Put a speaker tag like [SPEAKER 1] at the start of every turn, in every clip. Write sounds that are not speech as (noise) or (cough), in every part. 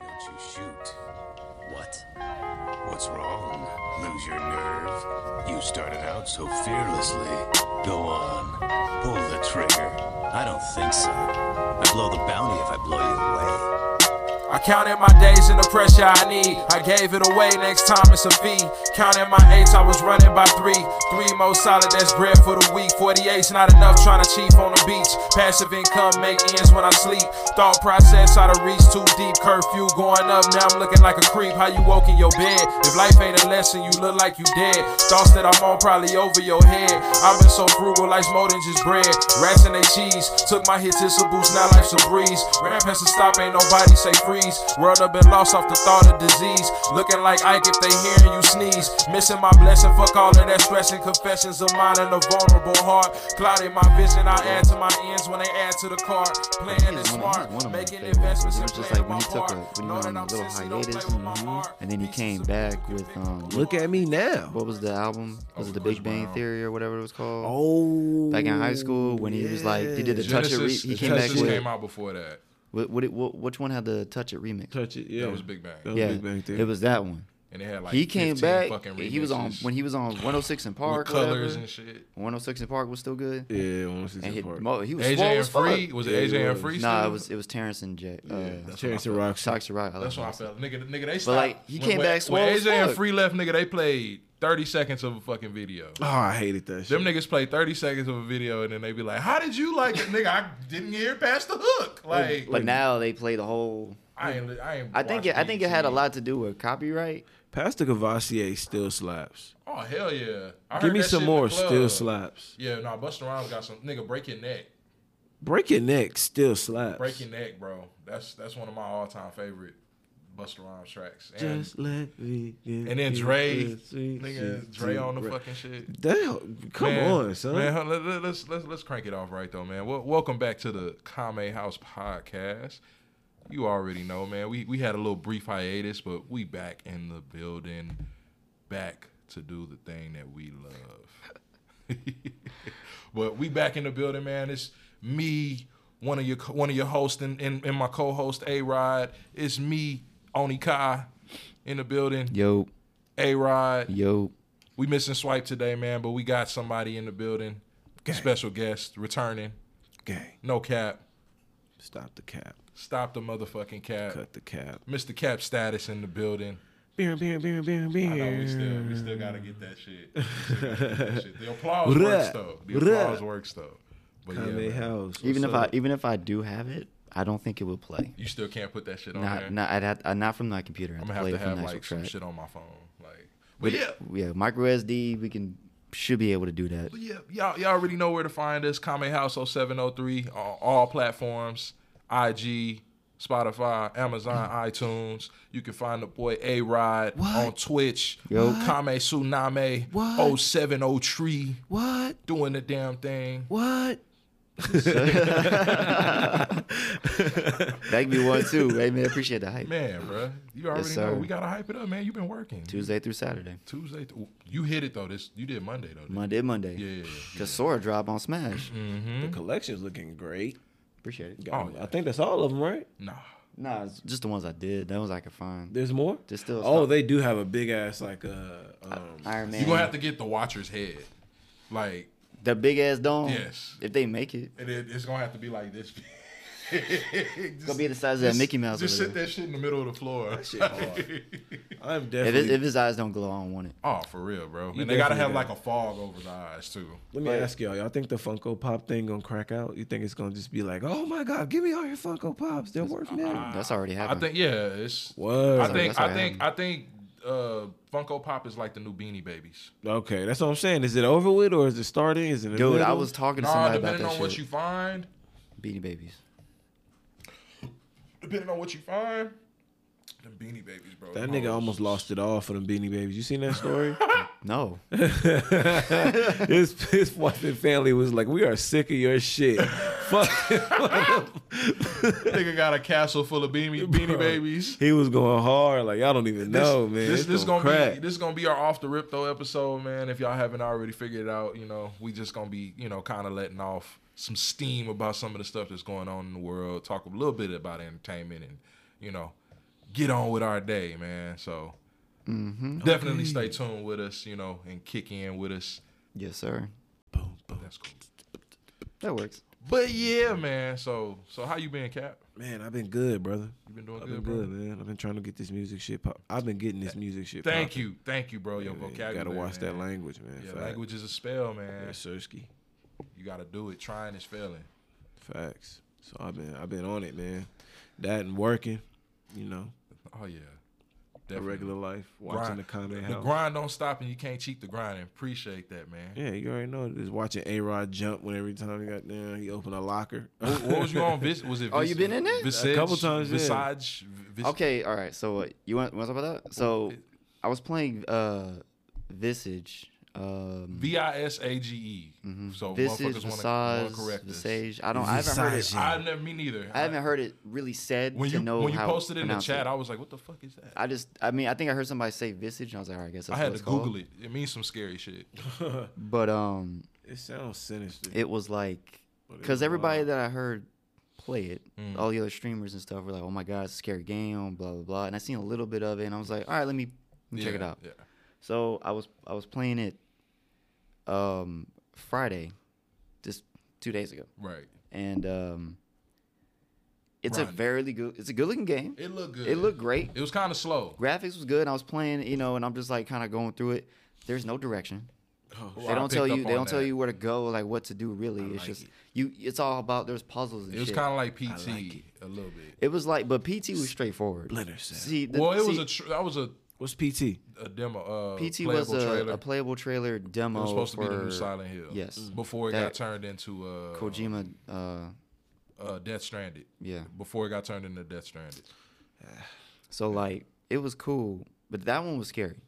[SPEAKER 1] you shoot.
[SPEAKER 2] What?
[SPEAKER 1] What's wrong? Lose your nerve? You started out so fearlessly. Go on, pull the trigger.
[SPEAKER 2] I don't think so. I blow the bounty if I blow you away.
[SPEAKER 3] I counted my days and the pressure I need. I gave it away, next time it's a V. Counting my eights, I was running by three. Three most solid, that's bread for the week. 48's not enough, trying to chief on the beach. Passive income, make ends when I sleep. Thought process out of reach, too deep. Curfew going up, now I'm looking like a creep. How you woke in your bed? If life ain't a lesson, you look like you dead. Thoughts that I'm on probably over your head. I've been so frugal, life's more than just bread. Rats and they cheese. Took my hits, it's a boost, now life's a breeze. Ran past the stop, ain't nobody say free disease. World have been lost off the thought of disease. Looking like Ike if they hearing you sneeze. Missing my blessing, fuck all of that stress and confessions of mine and a vulnerable heart. Clouding my vision, I add to my ends when they add to the cart. Playing
[SPEAKER 4] He
[SPEAKER 3] it
[SPEAKER 4] is one of-
[SPEAKER 3] smart,
[SPEAKER 4] he's one of my
[SPEAKER 3] making
[SPEAKER 4] favorites.
[SPEAKER 3] investments
[SPEAKER 4] It
[SPEAKER 3] and
[SPEAKER 4] was just
[SPEAKER 3] playing
[SPEAKER 4] like when
[SPEAKER 3] my
[SPEAKER 4] he took
[SPEAKER 3] part.
[SPEAKER 4] a- when he
[SPEAKER 3] Know
[SPEAKER 4] went
[SPEAKER 3] that
[SPEAKER 4] on a
[SPEAKER 3] I'm
[SPEAKER 4] little
[SPEAKER 3] sensitive, don't
[SPEAKER 4] hiatus,
[SPEAKER 3] play with my
[SPEAKER 4] mhm,
[SPEAKER 3] heart.
[SPEAKER 4] and then he
[SPEAKER 3] Pieces
[SPEAKER 4] came
[SPEAKER 3] of
[SPEAKER 4] back
[SPEAKER 3] you
[SPEAKER 4] with,
[SPEAKER 3] can
[SPEAKER 4] um,
[SPEAKER 3] pick
[SPEAKER 4] look
[SPEAKER 3] up.
[SPEAKER 5] Look at me now.
[SPEAKER 4] What was the album? Was it the Big Bang Theory or whatever it was called?
[SPEAKER 5] Oh,
[SPEAKER 4] Back in high school when he was like, they did the touch it. Re-
[SPEAKER 6] Genesis,
[SPEAKER 4] he came back
[SPEAKER 6] Genesis
[SPEAKER 4] with.
[SPEAKER 6] came out before that.
[SPEAKER 4] What, what, it- what, which one had the touch it remix?
[SPEAKER 5] touch it. Yeah,
[SPEAKER 6] That was Big Bang.
[SPEAKER 5] That was
[SPEAKER 4] yeah,
[SPEAKER 5] Big Bang Theory.
[SPEAKER 4] it was that one.
[SPEAKER 6] And they had like
[SPEAKER 4] he came
[SPEAKER 6] 15
[SPEAKER 4] back.
[SPEAKER 6] Fucking
[SPEAKER 4] He was on
[SPEAKER 6] remixes
[SPEAKER 4] when he was on 106 in
[SPEAKER 6] with
[SPEAKER 4] Park.
[SPEAKER 6] colors
[SPEAKER 4] whatever.
[SPEAKER 6] and shit.
[SPEAKER 4] 106 in Park was still good.
[SPEAKER 5] yeah, honestly,
[SPEAKER 4] and
[SPEAKER 5] and
[SPEAKER 4] hit,
[SPEAKER 5] part.
[SPEAKER 4] mo- he was
[SPEAKER 6] AJ
[SPEAKER 4] swole
[SPEAKER 6] and
[SPEAKER 4] as fuck.
[SPEAKER 6] Free was it
[SPEAKER 5] Yeah,
[SPEAKER 6] AJ
[SPEAKER 5] it
[SPEAKER 6] and
[SPEAKER 5] was.
[SPEAKER 6] Free?
[SPEAKER 4] Nah,
[SPEAKER 6] still?
[SPEAKER 4] it was it was Terrence and Jack. Uh,
[SPEAKER 5] Chance the Rock.
[SPEAKER 4] Socks and Rock. I
[SPEAKER 6] That's
[SPEAKER 4] love
[SPEAKER 6] what I felt. Nigga, nigga, they stopped.
[SPEAKER 4] like, he
[SPEAKER 6] when-
[SPEAKER 4] came
[SPEAKER 6] when-
[SPEAKER 4] back swole
[SPEAKER 6] When
[SPEAKER 4] as
[SPEAKER 6] AJ and
[SPEAKER 4] fuck.
[SPEAKER 6] Free left, nigga, they played 30 seconds of a fucking video.
[SPEAKER 5] Oh, I hated that shit.
[SPEAKER 6] Them niggas play 30 seconds of a video and then they be like, How did you like it? Nigga, I didn't hear past the hook. Like,
[SPEAKER 4] But now they play the whole.
[SPEAKER 6] I ain't, I ain't
[SPEAKER 4] Oh, I think
[SPEAKER 6] watch
[SPEAKER 4] it, I think it had a
[SPEAKER 6] BET.
[SPEAKER 4] lot to do with copyright.
[SPEAKER 5] Pastor Cavassier still slaps.
[SPEAKER 6] Oh, hell yeah. I
[SPEAKER 5] Give
[SPEAKER 6] heard
[SPEAKER 5] me
[SPEAKER 6] that shit
[SPEAKER 5] some
[SPEAKER 6] in the
[SPEAKER 5] more.
[SPEAKER 6] club.
[SPEAKER 5] Still slaps.
[SPEAKER 6] Yeah, nah, Busta Rhymes got some. Nigga, break your neck.
[SPEAKER 5] Break your neck. Still slaps.
[SPEAKER 6] Break your neck, bro. That's that's one of my all time favorite Busta Rhymes tracks. And,
[SPEAKER 5] Just let me.
[SPEAKER 6] and then Dre, nigga, Dre on the fucking shit.
[SPEAKER 5] Damn, come
[SPEAKER 6] Man,
[SPEAKER 5] on, son.
[SPEAKER 6] Man, huh, let, let, let's let's let's crank it off right though, man. Well, welcome back to the Kame House podcast. You already know, man. We we had a little brief hiatus, but we back in the building, back to do the thing that we love. (laughs) but we back in the building, man. It's me, one of your co- one of your hosts, and, and, and my co-host A Rod. It's me, Oni Kai, in the building.
[SPEAKER 4] Yo,
[SPEAKER 6] A Rod.
[SPEAKER 4] yo,
[SPEAKER 6] We missing swipe today, man, but we got somebody in the building. Special guest returning.
[SPEAKER 5] Gang,
[SPEAKER 6] No cap.
[SPEAKER 5] stop the cap.
[SPEAKER 6] Stop the motherfucking cap.
[SPEAKER 5] Cut the cap.
[SPEAKER 6] Mr. Cap status in the building.
[SPEAKER 5] Beer, beer, beer, beer, beer.
[SPEAKER 6] I know we still we still gotta get that shit. We still gotta get that
[SPEAKER 5] (laughs)
[SPEAKER 6] shit. The applause works though. The
[SPEAKER 5] Bruh.
[SPEAKER 6] applause works though. But yeah,
[SPEAKER 5] Kanye
[SPEAKER 6] man,
[SPEAKER 5] House.
[SPEAKER 4] even if
[SPEAKER 5] what's
[SPEAKER 4] I
[SPEAKER 5] up?
[SPEAKER 4] even if I do have it, I don't think it would play.
[SPEAKER 6] you still can't put that shit on there.
[SPEAKER 4] Not not I'd have, uh, not from my computer. I'd
[SPEAKER 6] I'm gonna
[SPEAKER 4] play
[SPEAKER 6] have to
[SPEAKER 4] it from
[SPEAKER 6] have
[SPEAKER 4] the actual
[SPEAKER 6] like some
[SPEAKER 4] track.
[SPEAKER 6] shit on my phone. Like but yeah,
[SPEAKER 4] yeah, micro SD. We can should be able to do that.
[SPEAKER 6] But yeah, y'all, y'all already know where to find us. Comment House 0703 on oh uh, all platforms, IG, Spotify, Amazon,
[SPEAKER 4] Mm.
[SPEAKER 6] iTunes. You can find the boy A Rod on Twitch.
[SPEAKER 4] Yo.
[SPEAKER 6] Kame Tsunami
[SPEAKER 5] What?
[SPEAKER 6] 0703
[SPEAKER 5] What?
[SPEAKER 6] doing the damn thing.
[SPEAKER 5] What?
[SPEAKER 4] That could be one too.
[SPEAKER 6] (laughs)
[SPEAKER 4] Hey man, appreciate the hype.
[SPEAKER 6] Man, bruh, you already know
[SPEAKER 4] sir.
[SPEAKER 6] we gotta hype it up, man. You've been working
[SPEAKER 4] Tuesday through Saturday,
[SPEAKER 6] Tuesday. th- you hit it though. This you did Monday though.
[SPEAKER 4] Monday, Monday.
[SPEAKER 6] Yeah, Mm-hmm.
[SPEAKER 4] Cause Sora drop on Smash.
[SPEAKER 5] The collection's looking great.
[SPEAKER 4] Appreciate it.
[SPEAKER 6] Oh,
[SPEAKER 5] I think that's all of them, right?
[SPEAKER 6] nah.
[SPEAKER 4] Nah, it's just the ones I did. The ones I could find.
[SPEAKER 5] There's more.
[SPEAKER 4] There's still
[SPEAKER 5] Oh,
[SPEAKER 4] stuff.
[SPEAKER 5] they do have a big ass like uh, um,
[SPEAKER 4] Iron Man.
[SPEAKER 6] You gonna have to get the Watcher's head, like,
[SPEAKER 4] the big ass dome.
[SPEAKER 6] Yes.
[SPEAKER 4] If they make it,
[SPEAKER 6] and it, it's gonna have to be like this. (laughs)
[SPEAKER 4] it's gonna be the size of that Mickey Mouse.
[SPEAKER 6] Just
[SPEAKER 4] over
[SPEAKER 6] sit
[SPEAKER 4] there.
[SPEAKER 6] that shit in the middle of the floor.
[SPEAKER 5] shit hard.
[SPEAKER 6] (laughs)
[SPEAKER 5] I'm
[SPEAKER 4] If, his,
[SPEAKER 5] definitely.
[SPEAKER 4] if his eyes don't glow, I don't want it.
[SPEAKER 6] oh, for real, bro. And they gotta have
[SPEAKER 5] definitely
[SPEAKER 6] like a fog over the eyes too.
[SPEAKER 5] let me ask y'all. Y'all think the Funko Pop thing gonna crack out? You think it's gonna just be like, oh my god, give me all your Funko Pops. They're worth now.
[SPEAKER 4] That's already
[SPEAKER 6] Uh, I
[SPEAKER 4] happened.
[SPEAKER 6] think yeah, it's.
[SPEAKER 5] Word.
[SPEAKER 6] I think
[SPEAKER 4] that's
[SPEAKER 6] I
[SPEAKER 4] what
[SPEAKER 6] think I think uh, Funko Pop is like the new Beanie Babies.
[SPEAKER 5] Okay, that's what I'm saying. Is it over with or is it starting? Is it? in the
[SPEAKER 4] Dude, I
[SPEAKER 5] middle?
[SPEAKER 4] was talking to
[SPEAKER 6] Nah,
[SPEAKER 4] somebody about
[SPEAKER 6] depending
[SPEAKER 4] that
[SPEAKER 6] on what
[SPEAKER 4] shit.
[SPEAKER 6] you find,
[SPEAKER 4] Beanie Babies.
[SPEAKER 6] depending on what you find, the Beanie Babies, bro.
[SPEAKER 5] That
[SPEAKER 6] them
[SPEAKER 5] nigga
[SPEAKER 6] hoes-
[SPEAKER 5] almost lost it all for them Beanie Babies. You seen that story? (laughs)
[SPEAKER 4] No.
[SPEAKER 5] his his wife and family was like, "We are sick of your shit." (laughs) Fuck.
[SPEAKER 6] (laughs) Nigga got a castle full of Beanie
[SPEAKER 4] (laughs)
[SPEAKER 6] Beanie
[SPEAKER 5] Bro.
[SPEAKER 6] Babies.
[SPEAKER 5] He was going hard. Like y'all don't even know, man.
[SPEAKER 6] This,
[SPEAKER 5] It's
[SPEAKER 6] this
[SPEAKER 5] gonna
[SPEAKER 6] gonna be this gonna be our off the rip though episode, man. If y'all haven't already figured it out, you know, we just gonna be, you know, kind of letting off some steam about some of the stuff that's going on in the world. Talk a little bit about entertainment and, you know, get on with our day, man. So
[SPEAKER 5] Mm-hmm.
[SPEAKER 6] definitely stay tuned with us, you know, and kick in with us.
[SPEAKER 4] Yes, sir.
[SPEAKER 6] That's cool.
[SPEAKER 4] That works.
[SPEAKER 6] But yeah, man. So so how you been, Cap?
[SPEAKER 5] Man, I've been good, brother.
[SPEAKER 6] You been doing
[SPEAKER 5] I've
[SPEAKER 6] good,
[SPEAKER 5] been
[SPEAKER 6] bro.
[SPEAKER 5] good, man. I've been trying to get this music shit pop. I've been getting this music shit.
[SPEAKER 6] Thank
[SPEAKER 5] poppin'.
[SPEAKER 6] you, thank you, bro. Your
[SPEAKER 5] Man, you
[SPEAKER 6] vocabulary.
[SPEAKER 5] gotta watch that
[SPEAKER 6] man.
[SPEAKER 5] language, man.
[SPEAKER 6] Yeah,
[SPEAKER 5] Fact.
[SPEAKER 6] language is a spell, man.
[SPEAKER 5] Yeah, Sersky.
[SPEAKER 6] You gotta do it. Trying is failing.
[SPEAKER 5] Facts. So I've been I've been on it, man. That and working, you know,
[SPEAKER 6] Oh yeah,
[SPEAKER 5] the
[SPEAKER 6] definitely.
[SPEAKER 5] regular life, watching the comedy
[SPEAKER 6] The
[SPEAKER 5] house.
[SPEAKER 6] grind don't stop, and you can't cheat the grind. And appreciate that, man.
[SPEAKER 5] Yeah, you already know. Just watching A Rod jump when every time he got down, he opened a locker.
[SPEAKER 6] What, what was you
[SPEAKER 5] (laughs)
[SPEAKER 6] on? Vis- was it?
[SPEAKER 4] Oh,
[SPEAKER 6] Vis-
[SPEAKER 4] you been in there? A
[SPEAKER 6] Visage,
[SPEAKER 5] couple times, yeah.
[SPEAKER 6] Visage. Vis-
[SPEAKER 4] Okay, all right. So uh, you want want to talk about that? So I was playing uh Visage. Um,
[SPEAKER 6] V I S A G E. So
[SPEAKER 4] Visage,
[SPEAKER 6] motherfuckers want
[SPEAKER 4] Mm-hmm. Visage,
[SPEAKER 6] to correct this.
[SPEAKER 4] Visage. I don't. I haven't heard it.
[SPEAKER 5] Visage.
[SPEAKER 6] I never. Me neither.
[SPEAKER 4] I haven't heard it really said
[SPEAKER 6] When
[SPEAKER 4] to
[SPEAKER 6] you
[SPEAKER 4] know
[SPEAKER 6] when you
[SPEAKER 4] how
[SPEAKER 6] posted it in the
[SPEAKER 4] pronounce
[SPEAKER 6] chat, I was like, "What the fuck is that?" I,
[SPEAKER 4] I just, I mean, I think I heard somebody say Visage, and I was like, all right, I guess that's
[SPEAKER 6] had
[SPEAKER 4] what
[SPEAKER 6] to
[SPEAKER 4] it's
[SPEAKER 6] Google
[SPEAKER 4] called.
[SPEAKER 6] it. It means some scary
[SPEAKER 4] (laughs)
[SPEAKER 6] shit.
[SPEAKER 4] But um,
[SPEAKER 5] It sounds sinister.
[SPEAKER 4] it was like,
[SPEAKER 5] But it was
[SPEAKER 4] because everybody
[SPEAKER 5] wild.
[SPEAKER 4] that I heard play it,
[SPEAKER 6] Mm.
[SPEAKER 4] all the other streamers and stuff were like, oh my god, it's a scary game, blah blah blah. And I seen a little bit of it, and I was like, all right, let me, let me check it
[SPEAKER 6] Yeah,
[SPEAKER 4] out.
[SPEAKER 6] Yeah.
[SPEAKER 4] So I was, I was playing it, um, Friday, just two days ago,
[SPEAKER 6] Right.
[SPEAKER 4] and um, it's a
[SPEAKER 6] Right.
[SPEAKER 4] very good, it's a good looking game.
[SPEAKER 6] It looked good.
[SPEAKER 4] It looked great.
[SPEAKER 6] It was kind of slow.
[SPEAKER 4] graphics was good. And I was playing, you know, and I'm just like kind of going through it. There's no direction.
[SPEAKER 6] Well, Oh, I
[SPEAKER 4] they don't tell
[SPEAKER 6] picked
[SPEAKER 4] you.
[SPEAKER 6] up
[SPEAKER 4] They
[SPEAKER 6] on
[SPEAKER 4] don't tell
[SPEAKER 6] that.
[SPEAKER 4] you where to go, like what to do. Really, it's
[SPEAKER 6] like
[SPEAKER 4] just
[SPEAKER 6] it.
[SPEAKER 4] you. It's all about there's puzzles and
[SPEAKER 6] It was
[SPEAKER 4] shit.
[SPEAKER 6] kind of like PT a little bit.
[SPEAKER 4] it was like, but PT was straightforward.
[SPEAKER 5] Splinter Cell.
[SPEAKER 4] See, the,
[SPEAKER 6] Well, it was
[SPEAKER 4] see,
[SPEAKER 6] a tr- that was a
[SPEAKER 5] What's PT?
[SPEAKER 6] a demo. Uh,
[SPEAKER 4] PT was
[SPEAKER 6] playable
[SPEAKER 4] a,
[SPEAKER 6] trailer.
[SPEAKER 4] a playable trailer demo.
[SPEAKER 6] It was supposed
[SPEAKER 4] for
[SPEAKER 6] to be the new Silent Hill.
[SPEAKER 4] Yes.
[SPEAKER 6] Before it got
[SPEAKER 4] That-
[SPEAKER 6] turned into uh,
[SPEAKER 4] Kojima. Uh,
[SPEAKER 6] uh, Death Stranded.
[SPEAKER 4] Yeah.
[SPEAKER 6] Before it got turned into Death Stranded.
[SPEAKER 4] so like it was cool, but that one was scary.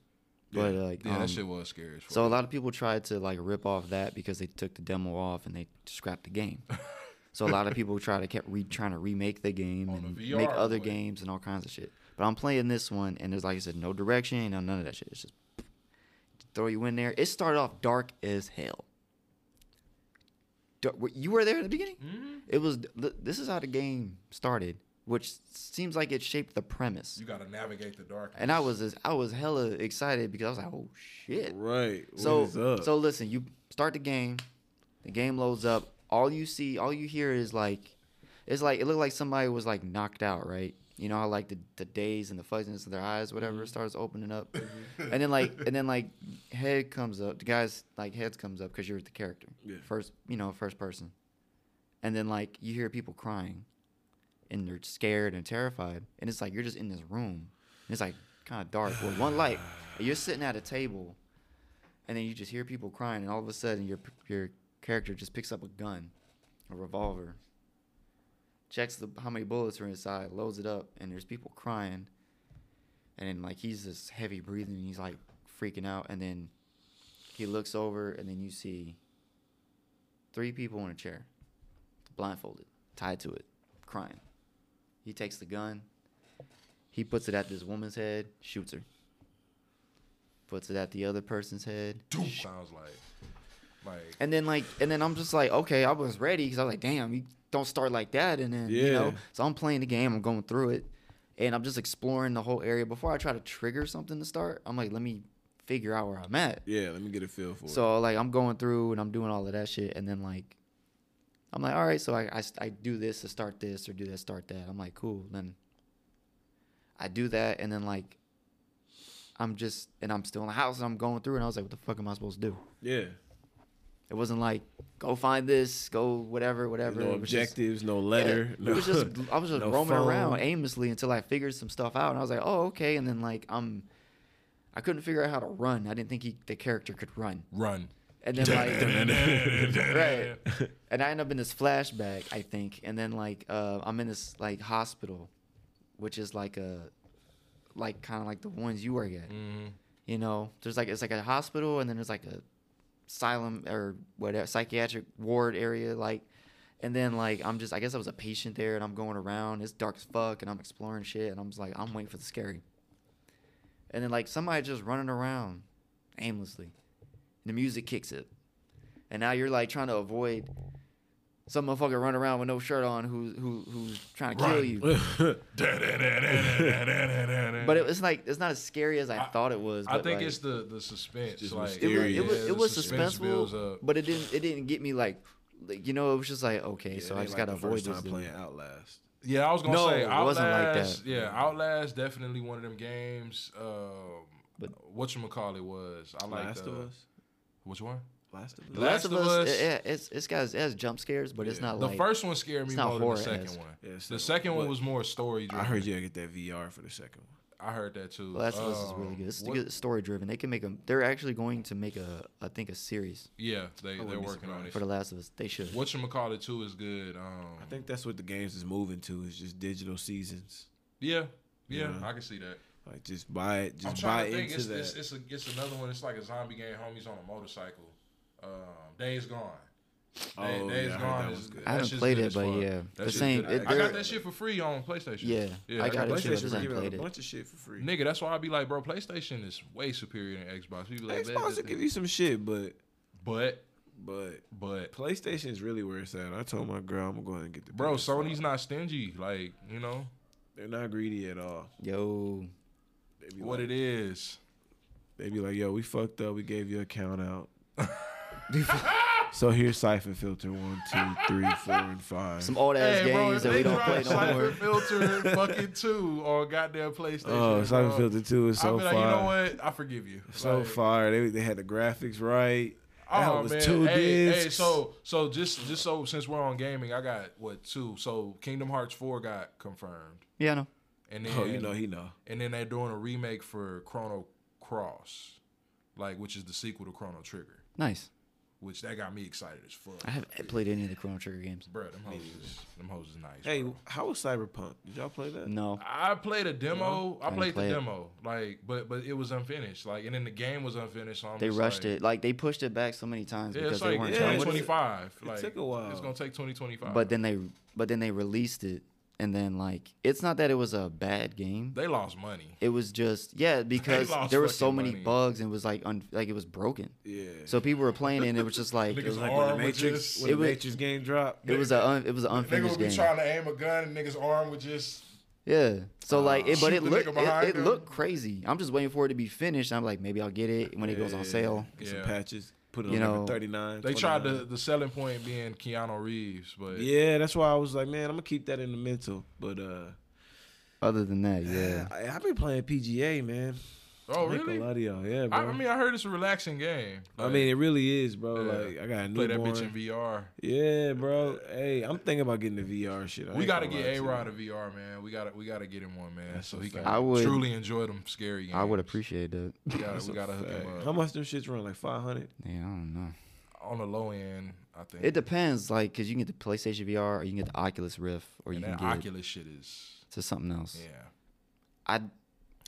[SPEAKER 4] But like
[SPEAKER 6] Yeah,
[SPEAKER 4] um,
[SPEAKER 6] that shit was scary. As fuck.
[SPEAKER 4] So a lot of people tried to like rip off that because they took the demo off and they scrapped
[SPEAKER 6] (laughs)
[SPEAKER 4] the game. so a lot of people try to kept re- trying to remake the game
[SPEAKER 6] the
[SPEAKER 4] and
[SPEAKER 6] VR
[SPEAKER 4] make other
[SPEAKER 6] way.
[SPEAKER 4] games and all kinds of shit. But I'm playing this one and there's like I said, no direction, no none of that shit. It's just throw you in there. It started off dark as hell. Dar- were- You were there in the beginning.
[SPEAKER 6] Mm-hmm.
[SPEAKER 4] It was. th- This is how the game started, which seems like it shaped the premise.
[SPEAKER 6] you got to navigate the darkness.
[SPEAKER 4] And I was just- I was hella excited because I was like, oh shit.
[SPEAKER 5] Right. What is
[SPEAKER 4] So
[SPEAKER 5] up?
[SPEAKER 4] so listen, you start the game, the game loads up. All you see, all you hear is like, it's like it looked like somebody was like knocked out, right? You know how like the, the days and the fuzziness of their eyes, whatever,
[SPEAKER 5] Mm-hmm.
[SPEAKER 4] starts opening up, and then
[SPEAKER 5] (laughs)
[SPEAKER 4] like and then like head comes up. The guy's like heads comes up because you're the character,
[SPEAKER 5] Yeah.
[SPEAKER 4] first you know first person, and then like you hear people crying, and they're scared and terrified, and it's like you're just in this room, and it's like kind of dark with one
[SPEAKER 5] (sighs)
[SPEAKER 4] light, and you're sitting at a table, and then you just hear people crying, and all of a sudden your your character just picks up a gun, a revolver, checks the how many bullets are inside, loads it up, and there's people crying, and then like he's just heavy breathing, and he's like freaking out, and then he looks over, and then you see three people in a chair, blindfolded, tied to it, crying. He takes the gun, he puts it at this woman's head, shoots her. Puts it at the other person's head,
[SPEAKER 6] Doom sounds like like
[SPEAKER 4] and then like, and then I'm just like, okay, I was ready because I was like, damn, you don't start like that. And then you know,
[SPEAKER 5] Yeah.
[SPEAKER 4] so I'm playing the game, I'm going through it, and I'm just exploring the whole area. Before I try to trigger something to start, I'm like, let me figure out where I'm at.
[SPEAKER 5] yeah, let me get a feel for it.
[SPEAKER 4] So like, I'm going through and I'm doing all of that shit, and then like, I'm like, all right, so I I, I do this to start this or do that start that. I'm like, cool. Then I do that, and then like. I'm just, and I'm still in the house, and I'm going through, and I was like, "What the fuck am I supposed to do?"
[SPEAKER 5] Yeah.
[SPEAKER 4] It wasn't like go find this, go whatever, whatever.
[SPEAKER 5] No
[SPEAKER 4] It was just-
[SPEAKER 5] objectives, no
[SPEAKER 4] yeah,
[SPEAKER 5] letter.
[SPEAKER 4] It was
[SPEAKER 5] no- (laughs)
[SPEAKER 4] just I was just
[SPEAKER 5] no
[SPEAKER 4] roaming around
[SPEAKER 5] phone.
[SPEAKER 4] aimlessly until I figured some stuff out, and I was like, oh okay. And then like I'm, I couldn't figure out how to run. I didn't think he, the character could run.
[SPEAKER 6] run.
[SPEAKER 4] And then
[SPEAKER 5] (laughs)
[SPEAKER 4] like (laughs) right, and I end up in this flashback, I think, and then like uh, I'm in this like hospital, which is like a, like kind of like the ones you work at. You know, there's like it's like a hospital, and then there's like a asylum or whatever psychiatric ward area, like. And then like I'm just I guess I was a patient there, and I'm going around. It's dark as fuck, and I'm exploring shit, and I'm just like I'm waiting for the scary. And then like somebody just running around aimlessly. And the music kicks it. And now you're like trying to avoid some motherfucker run around with no shirt on who who who's trying to kill you.
[SPEAKER 6] (laughs)
[SPEAKER 4] But it was like it's not as scary as I, thought it was.
[SPEAKER 6] I
[SPEAKER 4] but,
[SPEAKER 6] think
[SPEAKER 4] like,
[SPEAKER 6] it's the the suspense.
[SPEAKER 5] just
[SPEAKER 6] like,
[SPEAKER 4] it was,
[SPEAKER 5] Serious.
[SPEAKER 4] it was,
[SPEAKER 6] yeah,
[SPEAKER 4] it
[SPEAKER 6] the
[SPEAKER 4] was
[SPEAKER 6] suspense builds
[SPEAKER 4] suspenseful,
[SPEAKER 6] up.
[SPEAKER 4] but it didn't it didn't get me like, like you know it was just like okay, so I just gotta avoid this.
[SPEAKER 5] time
[SPEAKER 4] dude.
[SPEAKER 5] playing Outlast.
[SPEAKER 6] Yeah, I was gonna
[SPEAKER 4] No,
[SPEAKER 6] say
[SPEAKER 4] it
[SPEAKER 6] Outlast.
[SPEAKER 4] wasn't like that. Mm-hmm.
[SPEAKER 6] Yeah, Outlast definitely one of them games. Um,
[SPEAKER 4] But-
[SPEAKER 6] what you call it was I like uh,
[SPEAKER 5] Last
[SPEAKER 6] the,
[SPEAKER 5] of Us.
[SPEAKER 6] Which one?
[SPEAKER 5] Last of
[SPEAKER 6] The
[SPEAKER 5] Us.
[SPEAKER 4] Last of Us,
[SPEAKER 6] Us-
[SPEAKER 4] it, it- it's it's got it has jump scares, but it's not
[SPEAKER 6] the
[SPEAKER 4] like
[SPEAKER 6] first one scared me
[SPEAKER 4] it's not
[SPEAKER 6] more than the second
[SPEAKER 4] horror-esque.
[SPEAKER 6] one.
[SPEAKER 5] Yeah, it's
[SPEAKER 6] the
[SPEAKER 5] not-
[SPEAKER 6] second one
[SPEAKER 5] but-
[SPEAKER 6] was more story
[SPEAKER 5] I
[SPEAKER 6] driven.
[SPEAKER 5] heard you gotta get that VR for the second one.
[SPEAKER 6] I heard that too.
[SPEAKER 4] Last of Us is really
[SPEAKER 6] Um,
[SPEAKER 4] good. It's
[SPEAKER 6] what-
[SPEAKER 4] story driven. They can make them. They're actually going to make a I think a series
[SPEAKER 6] Yeah, they they're
[SPEAKER 5] wouldn't be
[SPEAKER 6] working on it.
[SPEAKER 4] for the Last of Us. They should.
[SPEAKER 6] What you call it too is good. Um,
[SPEAKER 5] I think that's what the games is moving to is just digital seasons.
[SPEAKER 6] yeah, yeah,
[SPEAKER 5] Yeah.
[SPEAKER 6] I can see that.
[SPEAKER 5] Like just buy it,
[SPEAKER 6] I'm
[SPEAKER 5] just buy
[SPEAKER 6] trying to think.
[SPEAKER 5] into
[SPEAKER 6] It's,
[SPEAKER 5] that.
[SPEAKER 6] it's, it's, a, it's another one. It's like a zombie game. Homies on a motorcycle. Um, Days Gone. Day,
[SPEAKER 5] Oh,
[SPEAKER 6] Days
[SPEAKER 5] yeah, I heard
[SPEAKER 6] Gone
[SPEAKER 5] that
[SPEAKER 6] is-
[SPEAKER 5] was good.
[SPEAKER 6] that
[SPEAKER 4] I haven't
[SPEAKER 6] shit's
[SPEAKER 4] played
[SPEAKER 6] good
[SPEAKER 4] it,
[SPEAKER 6] as
[SPEAKER 4] but
[SPEAKER 6] fuck.
[SPEAKER 4] yeah.
[SPEAKER 6] That
[SPEAKER 4] The
[SPEAKER 6] shit's
[SPEAKER 4] same-
[SPEAKER 6] good.
[SPEAKER 4] it-
[SPEAKER 6] I got
[SPEAKER 4] there-
[SPEAKER 6] that shit for free on PlayStation.
[SPEAKER 4] Yeah, I
[SPEAKER 6] I
[SPEAKER 4] got
[SPEAKER 6] got that
[SPEAKER 4] it too. I
[SPEAKER 6] shit
[SPEAKER 5] PlayStation
[SPEAKER 4] just
[SPEAKER 5] was
[SPEAKER 4] haven't
[SPEAKER 5] giving out
[SPEAKER 4] played
[SPEAKER 5] a
[SPEAKER 4] it.
[SPEAKER 5] bunch of shit for free.
[SPEAKER 6] Nigga, that's why I be like, bro, PlayStation is way superior than Xbox. People be like,
[SPEAKER 5] Xbox will
[SPEAKER 6] "Man,
[SPEAKER 5] give you some shit, but
[SPEAKER 6] but
[SPEAKER 5] but
[SPEAKER 6] but
[SPEAKER 5] PlayStation is really where it's at. I told my girl I'm gonna go ahead and get the
[SPEAKER 6] bro,
[SPEAKER 5] PS5.
[SPEAKER 6] Sony's not stingy. Like you know
[SPEAKER 5] They're not greedy at all.
[SPEAKER 4] Yo,
[SPEAKER 5] They be
[SPEAKER 6] what
[SPEAKER 5] like,
[SPEAKER 6] it is.
[SPEAKER 5] They be like, yo, we fucked up. We gave your account (laughs) out. so here's Siphon Filter one, two, three, four, and five.
[SPEAKER 4] some old ass
[SPEAKER 6] Hey, bro,
[SPEAKER 4] games
[SPEAKER 6] if
[SPEAKER 4] that
[SPEAKER 6] they
[SPEAKER 4] we don't play
[SPEAKER 6] tried
[SPEAKER 4] no more.
[SPEAKER 6] Cypher Filter fucking 2 on goddamn PlayStation.
[SPEAKER 5] (laughs) oh, Siphon
[SPEAKER 6] bro,
[SPEAKER 5] Filter two is
[SPEAKER 6] I'd
[SPEAKER 5] so
[SPEAKER 6] be
[SPEAKER 5] far.
[SPEAKER 6] like, you know what? I forgive you.
[SPEAKER 5] So
[SPEAKER 6] Like,
[SPEAKER 5] far, they they had the graphics right. That
[SPEAKER 6] Oh
[SPEAKER 5] was
[SPEAKER 6] man,
[SPEAKER 5] two
[SPEAKER 6] hey,
[SPEAKER 5] discs.
[SPEAKER 6] hey, so so just just so since we're on gaming, I got what two? So Kingdom Hearts four got confirmed,
[SPEAKER 4] Yeah, I know.
[SPEAKER 6] and then
[SPEAKER 5] oh, you know he know.
[SPEAKER 6] and then they're doing a remake for Chrono Cross, like which is the sequel to Chrono Trigger,
[SPEAKER 4] Nice.
[SPEAKER 6] which that got me excited as fuck.
[SPEAKER 4] I haven't played any of the Chrono Trigger games.
[SPEAKER 6] Bro, them hoes is them hoes is nice.
[SPEAKER 5] Hey,
[SPEAKER 6] bro.
[SPEAKER 5] how was Cyberpunk? Did y'all play that?
[SPEAKER 4] No.
[SPEAKER 6] I played a demo. I
[SPEAKER 4] didn't
[SPEAKER 6] played
[SPEAKER 4] play
[SPEAKER 6] the
[SPEAKER 4] it.
[SPEAKER 6] demo, like, but but it was unfinished, like, and then the game was unfinished. So I'm
[SPEAKER 4] They
[SPEAKER 6] just
[SPEAKER 4] rushed
[SPEAKER 6] like,
[SPEAKER 4] it. Like they pushed it back so many times
[SPEAKER 6] Yeah,
[SPEAKER 4] because
[SPEAKER 6] it's
[SPEAKER 4] they
[SPEAKER 6] like
[SPEAKER 4] weren't
[SPEAKER 5] yeah,
[SPEAKER 4] trying.
[SPEAKER 5] what is
[SPEAKER 6] 2025.
[SPEAKER 5] it
[SPEAKER 6] like,
[SPEAKER 5] took a while.
[SPEAKER 6] It's gonna take 2025.
[SPEAKER 4] But then they but then they released it and then like it's not that it was a bad game.
[SPEAKER 6] they lost money.
[SPEAKER 4] It was just
[SPEAKER 6] (laughs)
[SPEAKER 4] yeah because
[SPEAKER 6] lost
[SPEAKER 4] there were so
[SPEAKER 6] fucking
[SPEAKER 4] many
[SPEAKER 6] money.
[SPEAKER 4] bugs and it was like un, like it was broken.
[SPEAKER 5] Yeah.
[SPEAKER 4] So people were playing it and it was just like
[SPEAKER 6] (laughs)
[SPEAKER 4] it
[SPEAKER 6] Niggas
[SPEAKER 4] was,
[SPEAKER 5] like
[SPEAKER 6] arm
[SPEAKER 5] when the
[SPEAKER 6] would
[SPEAKER 5] Matrix,
[SPEAKER 6] just-
[SPEAKER 5] when
[SPEAKER 4] It
[SPEAKER 5] the
[SPEAKER 4] was-
[SPEAKER 5] Matrix game dropped.
[SPEAKER 4] it was a un, it was an
[SPEAKER 6] Nigga
[SPEAKER 4] unfinished
[SPEAKER 6] would be
[SPEAKER 4] game.
[SPEAKER 6] trying to aim a gun and niggas' arm would just.
[SPEAKER 4] Yeah. So like, it,
[SPEAKER 6] Ah, shoot
[SPEAKER 4] but it
[SPEAKER 6] the
[SPEAKER 4] looked
[SPEAKER 6] nigga
[SPEAKER 4] it,
[SPEAKER 6] behind
[SPEAKER 4] it
[SPEAKER 6] him.
[SPEAKER 4] looked crazy. I'm just waiting for it to be finished. I'm like, maybe I'll get it when it goes on sale.
[SPEAKER 5] Get some
[SPEAKER 6] Yeah.
[SPEAKER 5] patches. Put it
[SPEAKER 4] You
[SPEAKER 5] on like
[SPEAKER 4] know,
[SPEAKER 5] a 39.
[SPEAKER 6] They tried
[SPEAKER 5] 29.
[SPEAKER 6] the the selling point being Keanu Reeves, but
[SPEAKER 5] Yeah, that's why I was like, man, I'm gonna keep that in the mental. But uh,
[SPEAKER 4] Other than that, yeah.
[SPEAKER 5] I, I've been playing PGA, man.
[SPEAKER 6] oh
[SPEAKER 5] Like
[SPEAKER 6] really?
[SPEAKER 5] A
[SPEAKER 6] I,
[SPEAKER 5] lot of y'all, yeah, bro.
[SPEAKER 6] I mean, I heard it's a relaxing game.
[SPEAKER 5] I mean, it really is, bro.
[SPEAKER 6] Yeah.
[SPEAKER 5] Like, I got a
[SPEAKER 6] play that bitch in VR.
[SPEAKER 5] newborn. Yeah, bro. Hey, I'm thinking about getting the VR shit. I
[SPEAKER 6] We
[SPEAKER 5] ain't
[SPEAKER 6] gotta
[SPEAKER 5] gonna
[SPEAKER 6] get
[SPEAKER 5] lie to
[SPEAKER 6] A
[SPEAKER 5] you.
[SPEAKER 6] Rod a VR, man. We gotta we gotta get him one, man, so he can
[SPEAKER 4] I would-
[SPEAKER 6] truly enjoy them scary games.
[SPEAKER 4] I would appreciate that. (laughs)
[SPEAKER 6] We gotta, we gotta hook him
[SPEAKER 5] Hey,
[SPEAKER 6] up.
[SPEAKER 5] How much them shits run? Like 500.
[SPEAKER 4] Yeah, I don't know.
[SPEAKER 6] on the low end, I think.
[SPEAKER 4] It depends, like, cause you can get the PlayStation VR or you can get the Oculus Rift or you
[SPEAKER 6] and
[SPEAKER 4] can
[SPEAKER 6] that
[SPEAKER 4] get
[SPEAKER 6] Oculus shit is
[SPEAKER 4] to something else.
[SPEAKER 6] yeah.
[SPEAKER 4] I,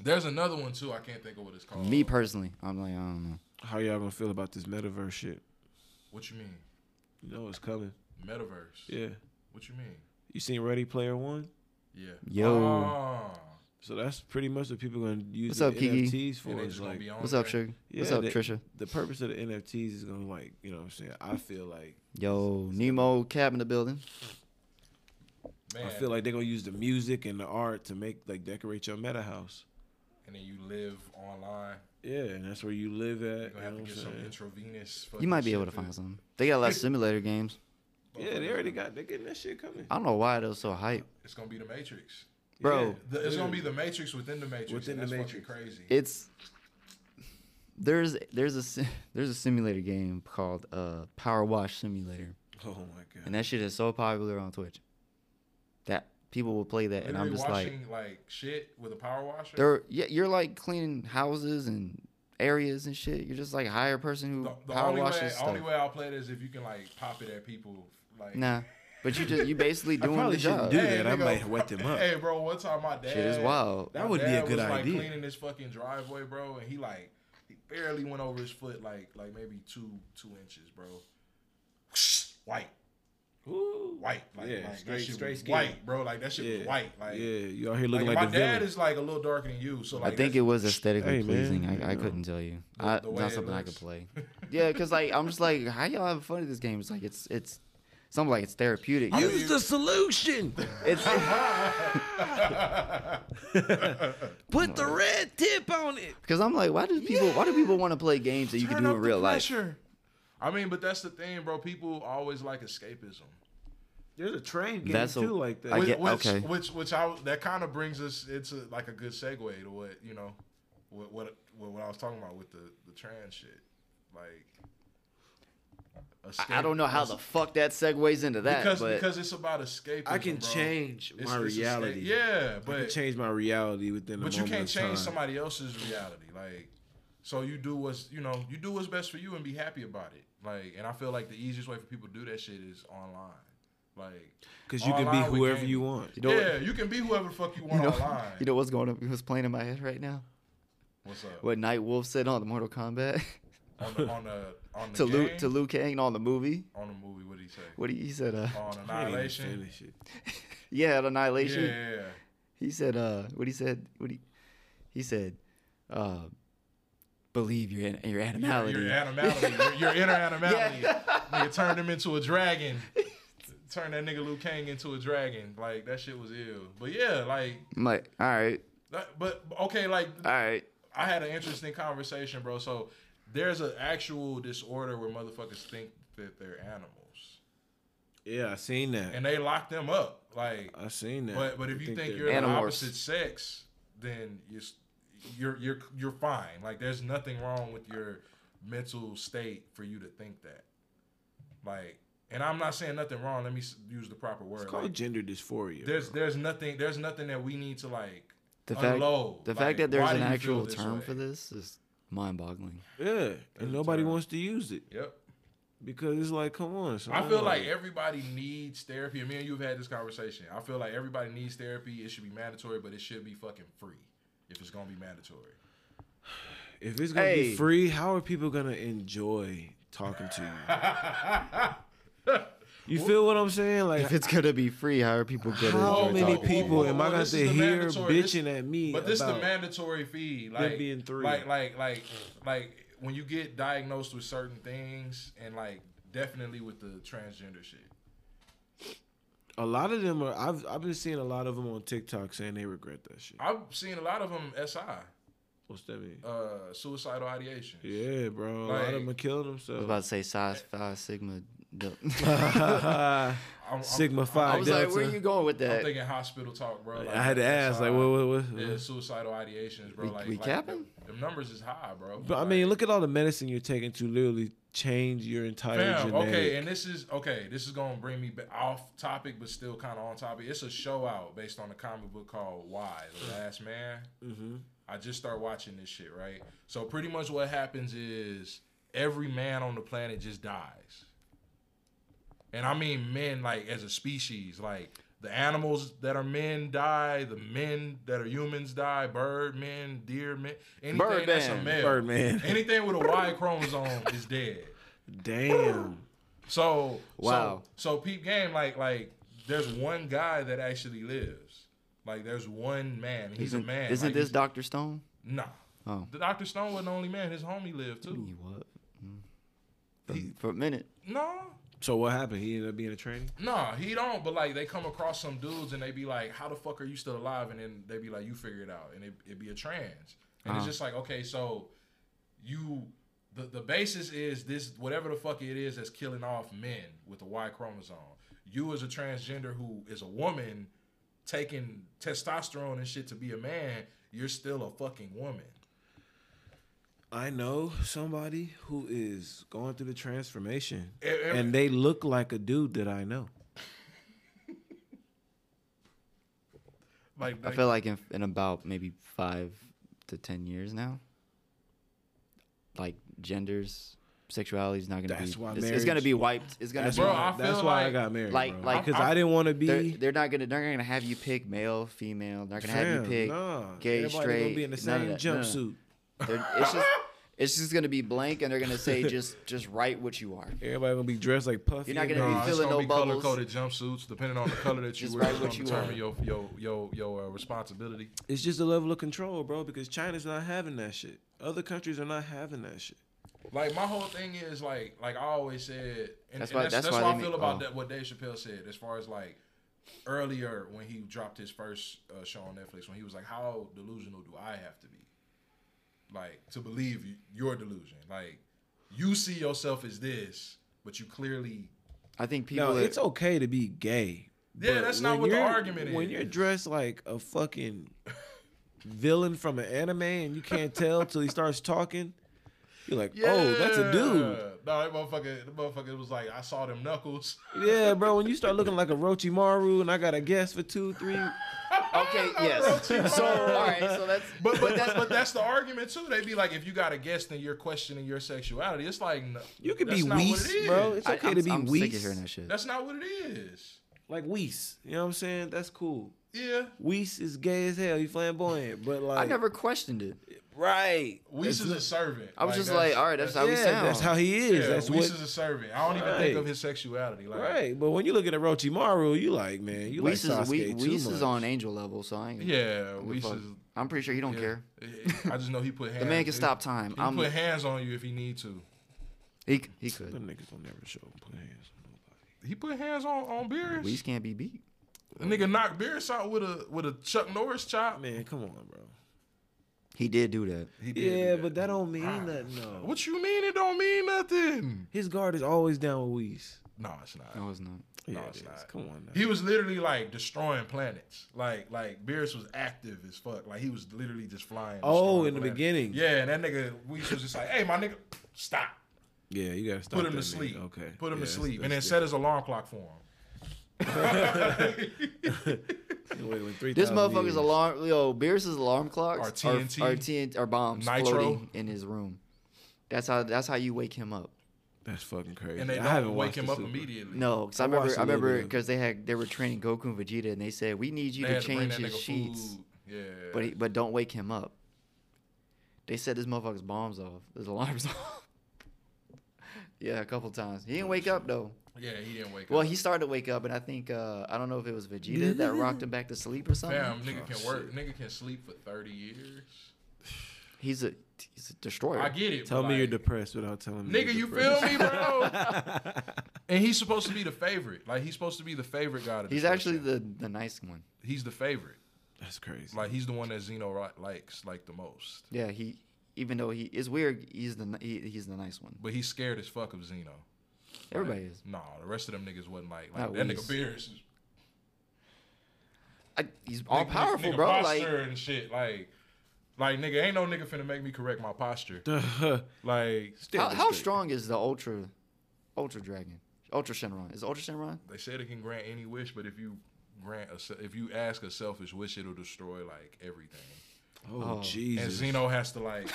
[SPEAKER 6] There's another one too. I can't think of what it's called.
[SPEAKER 4] me personally, I'm like, I don't know.
[SPEAKER 5] How y'all gonna feel about this metaverse shit?
[SPEAKER 6] What you mean?
[SPEAKER 5] You know it's coming.
[SPEAKER 6] Metaverse.
[SPEAKER 5] Yeah.
[SPEAKER 6] What you mean?
[SPEAKER 5] You seen Ready Player One?
[SPEAKER 6] Yeah.
[SPEAKER 4] Yo.
[SPEAKER 6] Oh.
[SPEAKER 5] So that's pretty much what people gonna use
[SPEAKER 4] What's
[SPEAKER 5] the
[SPEAKER 4] up, Kiki?
[SPEAKER 5] NFTs for.
[SPEAKER 6] And they
[SPEAKER 5] is
[SPEAKER 6] just gonna
[SPEAKER 5] like,
[SPEAKER 6] be on
[SPEAKER 4] What's up,
[SPEAKER 6] there.
[SPEAKER 4] Sugar? What's
[SPEAKER 5] Yeah,
[SPEAKER 4] up,
[SPEAKER 5] they-
[SPEAKER 4] Trisha?
[SPEAKER 5] the purpose of the NFTs is gonna like, you know what I'm saying? I feel like
[SPEAKER 4] Yo, Nemo Cab in the building.
[SPEAKER 6] Man.
[SPEAKER 5] I feel like they're gonna use the music and the art to make like decorate your meta house.
[SPEAKER 6] and then you live online.
[SPEAKER 5] Yeah, and that's where you live at.
[SPEAKER 6] You're
[SPEAKER 5] You
[SPEAKER 6] gonna have
[SPEAKER 5] know
[SPEAKER 6] to get
[SPEAKER 5] what
[SPEAKER 6] some
[SPEAKER 5] I'm saying?
[SPEAKER 6] intravenous.
[SPEAKER 4] You might be able to find something. They got
[SPEAKER 6] (laughs)
[SPEAKER 4] a lot of simulator games.
[SPEAKER 5] Yeah, they already got they're getting that shit coming.
[SPEAKER 7] Uh,
[SPEAKER 4] I don't know why they're so hype,
[SPEAKER 6] It's gonna be the Matrix.
[SPEAKER 4] bro.
[SPEAKER 6] The- it's gonna be the Matrix within the Matrix.
[SPEAKER 5] Within
[SPEAKER 6] and
[SPEAKER 5] the
[SPEAKER 6] that's fucking
[SPEAKER 5] Matrix.
[SPEAKER 6] Crazy.
[SPEAKER 4] it's there's there's a si- (laughs) there's a simulator game called uh Power Wash Simulator,
[SPEAKER 5] Oh my god.
[SPEAKER 4] and that shit is so popular on Twitch that people will play that, and
[SPEAKER 6] Literally
[SPEAKER 4] I'm just like,
[SPEAKER 6] washing like, shit with a power washer.
[SPEAKER 4] they're yeah, you're like cleaning houses and areas and shit. You're just like a higher person who
[SPEAKER 6] the the
[SPEAKER 4] power
[SPEAKER 6] only way,
[SPEAKER 4] washes stuff.
[SPEAKER 6] only way I'll play it is if you can like pop it at people. Like
[SPEAKER 4] Nah, but you just
[SPEAKER 6] (laughs)
[SPEAKER 4] you basically
[SPEAKER 5] I
[SPEAKER 4] doing the
[SPEAKER 5] probably shouldn't
[SPEAKER 4] job.
[SPEAKER 5] do that. I might wet them up.
[SPEAKER 6] Hey, bro, one time my dad.
[SPEAKER 4] Shit is wild.
[SPEAKER 5] That
[SPEAKER 6] my
[SPEAKER 5] would be a
[SPEAKER 6] dad
[SPEAKER 5] good
[SPEAKER 6] was,
[SPEAKER 5] idea.
[SPEAKER 6] Like cleaning his fucking driveway, bro, and he like he barely went over his foot, like like maybe two two inches, bro. (sniffs) White,
[SPEAKER 5] Ooh.
[SPEAKER 6] white, like,
[SPEAKER 5] Yeah,
[SPEAKER 6] like
[SPEAKER 5] straight-
[SPEAKER 6] that shit
[SPEAKER 5] straight
[SPEAKER 6] was
[SPEAKER 5] skin.
[SPEAKER 6] white, bro. Like that shit
[SPEAKER 5] Yeah.
[SPEAKER 6] was white. Like,
[SPEAKER 5] yeah, you out here
[SPEAKER 6] like,
[SPEAKER 5] looking like,
[SPEAKER 6] my
[SPEAKER 5] the
[SPEAKER 6] dad
[SPEAKER 5] villain.
[SPEAKER 6] is like a little darker than you, so like
[SPEAKER 4] I think it
[SPEAKER 6] that's-
[SPEAKER 4] was aesthetically
[SPEAKER 5] Hey, man,
[SPEAKER 4] pleasing.
[SPEAKER 5] you
[SPEAKER 4] I, I
[SPEAKER 5] know.
[SPEAKER 4] couldn't tell you. I,
[SPEAKER 6] the way
[SPEAKER 4] not
[SPEAKER 6] it (laughs)
[SPEAKER 4] something I could
[SPEAKER 6] looks.
[SPEAKER 4] play. Yeah, because like I'm just like, how y'all having fun at this game? It's like it's it's Some like it's therapeutic.
[SPEAKER 7] Use the solution.
[SPEAKER 4] It's (laughs)
[SPEAKER 7] Put the red tip on it.
[SPEAKER 4] because I'm like, why do people? Why do people want to play games that you can do in real life?
[SPEAKER 6] I mean, but that's the thing, bro. People always like escapism.
[SPEAKER 5] There's a train game
[SPEAKER 4] That's a-
[SPEAKER 5] too, like that.
[SPEAKER 4] I
[SPEAKER 6] Which,
[SPEAKER 4] get-
[SPEAKER 6] which,
[SPEAKER 4] okay.
[SPEAKER 6] which, which I that kind of brings us into like a good segue to what you know, what what what, what I was talking about with the the trans shit, like.
[SPEAKER 4] I, I don't know how the fuck that segues into that,
[SPEAKER 6] because
[SPEAKER 4] but
[SPEAKER 6] because it's about escapism.
[SPEAKER 7] I can
[SPEAKER 6] bro.
[SPEAKER 7] change
[SPEAKER 6] It's-
[SPEAKER 7] my
[SPEAKER 6] it's esca-
[SPEAKER 7] reality.
[SPEAKER 6] Yeah,
[SPEAKER 5] I can
[SPEAKER 6] but
[SPEAKER 5] change my reality within.
[SPEAKER 6] but
[SPEAKER 5] a
[SPEAKER 6] you
[SPEAKER 5] moment
[SPEAKER 6] can't
[SPEAKER 5] of
[SPEAKER 6] change
[SPEAKER 5] time.
[SPEAKER 6] somebody else's reality. Like, so you do what's you know you do what's best for you and be happy about it. Like, and I feel like the easiest way for people to do that shit is online. Like,
[SPEAKER 5] because you can be
[SPEAKER 6] online we
[SPEAKER 5] whoever
[SPEAKER 6] can.
[SPEAKER 5] you want.
[SPEAKER 4] you know,
[SPEAKER 6] yeah, you can be whoever the fuck you want
[SPEAKER 4] you know, (laughs)
[SPEAKER 6] online.
[SPEAKER 4] you know what's going on? What's playing in my head right now?
[SPEAKER 6] What's up?
[SPEAKER 4] What Night Wolf said on the Mortal (laughs) Kombat
[SPEAKER 6] On the on the on the
[SPEAKER 4] to Liu
[SPEAKER 6] game?
[SPEAKER 4] to Liu Kang on the movie.
[SPEAKER 6] on the movie. What did he say?
[SPEAKER 4] What he, he said? Uh,
[SPEAKER 6] On
[SPEAKER 5] I ain't even
[SPEAKER 6] annihilation.
[SPEAKER 5] finished it.
[SPEAKER 4] yeah, at
[SPEAKER 6] Yeah,
[SPEAKER 4] Annihilation.
[SPEAKER 6] yeah, yeah.
[SPEAKER 4] He said, uh, what he said, what he, he said, uh, believe your an- your animality.
[SPEAKER 6] Your animality, your, your inner animality. Nigga turned him into a dragon. Turned that nigga Liu Kang into a dragon. Like that shit was ill. But yeah, like,
[SPEAKER 4] I'm like, all right,
[SPEAKER 6] that- but okay, like
[SPEAKER 4] all right.
[SPEAKER 6] I had an interesting conversation, bro. So there's an actual disorder where motherfuckers think that they're animals,
[SPEAKER 5] Yeah, I seen that.
[SPEAKER 6] and they lock them up. Like,
[SPEAKER 5] I seen that.
[SPEAKER 6] but but if
[SPEAKER 5] I
[SPEAKER 6] you think,
[SPEAKER 5] that-
[SPEAKER 6] you're the
[SPEAKER 4] Animorphs.
[SPEAKER 6] opposite sex, then you're s- you're you're you're fine. Like there's nothing wrong with your mental state for you to think that. Like, and I'm not saying nothing wrong. Let me s- use the proper word.
[SPEAKER 5] it's called
[SPEAKER 6] Like,
[SPEAKER 5] gender dysphoria.
[SPEAKER 6] there's there's nothing there's nothing that we need to like.
[SPEAKER 4] The fact,
[SPEAKER 6] unload.
[SPEAKER 4] the
[SPEAKER 6] Like,
[SPEAKER 4] fact that there's
[SPEAKER 6] why
[SPEAKER 4] an
[SPEAKER 6] do you feel
[SPEAKER 4] actual
[SPEAKER 6] this
[SPEAKER 4] term
[SPEAKER 6] way?
[SPEAKER 4] for this is mind-boggling. (laughs)
[SPEAKER 5] yeah, and nobody
[SPEAKER 6] term.
[SPEAKER 5] wants to use it
[SPEAKER 6] Yep.
[SPEAKER 5] because it's like, come on. son,
[SPEAKER 6] I feel like everybody needs therapy. And me and you have had this conversation. I feel like everybody needs therapy. It should be mandatory, but it should be fucking free if it's gonna be mandatory.
[SPEAKER 5] if it's gonna
[SPEAKER 4] Hey.
[SPEAKER 5] be free, how are people gonna enjoy talking to you?
[SPEAKER 6] (laughs)
[SPEAKER 5] you feel what I'm saying? Like,
[SPEAKER 4] If it's gonna be free, how are people
[SPEAKER 6] (laughs)
[SPEAKER 4] gonna?
[SPEAKER 5] how
[SPEAKER 4] enjoy
[SPEAKER 5] many
[SPEAKER 4] talking?
[SPEAKER 5] people am I gonna
[SPEAKER 6] this is the
[SPEAKER 5] hear
[SPEAKER 6] mandatory-
[SPEAKER 5] bitching at me
[SPEAKER 6] But this is the
[SPEAKER 5] about
[SPEAKER 6] mandatory fee. Like
[SPEAKER 5] being three?
[SPEAKER 6] Like like like like when you get diagnosed with certain things and like definitely with the transgender shit.
[SPEAKER 5] a lot of them are. I've I've been seeing a lot of them on TikTok saying they regret that shit.
[SPEAKER 6] I've seen a lot of them SI,
[SPEAKER 5] What's that mean?
[SPEAKER 6] uh, suicidal ideation.
[SPEAKER 5] Yeah, bro. A lot
[SPEAKER 6] like-
[SPEAKER 5] of them are killing
[SPEAKER 4] I was
[SPEAKER 5] themselves. (laughs)
[SPEAKER 4] about to say size five sigma.
[SPEAKER 6] (laughs)
[SPEAKER 4] del- (laughs)
[SPEAKER 6] I'm, I'm-
[SPEAKER 5] Sigma
[SPEAKER 4] I
[SPEAKER 5] Phi
[SPEAKER 4] was
[SPEAKER 5] Delta.
[SPEAKER 4] like, where are you going with
[SPEAKER 6] I'm
[SPEAKER 4] that?
[SPEAKER 6] thinking hospital talk, bro. Like
[SPEAKER 5] I had to ask,
[SPEAKER 6] SI,
[SPEAKER 5] like, what, what, what?
[SPEAKER 6] Yeah, suicidal ideations, bro.
[SPEAKER 4] We-
[SPEAKER 6] like,
[SPEAKER 4] we
[SPEAKER 6] like
[SPEAKER 4] capping?
[SPEAKER 6] them- Them numbers is high, bro.
[SPEAKER 5] But I
[SPEAKER 6] Like,
[SPEAKER 5] mean, look at all the medicine you're taking to literally change your entire
[SPEAKER 6] Fam,
[SPEAKER 5] genetic.
[SPEAKER 6] okay, and this is okay. This is gonna bring me ba- off topic, but still kind of on topic. It's a show out based on a comic book called Why the Last Man. I just started watching this shit, right? So pretty much what happens is every man on the planet just dies, and I mean men like as a species, like the animals that are men die, the men that are humans die, bird men, deer men, anything that's a
[SPEAKER 4] Birdman.
[SPEAKER 6] male,
[SPEAKER 5] Birdman.
[SPEAKER 6] anything with a Y chromosome is dead.
[SPEAKER 5] Damn.
[SPEAKER 6] So
[SPEAKER 4] Wow.
[SPEAKER 6] So, so peep game like like there's one guy that actually lives. Like there's one man. He's a
[SPEAKER 4] Isn't,
[SPEAKER 6] man.
[SPEAKER 4] isn't
[SPEAKER 6] Like,
[SPEAKER 4] this
[SPEAKER 6] he's-
[SPEAKER 4] Doctor Stone?
[SPEAKER 6] Nah.
[SPEAKER 4] Oh.
[SPEAKER 6] The Doctor Stone wasn't the only man. His homie lived too.
[SPEAKER 4] You what? Mm. For, for a minute,
[SPEAKER 6] No.
[SPEAKER 5] So what happened? He ended up being a trainee.
[SPEAKER 6] Nah, he don't. But like they come across some dudes and they be like, "How the fuck are you still alive?" And then they be like, "You figure it out." And it it be a trans. And
[SPEAKER 4] Uh-huh.
[SPEAKER 6] it's just like, okay, so you. The, the basis is this whatever the fuck it is that's killing off men with the Y chromosome. You as a transgender who is a woman taking testosterone and shit to be a man, you're still a fucking woman.
[SPEAKER 5] I know somebody who is going through the transformation,
[SPEAKER 6] Eh, eh.
[SPEAKER 5] and they look like a dude that I know.
[SPEAKER 6] Like,
[SPEAKER 4] I feel like in, in about maybe five to ten years now, like genders, sexuality is not gonna
[SPEAKER 5] That's
[SPEAKER 4] be.
[SPEAKER 5] why
[SPEAKER 4] it's, it's gonna
[SPEAKER 5] marriage-
[SPEAKER 4] be wiped. It's gonna
[SPEAKER 5] That's
[SPEAKER 4] be.
[SPEAKER 6] Bro,
[SPEAKER 5] why.
[SPEAKER 6] I
[SPEAKER 5] that's
[SPEAKER 6] feel
[SPEAKER 5] why I
[SPEAKER 6] like-
[SPEAKER 5] got married,
[SPEAKER 4] like-
[SPEAKER 5] bro.
[SPEAKER 4] like-
[SPEAKER 5] because I, didn't want to be.
[SPEAKER 4] They're, they're not gonna. They're not gonna have you pick male, female. They're not gonna have
[SPEAKER 5] Fam,
[SPEAKER 4] you pick
[SPEAKER 5] nah.
[SPEAKER 4] gay,
[SPEAKER 5] Everybody
[SPEAKER 4] straight.
[SPEAKER 5] gonna be in the
[SPEAKER 4] none
[SPEAKER 5] same
[SPEAKER 4] of that, none of that.
[SPEAKER 5] jumpsuit.
[SPEAKER 4] They're- It's
[SPEAKER 5] (laughs)
[SPEAKER 4] just. It's just gonna be blank, and they're gonna say just just write what you are.
[SPEAKER 5] Everybody gonna be dressed like Puffy.
[SPEAKER 4] You're not
[SPEAKER 5] and
[SPEAKER 4] gonna be
[SPEAKER 5] Nas.
[SPEAKER 6] it's
[SPEAKER 4] feeling
[SPEAKER 6] gonna
[SPEAKER 4] no
[SPEAKER 6] be
[SPEAKER 4] bubbles.
[SPEAKER 6] color-coded jumpsuits, depending on the color
[SPEAKER 4] (laughs)
[SPEAKER 6] that you
[SPEAKER 4] Just
[SPEAKER 6] wear.
[SPEAKER 4] write
[SPEAKER 6] It's
[SPEAKER 4] what
[SPEAKER 6] gonna
[SPEAKER 4] you
[SPEAKER 6] determine
[SPEAKER 4] are.
[SPEAKER 6] your your your your uh, responsibility.
[SPEAKER 5] It's just a level of control, bro. Because China's not having that shit. Other countries are not having that shit.
[SPEAKER 6] Like my whole thing is like like I always said, and and
[SPEAKER 4] That's
[SPEAKER 6] that's,
[SPEAKER 4] why-
[SPEAKER 6] that's,
[SPEAKER 4] that's why
[SPEAKER 6] why
[SPEAKER 4] they
[SPEAKER 6] I feel
[SPEAKER 4] need-
[SPEAKER 6] about
[SPEAKER 4] oh.
[SPEAKER 6] that, what Dave Chappelle said as far as like earlier when he dropped his first uh, show on Netflix when he was like, "How delusional do I have to be, like to believe y- your delusion? Like you see yourself as this, but you clearly
[SPEAKER 4] I think people.
[SPEAKER 5] No,
[SPEAKER 4] that-
[SPEAKER 5] it's okay to be gay.
[SPEAKER 6] yeah,
[SPEAKER 5] but
[SPEAKER 6] that's not
[SPEAKER 5] when
[SPEAKER 6] what the
[SPEAKER 5] you're-
[SPEAKER 6] argument
[SPEAKER 5] When
[SPEAKER 6] is.
[SPEAKER 5] you're dressed like a fucking villain from an anime and you can't tell till he starts talking, you're like, oh, that's a dude.
[SPEAKER 6] No, that motherfucker, the motherfucker was like, I saw them knuckles. (laughs)
[SPEAKER 5] Yeah, bro. When you start looking like a Rochimaru and I got a guess for two, three.
[SPEAKER 4] okay, yes. (laughs) so all right, so that's
[SPEAKER 6] But but that's but that's the argument too. They be like, if you got a guest, then you're questioning your sexuality. It's like n-
[SPEAKER 5] You could
[SPEAKER 6] that's
[SPEAKER 5] be
[SPEAKER 6] not what
[SPEAKER 5] Weiss,
[SPEAKER 6] it is.
[SPEAKER 5] bro. It's okay
[SPEAKER 4] I, am
[SPEAKER 5] to be
[SPEAKER 4] I'm
[SPEAKER 5] Weiss.
[SPEAKER 4] sick of hearing that shit.
[SPEAKER 6] That's not what it is.
[SPEAKER 5] Like Weiss. You know what I'm saying? That's cool.
[SPEAKER 6] Yeah,
[SPEAKER 5] Weiss is gay as hell. He flamboyant. But like
[SPEAKER 4] I never questioned it.
[SPEAKER 5] Right.
[SPEAKER 6] Weiss is a servant.
[SPEAKER 4] I was just like, all right, that's how
[SPEAKER 5] Yeah,
[SPEAKER 4] we sound.
[SPEAKER 5] that's how he
[SPEAKER 6] yeah,
[SPEAKER 5] is. that's
[SPEAKER 6] Weiss
[SPEAKER 5] what
[SPEAKER 6] is a servant. I don't even think
[SPEAKER 5] Right.
[SPEAKER 6] of his sexuality. Like,
[SPEAKER 5] Right, but when you look at a Rochimaru, you like, man, you
[SPEAKER 4] Weiss
[SPEAKER 5] like
[SPEAKER 4] is
[SPEAKER 5] Sasuke
[SPEAKER 4] we,
[SPEAKER 5] too
[SPEAKER 4] Weiss
[SPEAKER 5] much.
[SPEAKER 4] is on angel level, so I ain't. gonna
[SPEAKER 6] Yeah,
[SPEAKER 4] give a
[SPEAKER 6] Weiss
[SPEAKER 4] fuck.
[SPEAKER 6] is.
[SPEAKER 4] I'm pretty sure he don't care.
[SPEAKER 6] I just know he put hands.
[SPEAKER 4] The man can stop time.
[SPEAKER 6] He
[SPEAKER 4] I'm,
[SPEAKER 6] put hands on you if he need to.
[SPEAKER 4] he
[SPEAKER 6] (laughs)
[SPEAKER 4] he
[SPEAKER 5] Them
[SPEAKER 4] could.
[SPEAKER 5] niggas don't never show up put hands on nobody.
[SPEAKER 6] He put hands on on Beerus.
[SPEAKER 4] Weiss can't be beat.
[SPEAKER 6] The nigga knocked Beerus out with a with a Chuck Norris chop.
[SPEAKER 5] Man, come on, bro.
[SPEAKER 4] He did do that.
[SPEAKER 6] He did do Ah.
[SPEAKER 5] Yeah, but that don't mean nothing, though.
[SPEAKER 6] What you mean? It don't mean nothing.
[SPEAKER 5] His guard is always down with Weiss.
[SPEAKER 6] No, it's not.
[SPEAKER 4] No, it's not.
[SPEAKER 5] Yeah,
[SPEAKER 6] it's
[SPEAKER 5] it is.
[SPEAKER 6] not.
[SPEAKER 5] Come on, now.
[SPEAKER 6] He was literally like destroying planets. Like like Beerus was active as fuck. Like he was literally just flying.
[SPEAKER 5] Oh,
[SPEAKER 6] destroying
[SPEAKER 5] in the
[SPEAKER 6] planets.
[SPEAKER 5] beginning.
[SPEAKER 6] Yeah, and that nigga we was just like, hey, my nigga, stop.
[SPEAKER 5] yeah, you gotta stop.
[SPEAKER 6] Put him
[SPEAKER 5] that
[SPEAKER 6] to
[SPEAKER 5] nigga.
[SPEAKER 6] sleep.
[SPEAKER 5] Okay.
[SPEAKER 6] Put him
[SPEAKER 5] Yeah,
[SPEAKER 6] to
[SPEAKER 5] that's-
[SPEAKER 6] sleep, and then
[SPEAKER 5] that's
[SPEAKER 6] set his alarm clock for him.
[SPEAKER 5] different. Wait, wait, 3,000
[SPEAKER 4] This motherfucker's
[SPEAKER 5] years.
[SPEAKER 4] alarm, yo, Beerus's alarm clocks
[SPEAKER 6] Are
[SPEAKER 4] are
[SPEAKER 6] TNT?
[SPEAKER 4] are, TNT, are bombs
[SPEAKER 6] Nitro?
[SPEAKER 4] floating in his room. That's how that's how you wake him up.
[SPEAKER 5] That's fucking crazy.
[SPEAKER 6] and they
[SPEAKER 5] I
[SPEAKER 6] don't
[SPEAKER 5] haven't
[SPEAKER 6] wake
[SPEAKER 5] watched
[SPEAKER 6] him
[SPEAKER 5] the
[SPEAKER 6] up
[SPEAKER 5] Super.
[SPEAKER 6] immediately.
[SPEAKER 4] No, because I
[SPEAKER 5] I watched
[SPEAKER 4] remember
[SPEAKER 5] a
[SPEAKER 4] I
[SPEAKER 5] little
[SPEAKER 4] remember
[SPEAKER 5] bit of-
[SPEAKER 4] because they had they were training Goku and Vegeta, and they said we need you
[SPEAKER 6] They
[SPEAKER 4] to
[SPEAKER 6] had to bring
[SPEAKER 4] change
[SPEAKER 6] that
[SPEAKER 4] his
[SPEAKER 6] nigga
[SPEAKER 4] sheets,
[SPEAKER 6] food. Yeah.
[SPEAKER 4] but he, but don't wake him up. They said this motherfucker's bombs off. His alarms (laughs) off. yeah, a couple times.
[SPEAKER 6] Oh,
[SPEAKER 4] He didn't wake up though.
[SPEAKER 6] yeah, he didn't wake
[SPEAKER 4] Well,
[SPEAKER 6] up.
[SPEAKER 4] he started to wake up, and I think uh, I don't know if it was
[SPEAKER 6] (laughs)
[SPEAKER 4] Vegeta that rocked him back to sleep or something.
[SPEAKER 6] Damn, nigga can work. Nigga can sleep for thirty years.
[SPEAKER 4] He's a he's a destroyer.
[SPEAKER 6] I get it.
[SPEAKER 5] Tell
[SPEAKER 6] but,
[SPEAKER 5] me you're
[SPEAKER 6] like,
[SPEAKER 5] depressed without telling me.
[SPEAKER 6] Nigga, you
[SPEAKER 5] you're depressed.
[SPEAKER 6] feel me, bro?
[SPEAKER 5] (laughs)
[SPEAKER 6] and he's supposed to be the favorite. Like he's supposed to be the favorite guy. To
[SPEAKER 4] He's
[SPEAKER 6] destroy
[SPEAKER 4] actually
[SPEAKER 6] shit.
[SPEAKER 4] the the nice one.
[SPEAKER 6] he's the favorite.
[SPEAKER 5] That's crazy.
[SPEAKER 6] Like he's the one that Zeno ri- likes like the most.
[SPEAKER 4] Yeah, he even though he is weird, he's the ni- he, he's the nice one.
[SPEAKER 6] But he's scared as fuck of Zeno.
[SPEAKER 4] Everybody is.
[SPEAKER 6] Nah, the rest of them niggas wasn't like, like
[SPEAKER 4] Not
[SPEAKER 6] that
[SPEAKER 4] Whis.
[SPEAKER 6] nigga Beerus. is-
[SPEAKER 4] I, he's all
[SPEAKER 6] nigga-
[SPEAKER 4] powerful,
[SPEAKER 6] nigga
[SPEAKER 4] bro. Like
[SPEAKER 6] Posture and shit. Like, like nigga, ain't no nigga finna make me correct my
[SPEAKER 4] (laughs)
[SPEAKER 6] posture. like
[SPEAKER 4] how, how strong is the ultra ultra dragon? Ultra Shenron is Ultra Shenron.
[SPEAKER 6] they said it can grant any wish, but if you grant a, se- if you ask a selfish wish, it'll destroy like everything.
[SPEAKER 5] Oh,
[SPEAKER 6] And
[SPEAKER 5] Jesus.
[SPEAKER 6] Zeno has to like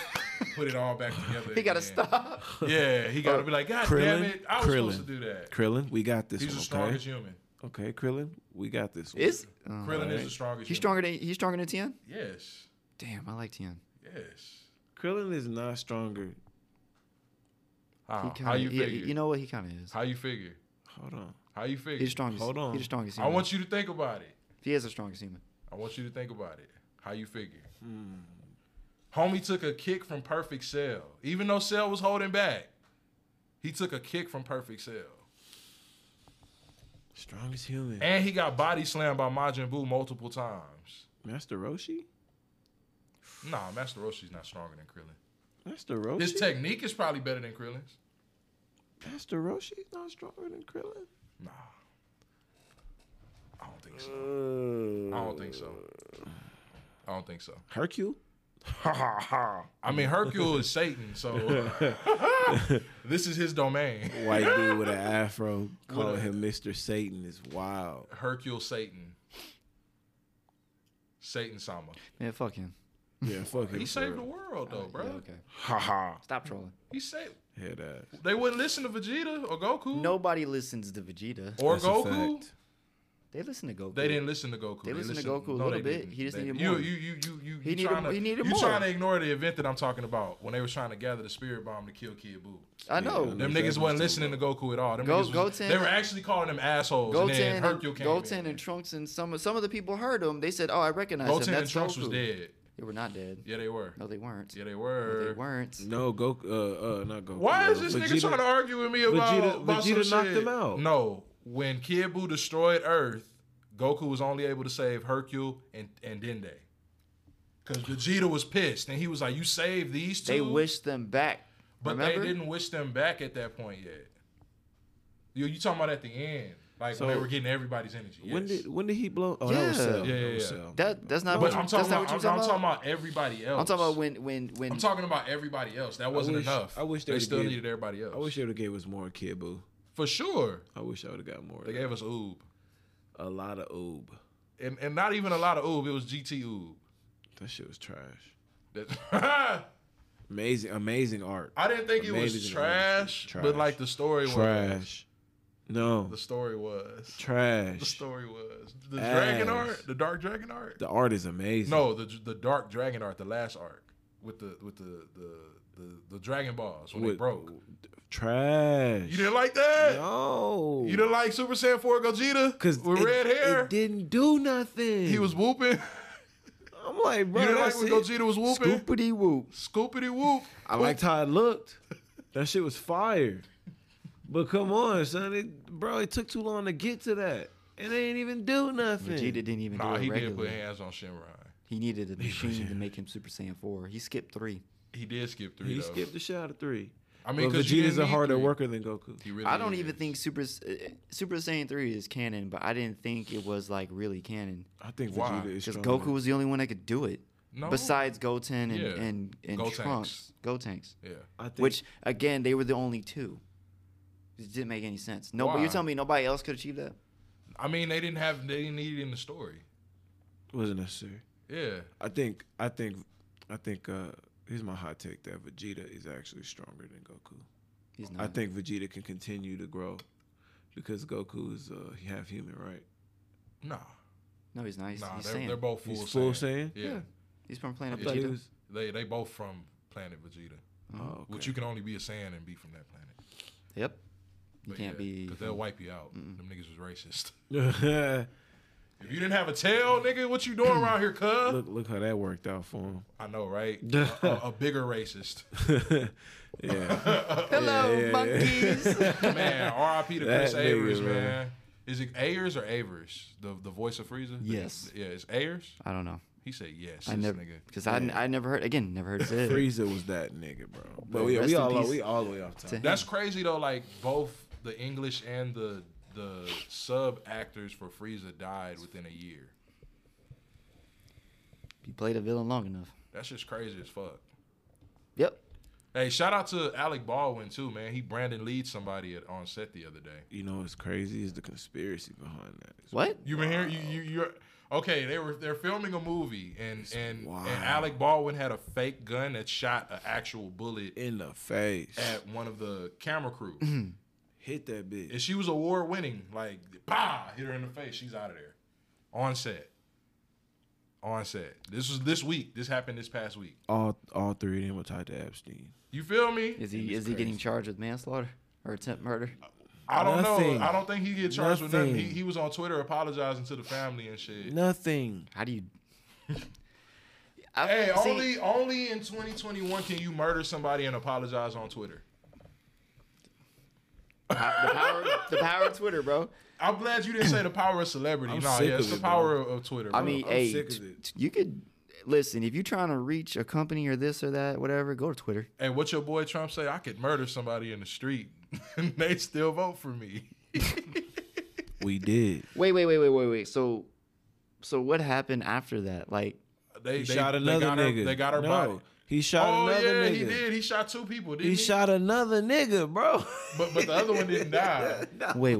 [SPEAKER 6] put it all back together.
[SPEAKER 4] (laughs) He gotta
[SPEAKER 6] again.
[SPEAKER 4] stop.
[SPEAKER 6] Yeah, he gotta be like, God damn
[SPEAKER 5] Krillin?
[SPEAKER 6] it, I was
[SPEAKER 5] Krillin.
[SPEAKER 6] supposed to do that.
[SPEAKER 5] Krillin, we got this
[SPEAKER 6] He's the
[SPEAKER 5] one.
[SPEAKER 6] strongest
[SPEAKER 5] Okay?
[SPEAKER 6] human.
[SPEAKER 5] okay, Krillin, we got this one.
[SPEAKER 4] Is
[SPEAKER 6] Krillin is the strongest.
[SPEAKER 4] he's
[SPEAKER 6] human.
[SPEAKER 4] stronger than he's stronger than Tien?
[SPEAKER 6] Yes,
[SPEAKER 4] Damn, I like Tien.
[SPEAKER 6] yes.
[SPEAKER 5] Krillin is not stronger.
[SPEAKER 6] How,
[SPEAKER 4] he
[SPEAKER 6] how
[SPEAKER 4] kinda-
[SPEAKER 6] you
[SPEAKER 4] he-
[SPEAKER 6] figure?
[SPEAKER 4] You know what? He kind of is.
[SPEAKER 6] how you figure?
[SPEAKER 5] Hold on.
[SPEAKER 6] How you figure?
[SPEAKER 4] He's the strongest.
[SPEAKER 5] Hold on.
[SPEAKER 4] He's the strongest.
[SPEAKER 6] I
[SPEAKER 4] Human.
[SPEAKER 6] want you to think about it.
[SPEAKER 4] He is the strongest human.
[SPEAKER 6] I want you to think about it. How you figure? Homie took a kick from Perfect Cell, even though Cell was holding back. He took a kick from Perfect Cell,
[SPEAKER 5] Strongest human.
[SPEAKER 6] and he got body slammed by Majin Buu multiple times.
[SPEAKER 5] Master Roshi?
[SPEAKER 6] Nah, Master Roshi's not stronger than Krillin.
[SPEAKER 5] Master Roshi?
[SPEAKER 6] His technique is probably better than Krillin's.
[SPEAKER 5] Master Roshi's not stronger than Krillin?
[SPEAKER 6] Nah, I don't think so.
[SPEAKER 5] Uh,
[SPEAKER 6] I don't think so. I don't think so.
[SPEAKER 5] Hercule?
[SPEAKER 6] I mean, Hercule is Satan, so this is his domain.
[SPEAKER 5] White dude
[SPEAKER 6] (laughs)
[SPEAKER 5] with an afro calling
[SPEAKER 6] a-
[SPEAKER 5] him Mr. Satan is wild.
[SPEAKER 6] Hercule Satan. Satan Sama.
[SPEAKER 4] Man, fuck him.
[SPEAKER 5] Yeah, fuck him.
[SPEAKER 6] He
[SPEAKER 5] for
[SPEAKER 6] saved the
[SPEAKER 5] real.
[SPEAKER 6] world though,
[SPEAKER 5] Oh,
[SPEAKER 4] Yeah,
[SPEAKER 6] bro.
[SPEAKER 4] okay. Stop trolling.
[SPEAKER 6] He saved.
[SPEAKER 5] Head ass.
[SPEAKER 6] They wouldn't listen to Vegeta or Goku.
[SPEAKER 4] Nobody listens to Vegeta.
[SPEAKER 6] Or
[SPEAKER 5] That's a
[SPEAKER 6] Goku.
[SPEAKER 5] fact.
[SPEAKER 4] They listen to Goku.
[SPEAKER 6] They didn't listen to Goku.
[SPEAKER 4] They listened to Goku a
[SPEAKER 6] no,
[SPEAKER 4] little
[SPEAKER 6] they
[SPEAKER 4] bit.
[SPEAKER 6] didn't.
[SPEAKER 4] He just
[SPEAKER 6] They-
[SPEAKER 4] needed
[SPEAKER 6] you,
[SPEAKER 4] more.
[SPEAKER 6] You, you, you, you,
[SPEAKER 4] He
[SPEAKER 6] you
[SPEAKER 4] needed-
[SPEAKER 6] trying to,
[SPEAKER 4] he needed
[SPEAKER 6] you
[SPEAKER 4] more.
[SPEAKER 6] trying to ignore the event that I'm talking about when they were trying to gather the spirit bomb to kill Kid Buu.
[SPEAKER 4] I know.
[SPEAKER 6] Them niggas wasn't listening to Goku at all. Them
[SPEAKER 4] Go-
[SPEAKER 6] niggas was,
[SPEAKER 4] Goten-
[SPEAKER 6] they were actually calling them assholes.
[SPEAKER 4] Goten,
[SPEAKER 6] and then Hercule
[SPEAKER 4] and,
[SPEAKER 6] came
[SPEAKER 4] Goten
[SPEAKER 6] in.
[SPEAKER 4] and Trunks and some of- some of the people heard him. They said, "Oh, I recognize
[SPEAKER 6] Goten
[SPEAKER 4] him."
[SPEAKER 6] and
[SPEAKER 4] That's
[SPEAKER 6] Trunks
[SPEAKER 4] Goku.
[SPEAKER 6] was dead.
[SPEAKER 4] They were not dead.
[SPEAKER 6] Yeah, they were.
[SPEAKER 4] No, they weren't.
[SPEAKER 6] Yeah, they
[SPEAKER 4] No,
[SPEAKER 6] were.
[SPEAKER 4] they weren't.
[SPEAKER 5] No, Goku. Uh, uh, not Goku.
[SPEAKER 6] Why
[SPEAKER 5] uh,
[SPEAKER 6] is this nigga
[SPEAKER 5] Vegeta-
[SPEAKER 6] trying to argue with me about,
[SPEAKER 5] Vegeta-
[SPEAKER 6] about some
[SPEAKER 5] Vegeta knocked
[SPEAKER 6] shit?
[SPEAKER 5] him out.
[SPEAKER 6] No, when Kid Buu destroyed Earth, Goku was only able to save Hercule and and Dende. Because Vegeta was pissed and he was like, "You saved these two,
[SPEAKER 4] They wished them back.
[SPEAKER 6] but
[SPEAKER 4] Remember?
[SPEAKER 6] they didn't wish them back at that point yet." You you talking about at the end, like
[SPEAKER 5] So-
[SPEAKER 6] when they were getting everybody's energy? Yes.
[SPEAKER 5] When did when did he blow? Oh, that was
[SPEAKER 4] Yeah.
[SPEAKER 6] Yeah,
[SPEAKER 5] Cell. That
[SPEAKER 6] yeah,
[SPEAKER 5] was
[SPEAKER 6] yeah.
[SPEAKER 5] Cell.
[SPEAKER 4] That that's not.
[SPEAKER 6] but
[SPEAKER 4] what you,
[SPEAKER 6] I'm talking
[SPEAKER 4] that's not
[SPEAKER 6] about,
[SPEAKER 4] what you
[SPEAKER 6] I'm,
[SPEAKER 4] talking
[SPEAKER 6] I'm talking
[SPEAKER 4] about.
[SPEAKER 6] about everybody else.
[SPEAKER 4] I'm talking about when when when.
[SPEAKER 6] I'm talking about everybody else. That wasn't
[SPEAKER 5] wish-
[SPEAKER 6] enough.
[SPEAKER 5] I wish they
[SPEAKER 6] they
[SPEAKER 5] would've
[SPEAKER 6] still
[SPEAKER 5] did-
[SPEAKER 6] needed everybody else.
[SPEAKER 5] I wish they would have gave us more Kid Buu.
[SPEAKER 6] for sure
[SPEAKER 5] I wish I would have got more. of
[SPEAKER 6] they
[SPEAKER 5] that.
[SPEAKER 6] gave us oob,
[SPEAKER 5] a lot of oob.
[SPEAKER 6] and and not even a lot of oob. It was GT oob.
[SPEAKER 5] That shit was trash.
[SPEAKER 6] That- (laughs)
[SPEAKER 5] Amazing, amazing art.
[SPEAKER 6] I didn't think it was
[SPEAKER 5] Amazing
[SPEAKER 6] trash,
[SPEAKER 5] art.
[SPEAKER 6] but like the story was.
[SPEAKER 5] trash. No,
[SPEAKER 6] The story was.
[SPEAKER 5] trash.
[SPEAKER 6] The story was. The dragon
[SPEAKER 5] Ass.
[SPEAKER 6] art, the dark dragon art.
[SPEAKER 5] The art is amazing.
[SPEAKER 6] No, the the dark dragon art, the last arc with the with the the the, the dragon balls when they
[SPEAKER 5] With-
[SPEAKER 6] broke.
[SPEAKER 5] trash.
[SPEAKER 6] You didn't like that.
[SPEAKER 5] No,
[SPEAKER 6] You didn't like Super Saiyan 4 Gogeta?
[SPEAKER 5] because
[SPEAKER 6] with red hair,
[SPEAKER 5] It didn't do nothing.
[SPEAKER 6] he was whooping. (laughs)
[SPEAKER 5] I'm like, bro.
[SPEAKER 6] you didn't like
[SPEAKER 5] that's
[SPEAKER 6] when
[SPEAKER 5] it.
[SPEAKER 6] Gogeta was whooping?
[SPEAKER 4] Scoopity whoop.
[SPEAKER 6] Scoopity whoop.
[SPEAKER 5] I liked how
[SPEAKER 6] (laughs)
[SPEAKER 5] it looked. That shit was fire. But come on, son, it, bro. It took too long to get to that, and they didn't even do nothing.
[SPEAKER 4] Vegeta didn't even
[SPEAKER 6] Nah,
[SPEAKER 4] do it
[SPEAKER 6] he didn't
[SPEAKER 4] regularly.
[SPEAKER 6] put hands on Shinran.
[SPEAKER 4] he
[SPEAKER 6] (laughs)
[SPEAKER 4] needed a machine to make him Super Saiyan four. He skipped three.
[SPEAKER 6] He did skip three.
[SPEAKER 5] He
[SPEAKER 6] though.
[SPEAKER 5] skipped a shot of three.
[SPEAKER 6] I
[SPEAKER 5] I mean,
[SPEAKER 6] mean,
[SPEAKER 5] but
[SPEAKER 6] because you
[SPEAKER 5] Vegeta's
[SPEAKER 6] didn't
[SPEAKER 5] a
[SPEAKER 6] need
[SPEAKER 5] harder
[SPEAKER 6] three.
[SPEAKER 5] worker than Goku.
[SPEAKER 6] He really
[SPEAKER 4] I don't
[SPEAKER 6] is.
[SPEAKER 4] even think Super S- uh, Super Saiyan three is canon, but I didn't think it was like really canon
[SPEAKER 5] I think
[SPEAKER 6] Why?
[SPEAKER 5] Vegeta is
[SPEAKER 4] because
[SPEAKER 5] stronger.
[SPEAKER 4] Goku was the only one that could do it.
[SPEAKER 6] No.
[SPEAKER 4] Besides Goten and
[SPEAKER 6] Yeah.
[SPEAKER 4] and, and
[SPEAKER 6] Gotenks.
[SPEAKER 4] Trunks, Gotenks,
[SPEAKER 6] Yeah.
[SPEAKER 5] I think,
[SPEAKER 4] which again they were the only two. It didn't make any sense. No, but
[SPEAKER 6] Why?
[SPEAKER 4] you're telling me nobody else could achieve that?
[SPEAKER 6] I mean, they didn't have. They didn't need it in the story.
[SPEAKER 5] wasn't necessary.
[SPEAKER 6] Yeah.
[SPEAKER 5] I think. I think. I think. uh Here's my hot take: that Vegeta is actually stronger than Goku.
[SPEAKER 4] He's
[SPEAKER 5] I
[SPEAKER 4] not.
[SPEAKER 5] think Vegeta can continue to grow because Goku is uh, half human, right?
[SPEAKER 6] Nah.
[SPEAKER 4] No, he's not. He's,
[SPEAKER 6] Nah.
[SPEAKER 4] he's
[SPEAKER 6] They're,
[SPEAKER 4] Saiyan.
[SPEAKER 6] they're both full.
[SPEAKER 5] He's full
[SPEAKER 6] Saiyan.
[SPEAKER 5] Saiyan?
[SPEAKER 6] Yeah.
[SPEAKER 5] Yeah.
[SPEAKER 4] He's from Planet
[SPEAKER 5] Like he
[SPEAKER 4] Vegeta.
[SPEAKER 5] was-
[SPEAKER 6] They they both from planet Vegeta,
[SPEAKER 5] oh, okay.
[SPEAKER 6] which you can only be a Saiyan and be from that planet.
[SPEAKER 4] Mm-hmm. Yep. You
[SPEAKER 6] But
[SPEAKER 4] can't
[SPEAKER 6] yeah,
[SPEAKER 4] be.
[SPEAKER 6] 'cause they'll wipe you out. Them niggas was racist. (laughs)
[SPEAKER 5] (laughs) look,
[SPEAKER 6] If you didn't have a tail, nigga, what you doing around here, cuz?
[SPEAKER 5] look how that worked out for him.
[SPEAKER 6] I know,
[SPEAKER 5] (laughs)
[SPEAKER 6] right? a, a- a bigger racist.
[SPEAKER 4] (laughs)
[SPEAKER 5] Yeah.
[SPEAKER 4] Hello,
[SPEAKER 5] yeah, yeah.
[SPEAKER 4] monkeys.
[SPEAKER 5] (laughs)
[SPEAKER 6] (laughs) Man, R.I.P. to
[SPEAKER 5] That
[SPEAKER 6] Chris
[SPEAKER 5] nigga,
[SPEAKER 6] Ayers,
[SPEAKER 5] man.
[SPEAKER 6] man. Is it Ayers or Avers? The the voice of Frieza?
[SPEAKER 4] Yes.
[SPEAKER 6] Yeah, it's Ayers.
[SPEAKER 4] I don't know.
[SPEAKER 6] He said yes.
[SPEAKER 4] I
[SPEAKER 6] this
[SPEAKER 4] never
[SPEAKER 6] nigga.
[SPEAKER 4] because I, I never heard again. Never
[SPEAKER 5] (laughs)
[SPEAKER 4] heard it said.
[SPEAKER 5] Frieza was that nigga, bro. But
[SPEAKER 4] Bro,
[SPEAKER 5] yeah,
[SPEAKER 4] rest
[SPEAKER 5] we
[SPEAKER 4] in
[SPEAKER 5] all
[SPEAKER 4] peace
[SPEAKER 5] we all the way off topic.
[SPEAKER 6] That's crazy though. Like both the English and the the sub actors for Frieza died within a year.
[SPEAKER 4] You played a villain long enough.
[SPEAKER 6] That's just crazy as fuck.
[SPEAKER 4] Yep.
[SPEAKER 6] Hey, shout out to Alec Baldwin too, man. He Brandon lead somebody at, on set the other day.
[SPEAKER 5] You know what's crazy is the conspiracy behind that. It's
[SPEAKER 4] What?
[SPEAKER 6] You been hearing? You you you're okay. They were they're filming a movie and and,
[SPEAKER 5] wild.
[SPEAKER 6] and Alec Baldwin had a fake gun that shot an actual bullet
[SPEAKER 5] In the face.
[SPEAKER 6] at one of the camera crew,
[SPEAKER 5] Mm-hmm. Hit that bitch.
[SPEAKER 6] and she was award winning. Like, bah, hit her in the face. She's out of there. On set. On set. This was this week. This happened this past week.
[SPEAKER 5] All all three of them were tied to Epstein.
[SPEAKER 6] You feel me?
[SPEAKER 4] Is he is he getting charged with manslaughter or attempt murder?
[SPEAKER 6] I don't
[SPEAKER 5] Nothing.
[SPEAKER 6] know. I don't think he get charged with nothing. He,
[SPEAKER 5] Nothing.
[SPEAKER 6] he was on Twitter apologizing to the family and shit.
[SPEAKER 5] Nothing.
[SPEAKER 4] How do
[SPEAKER 5] (laughs)
[SPEAKER 4] you? I,
[SPEAKER 6] Hey,
[SPEAKER 4] see,
[SPEAKER 6] only only in 2021 can you murder somebody and apologize on Twitter.
[SPEAKER 4] po- the power the power of Twitter, bro.
[SPEAKER 6] I'm glad you didn't say the power of celebrity.
[SPEAKER 5] I'm
[SPEAKER 6] nah,
[SPEAKER 5] sick
[SPEAKER 6] yeah, it's
[SPEAKER 5] of
[SPEAKER 6] the
[SPEAKER 5] it,
[SPEAKER 6] power of, of Twitter.
[SPEAKER 4] I
[SPEAKER 6] bro.
[SPEAKER 4] mean,
[SPEAKER 5] I'm
[SPEAKER 4] hey,
[SPEAKER 5] sick of
[SPEAKER 4] t-
[SPEAKER 5] it.
[SPEAKER 4] t- you could listen if you're trying to reach a company or this or that, whatever. Go to Twitter.
[SPEAKER 6] hey, what your boy Trump say? I could murder somebody in the street (laughs) and they still vote for me.
[SPEAKER 5] We did.
[SPEAKER 4] Wait, wait, wait, wait, wait, wait. So, so what happened after that?
[SPEAKER 5] (laughs)
[SPEAKER 4] Like,
[SPEAKER 6] They,
[SPEAKER 5] He
[SPEAKER 6] they-
[SPEAKER 5] shot
[SPEAKER 6] they
[SPEAKER 5] another
[SPEAKER 6] got her-
[SPEAKER 5] nigga.
[SPEAKER 6] they got her
[SPEAKER 5] no,
[SPEAKER 6] body.
[SPEAKER 5] He shot
[SPEAKER 6] Oh yeah,
[SPEAKER 5] another nigga.
[SPEAKER 6] he did. He shot two people. Didn't
[SPEAKER 5] He
[SPEAKER 6] he?
[SPEAKER 5] shot another nigga, bro. (laughs)
[SPEAKER 6] but but the other one didn't die.
[SPEAKER 4] wait,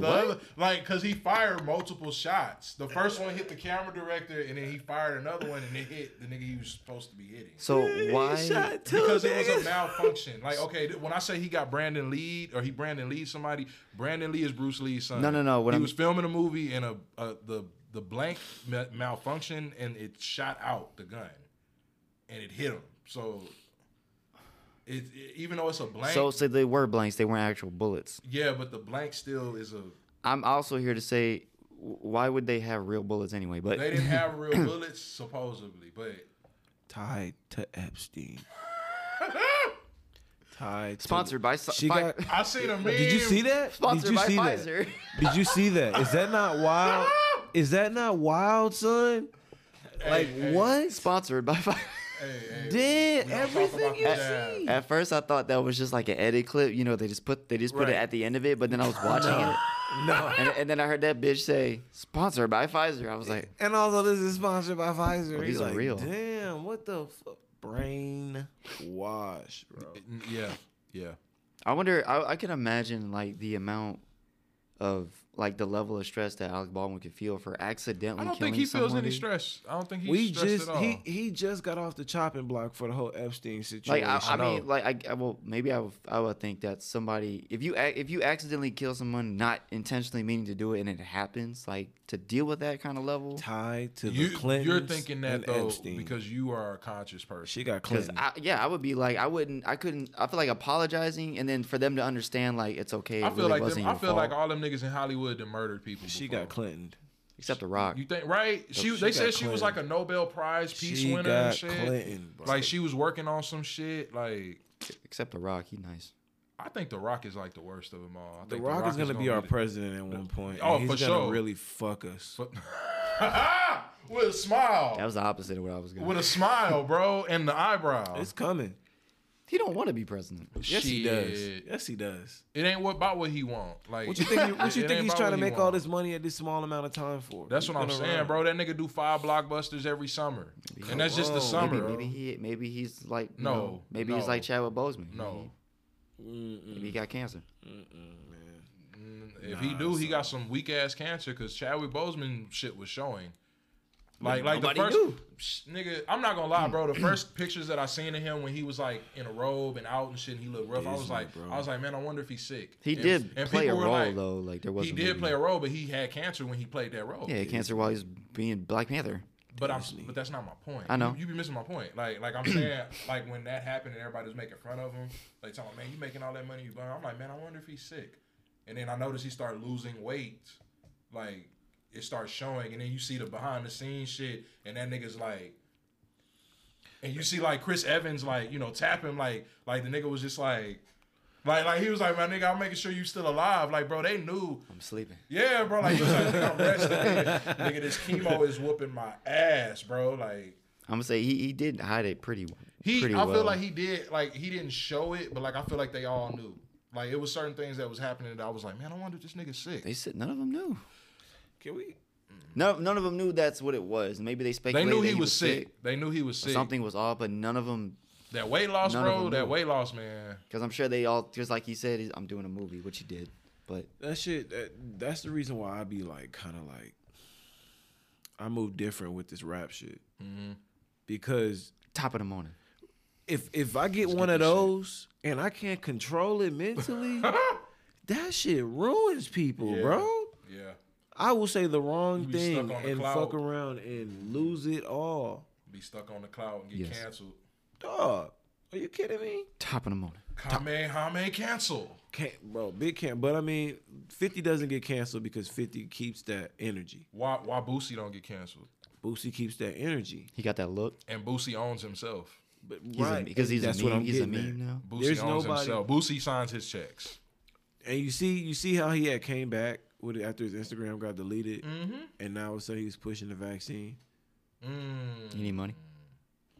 [SPEAKER 6] The
[SPEAKER 4] what?
[SPEAKER 6] other, like, cause he fired multiple shots. The first one hit the camera director, and then he fired another one, and it hit the nigga he was supposed to be hitting.
[SPEAKER 4] So why?
[SPEAKER 5] (laughs) He shot two
[SPEAKER 6] because it was a
[SPEAKER 5] niggas.
[SPEAKER 6] malfunction. Like, okay, th- when I say he got Brandon Lee or he Brandon Lee somebody, Brandon Lee is Bruce Lee's son.
[SPEAKER 4] No, no, no, what
[SPEAKER 6] he
[SPEAKER 4] I'm-
[SPEAKER 6] was filming a movie and a, a the the blank ma- malfunctioned and it shot out the gun, and it hit him. So, it, it- even though it's a blank,
[SPEAKER 4] So, so they were blanks. They weren't actual bullets.
[SPEAKER 6] yeah, but the blank still is a.
[SPEAKER 4] I'm also here to say, wh- why would they have real bullets anyway? But (clears throat)
[SPEAKER 6] They didn't have real bullets supposedly, but
[SPEAKER 5] tied to
[SPEAKER 6] (laughs)
[SPEAKER 5] Epstein. tied. to-
[SPEAKER 4] Sponsored by Si-
[SPEAKER 5] She
[SPEAKER 4] Fi-
[SPEAKER 5] got.
[SPEAKER 6] I seen a meme.
[SPEAKER 5] (laughs) Did you see that?
[SPEAKER 4] Sponsored
[SPEAKER 5] Did you
[SPEAKER 4] by
[SPEAKER 5] see
[SPEAKER 4] Pfizer.
[SPEAKER 5] that? Did you see that? Is that
[SPEAKER 6] (laughs)
[SPEAKER 5] not wild? Is that not wild, son? Like what?
[SPEAKER 4] Sponsored by (laughs) Fi-
[SPEAKER 6] Hey, hey,
[SPEAKER 5] Did
[SPEAKER 6] we don't talk
[SPEAKER 5] everything
[SPEAKER 6] about
[SPEAKER 5] you
[SPEAKER 6] that.
[SPEAKER 5] see?
[SPEAKER 4] At first, I thought that was just like an edit clip. You know, they just put they just put it
[SPEAKER 6] Right.
[SPEAKER 4] at the end of it. But then I was
[SPEAKER 6] (laughs)
[SPEAKER 4] watching it. No. And, and then I heard that bitch say, "Sponsored by Pfizer." I was like,
[SPEAKER 5] And also, this is sponsored by Pfizer.
[SPEAKER 4] Oh, these
[SPEAKER 5] He's
[SPEAKER 4] are
[SPEAKER 5] like,
[SPEAKER 4] real.
[SPEAKER 5] Damn, what the fuck? Brain wash, bro.
[SPEAKER 6] Yeah, yeah.
[SPEAKER 4] I wonder. I, I can imagine like the amount of like the level of stress that Alec Baldwin could feel for accidentally.
[SPEAKER 6] I don't
[SPEAKER 4] killing
[SPEAKER 6] think he feels
[SPEAKER 4] someone,
[SPEAKER 6] any
[SPEAKER 4] dude.
[SPEAKER 6] stress. I don't think he's
[SPEAKER 5] We
[SPEAKER 6] stressed
[SPEAKER 5] just
[SPEAKER 6] at all.
[SPEAKER 5] he he just got off the chopping block for the whole Epstein
[SPEAKER 4] Like
[SPEAKER 5] situation.
[SPEAKER 4] I, I
[SPEAKER 6] know.
[SPEAKER 4] mean, like I, I well, maybe I would, I would think that somebody if you ac- if you accidentally kill someone not intentionally meaning to do it and it happens, like to deal with that kind of level.
[SPEAKER 5] tied to the
[SPEAKER 6] you,
[SPEAKER 5] Clintons.
[SPEAKER 6] you're thinking that
[SPEAKER 5] and
[SPEAKER 6] though
[SPEAKER 5] Epstein.
[SPEAKER 6] because you are a conscious person.
[SPEAKER 5] she got
[SPEAKER 4] Because
[SPEAKER 5] Clinton.
[SPEAKER 4] I, yeah, I would be like, I wouldn't, I couldn't, I feel like apologizing, and then for them to understand, like it's okay. It
[SPEAKER 6] I feel
[SPEAKER 4] really
[SPEAKER 6] like
[SPEAKER 4] wasn't
[SPEAKER 6] them, I
[SPEAKER 4] your
[SPEAKER 6] feel
[SPEAKER 4] fault.
[SPEAKER 6] like all them niggas in Hollywood that murdered people.
[SPEAKER 5] she
[SPEAKER 6] before.
[SPEAKER 5] got Clinton.
[SPEAKER 4] except the Rock.
[SPEAKER 6] You think right? She,
[SPEAKER 5] she
[SPEAKER 6] they
[SPEAKER 5] got
[SPEAKER 6] said she was like
[SPEAKER 5] Clinton.
[SPEAKER 6] a Nobel Prize peace
[SPEAKER 5] She
[SPEAKER 6] winner
[SPEAKER 5] got
[SPEAKER 6] and shit.
[SPEAKER 5] Clinton, bro.
[SPEAKER 6] Like she was working on some shit. Like
[SPEAKER 4] except the Rock, he nice.
[SPEAKER 6] I think The Rock is like the worst of them all. I
[SPEAKER 5] The
[SPEAKER 6] think
[SPEAKER 5] Rock, is gonna be our
[SPEAKER 6] the-
[SPEAKER 5] president at one point.
[SPEAKER 6] Oh,
[SPEAKER 5] and he's
[SPEAKER 6] for
[SPEAKER 5] gonna
[SPEAKER 6] sure.
[SPEAKER 5] Really fuck us.
[SPEAKER 6] Ah! with a smile,
[SPEAKER 4] That was the opposite of what I was going.
[SPEAKER 6] with
[SPEAKER 4] to
[SPEAKER 6] a smile, bro, and the eyebrow.
[SPEAKER 5] It's coming.
[SPEAKER 4] He don't want to be president.
[SPEAKER 5] Yes, he does.
[SPEAKER 6] Shit.
[SPEAKER 5] Yes, he does.
[SPEAKER 6] It ain't what about what he want. Like
[SPEAKER 5] What you think?
[SPEAKER 6] (laughs)
[SPEAKER 5] he- What
[SPEAKER 6] it
[SPEAKER 5] you think
[SPEAKER 6] ain't
[SPEAKER 5] he's
[SPEAKER 6] about
[SPEAKER 5] trying to
[SPEAKER 6] what he
[SPEAKER 5] make all
[SPEAKER 6] want.
[SPEAKER 5] this money at this small amount of time for?
[SPEAKER 6] That's
[SPEAKER 5] He's
[SPEAKER 6] what I'm
[SPEAKER 5] gonna
[SPEAKER 6] saying,
[SPEAKER 5] run.
[SPEAKER 6] bro. That nigga do five blockbusters every summer, and that's just the
[SPEAKER 5] on,
[SPEAKER 6] summer.
[SPEAKER 4] Maybe,
[SPEAKER 6] bro.
[SPEAKER 4] maybe he, maybe he's like you
[SPEAKER 6] No,
[SPEAKER 4] know, maybe he's
[SPEAKER 6] no,
[SPEAKER 4] like Chadwick Boseman.
[SPEAKER 6] No,
[SPEAKER 4] Maybe, he got cancer.
[SPEAKER 6] if he do, he got some weak ass cancer because Chadwick Boseman shit was showing. Like, like the
[SPEAKER 5] Nobody
[SPEAKER 6] first
[SPEAKER 5] knew.
[SPEAKER 6] Psh, nigga, I'm not gonna lie,
[SPEAKER 4] (clears throat)
[SPEAKER 6] bro. The first pictures that I seen of him when he was like in a robe and out and shit, and he looked rough. I was
[SPEAKER 5] Disney,
[SPEAKER 6] like,
[SPEAKER 5] bro.
[SPEAKER 6] I was like, man, I wonder if he's sick.
[SPEAKER 4] He
[SPEAKER 6] And-
[SPEAKER 4] did
[SPEAKER 6] and
[SPEAKER 4] play a
[SPEAKER 6] people were
[SPEAKER 4] role
[SPEAKER 6] like-
[SPEAKER 4] though. Like there
[SPEAKER 6] He
[SPEAKER 4] wasn't.
[SPEAKER 6] did
[SPEAKER 4] really-
[SPEAKER 6] play a role, but he had cancer when he played that role.
[SPEAKER 4] Yeah, he had cancer while he's being Black Panther.
[SPEAKER 6] But I'm, but that's not my point.
[SPEAKER 4] I know.
[SPEAKER 6] you, you be missing my point. Like, like I'm saying, like when that happened and everybody was making fun of him, like talking, about, man, you making all that money, you blind." I'm like, man, I wonder if he's sick. And then I noticed he started losing weight, like it starts showing, and then you see the behind the scenes shit, and that nigga's like, and you see like Chris Evans, like you know, tap him, like, like the nigga was just like. Like, like he was like, my nigga, I'm making sure you still alive. Like, bro, they knew
[SPEAKER 4] I'm sleeping.
[SPEAKER 6] yeah, bro.
[SPEAKER 4] (laughs)
[SPEAKER 6] Like, he was like "Nigga, I'm resting. Nigga. nigga, this chemo is whooping my ass, bro. Like,
[SPEAKER 4] I'm gonna say he, he did hide it pretty.
[SPEAKER 6] he,
[SPEAKER 4] pretty
[SPEAKER 6] I
[SPEAKER 4] well.
[SPEAKER 6] feel like he did, like, he didn't show it, but like, I feel like they all knew. Like, it was certain things that was happening that I was like, man, I wonder if this nigga's sick.
[SPEAKER 4] they said none of them knew.
[SPEAKER 5] Can we?
[SPEAKER 4] None, none of them knew that's what it was. Maybe they
[SPEAKER 6] They
[SPEAKER 4] speculated
[SPEAKER 6] knew
[SPEAKER 4] that
[SPEAKER 6] he was sick. They knew he was
[SPEAKER 4] or
[SPEAKER 6] sick.
[SPEAKER 4] Something was off, but none of them.
[SPEAKER 6] That weight loss,
[SPEAKER 4] None of
[SPEAKER 6] bro.
[SPEAKER 4] them
[SPEAKER 6] That
[SPEAKER 4] knew.
[SPEAKER 6] weight loss, man.
[SPEAKER 4] Because I'm sure they all, just like he said, he's- I'm doing a movie, which he did. But
[SPEAKER 5] That shit. That, that's the reason why I be like, kind of like, I move different with this rap shit
[SPEAKER 6] Mm-hmm.
[SPEAKER 5] because
[SPEAKER 4] top of the morning.
[SPEAKER 5] if if I get one of those and I can't control
[SPEAKER 6] (laughs)
[SPEAKER 5] it mentally, that shit ruins people, bro.
[SPEAKER 6] Yeah.
[SPEAKER 5] I will say the
[SPEAKER 6] You
[SPEAKER 5] wrong
[SPEAKER 6] be
[SPEAKER 5] thing
[SPEAKER 6] stuck on the
[SPEAKER 5] and
[SPEAKER 6] cloud.
[SPEAKER 5] fuck around and lose it all.
[SPEAKER 6] Be stuck on the cloud and get
[SPEAKER 4] Yes.
[SPEAKER 6] canceled.
[SPEAKER 5] Dog, are you kidding me?
[SPEAKER 4] Top of the morning.
[SPEAKER 6] Kamehame cancel.
[SPEAKER 5] Can't, bro, big can't. But I mean, Fifty doesn't get canceled because Fifty keeps that energy.
[SPEAKER 6] Why, why Boosie don't get canceled?
[SPEAKER 5] Boosie keeps that energy.
[SPEAKER 4] He got that look.
[SPEAKER 6] And Boosie owns himself.
[SPEAKER 5] But
[SPEAKER 4] He's a-
[SPEAKER 5] right,
[SPEAKER 4] because he's
[SPEAKER 5] that's
[SPEAKER 4] a
[SPEAKER 5] what
[SPEAKER 4] meme.
[SPEAKER 5] I'm
[SPEAKER 4] He's a
[SPEAKER 5] getting
[SPEAKER 4] meme
[SPEAKER 5] at.
[SPEAKER 4] now.
[SPEAKER 6] Boosie
[SPEAKER 5] There's
[SPEAKER 6] owns
[SPEAKER 5] nobody-
[SPEAKER 6] himself. Boosie signs his checks.
[SPEAKER 5] And you see, you see how he had came back with it after his Instagram got deleted,
[SPEAKER 6] Mm-hmm.
[SPEAKER 5] and now all of a sudden he's pushing the vaccine.
[SPEAKER 4] You need money?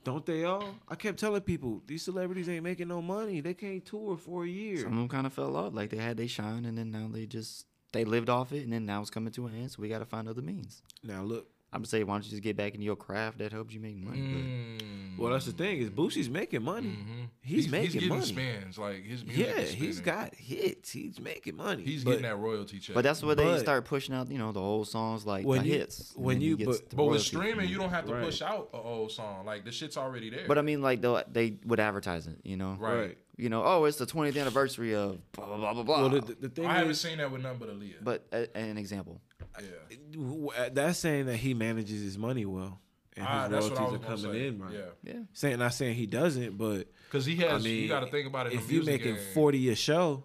[SPEAKER 5] Don't they all? I kept telling people these celebrities ain't making no money. They can't tour for a
[SPEAKER 6] Mm.
[SPEAKER 5] year.
[SPEAKER 4] Some of them kind of fell off. Like they had they shine, and then now they just, they lived off it, and then now it's coming to an end, so we got to find other means.
[SPEAKER 5] Now look,
[SPEAKER 4] I'm just saying, why don't you just get back into your craft that helps you make money?
[SPEAKER 6] Hmm.
[SPEAKER 5] well that's the thing is Boosie's making money. He's,
[SPEAKER 6] Mm-hmm. he's
[SPEAKER 5] making
[SPEAKER 6] getting
[SPEAKER 5] money.
[SPEAKER 6] spins. Like his music
[SPEAKER 5] Yeah,
[SPEAKER 6] is
[SPEAKER 5] he's
[SPEAKER 6] spinning.
[SPEAKER 5] got hits. He's making money.
[SPEAKER 6] He's
[SPEAKER 5] But
[SPEAKER 6] getting that royalty check.
[SPEAKER 4] But, but that's where they
[SPEAKER 5] But-
[SPEAKER 4] start pushing out, you know, the old songs like
[SPEAKER 5] When
[SPEAKER 4] the
[SPEAKER 5] you-
[SPEAKER 4] hits. and
[SPEAKER 5] when
[SPEAKER 4] then he
[SPEAKER 5] you-
[SPEAKER 4] gets
[SPEAKER 5] but-
[SPEAKER 4] the
[SPEAKER 6] But with
[SPEAKER 4] royalty.
[SPEAKER 6] streaming, you don't have to
[SPEAKER 5] Right.
[SPEAKER 6] push out an old song. Like the shit's already there.
[SPEAKER 5] uh,
[SPEAKER 4] But I mean, like they they would advertise it, you know,
[SPEAKER 6] right.
[SPEAKER 5] right.
[SPEAKER 4] You know, oh, it's the 20th anniversary of blah blah blah blah blah.
[SPEAKER 5] Well, the, the, the thing
[SPEAKER 6] I haven't
[SPEAKER 5] is,
[SPEAKER 6] seen that with none but Aaliyah.
[SPEAKER 4] but a, an example,
[SPEAKER 6] yeah,
[SPEAKER 5] w- w- that's saying that he manages his money well, and his
[SPEAKER 6] Ah, that's what I was
[SPEAKER 5] royalties are
[SPEAKER 6] gonna
[SPEAKER 5] coming
[SPEAKER 6] say.
[SPEAKER 5] in right.
[SPEAKER 6] Yeah,
[SPEAKER 4] yeah.
[SPEAKER 5] Saying not saying he doesn't, but
[SPEAKER 6] because he has.
[SPEAKER 5] I mean,
[SPEAKER 6] you got to think about it. in
[SPEAKER 5] if
[SPEAKER 6] the
[SPEAKER 5] you're
[SPEAKER 6] music
[SPEAKER 5] making
[SPEAKER 6] game.
[SPEAKER 5] forty a show,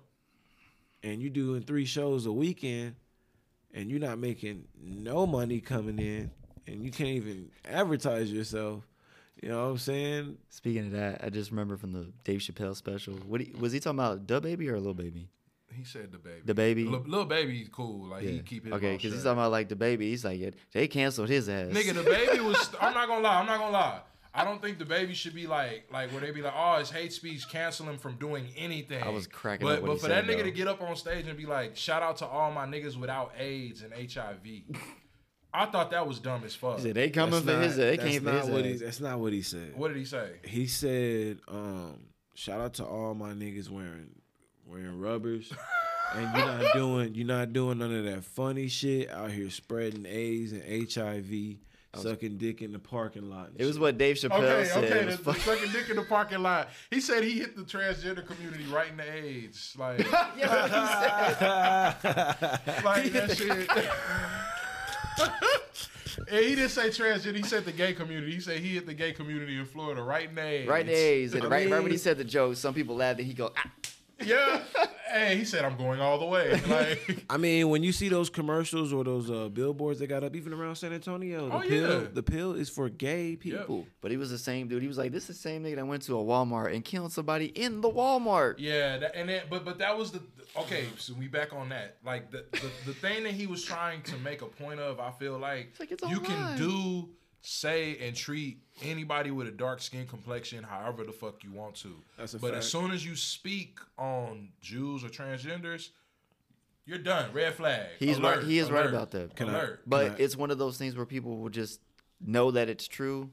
[SPEAKER 5] and you're doing three shows a weekend, and you're not making no money coming in, and you can't even advertise yourself, You know what I'm saying?
[SPEAKER 4] Speaking of that, I just remember from the Dave Chappelle special. What he, was he talking about? The baby or little baby?
[SPEAKER 6] He said the baby.
[SPEAKER 4] The baby.
[SPEAKER 6] Lil, Lil baby's cool. Like he
[SPEAKER 4] Yeah.
[SPEAKER 6] keep his
[SPEAKER 4] okay,
[SPEAKER 6] mouth
[SPEAKER 4] because he's
[SPEAKER 6] shut.
[SPEAKER 4] talking about like the baby. He's like, yeah, they canceled his ass.
[SPEAKER 6] Nigga, the baby was. I'm not gonna lie. I'm not gonna lie. I don't think the baby should be like, like where they be like, oh, it's hate speech, cancel him from doing anything.
[SPEAKER 4] I was cracking
[SPEAKER 6] but,
[SPEAKER 4] up when
[SPEAKER 6] But
[SPEAKER 4] he
[SPEAKER 6] for
[SPEAKER 4] said
[SPEAKER 6] that nigga
[SPEAKER 4] though.
[SPEAKER 6] to get up on stage and be like, shout out to all my niggas without AIDS and HIV, I thought that was dumb as fuck.
[SPEAKER 4] He said, they coming for his. They
[SPEAKER 5] that's
[SPEAKER 4] came for
[SPEAKER 5] not
[SPEAKER 4] his
[SPEAKER 5] what he.
[SPEAKER 4] ass.
[SPEAKER 5] That's not what he said.
[SPEAKER 6] What did he say?
[SPEAKER 5] He said, um, "Shout out to all my niggas wearing wearing
[SPEAKER 6] (laughs)
[SPEAKER 5] rubbers, and you're not doing you're not doing none of that funny shit out here spreading AIDS and HIV, sucking dick in the parking lot." and
[SPEAKER 4] It was
[SPEAKER 5] shit."
[SPEAKER 4] what Dave Chappelle
[SPEAKER 6] Okay,
[SPEAKER 4] said.
[SPEAKER 6] okay,
[SPEAKER 4] It was
[SPEAKER 6] the, the
[SPEAKER 4] fucking-
[SPEAKER 6] fucking dick in the parking lot. He said he hit the transgender community right in the AIDS. Like, (laughs) like that shit. and he didn't say transgender. He said the gay community. He said he hit the gay community in Florida right in the AIDS.
[SPEAKER 4] Right in the A's, and
[SPEAKER 6] I
[SPEAKER 4] right, right
[SPEAKER 6] mean,
[SPEAKER 4] when he said the joke, some people laughed and he go, ah.
[SPEAKER 6] Yeah. Hey, he said I'm going all the way. Like,
[SPEAKER 5] I mean, when you see those commercials or those uh, billboards they got up even around San Antonio, the
[SPEAKER 6] Oh,
[SPEAKER 5] pill
[SPEAKER 6] yeah.
[SPEAKER 5] the pill is for gay people.
[SPEAKER 4] But he was the same dude. He was like, this is the same nigga that went to a Walmart and killed somebody in the Walmart.
[SPEAKER 6] Yeah, that, and then, but but that was the okay. So we back on that. Like the, the the thing that he was trying to make a point of, I feel like,
[SPEAKER 4] like it's
[SPEAKER 6] you can
[SPEAKER 4] online.
[SPEAKER 6] do, say, and treat anybody with a dark skin complexion however the fuck you want to.
[SPEAKER 5] That's a
[SPEAKER 6] but
[SPEAKER 5] fact.
[SPEAKER 6] as soon as you speak on Jews or transgenders, you're done. Red flag.
[SPEAKER 4] He's
[SPEAKER 6] alert,
[SPEAKER 4] right. He is right
[SPEAKER 6] alert,
[SPEAKER 4] about that.
[SPEAKER 5] I-
[SPEAKER 6] Alert.
[SPEAKER 4] But it's one of those things where people will just know that it's true,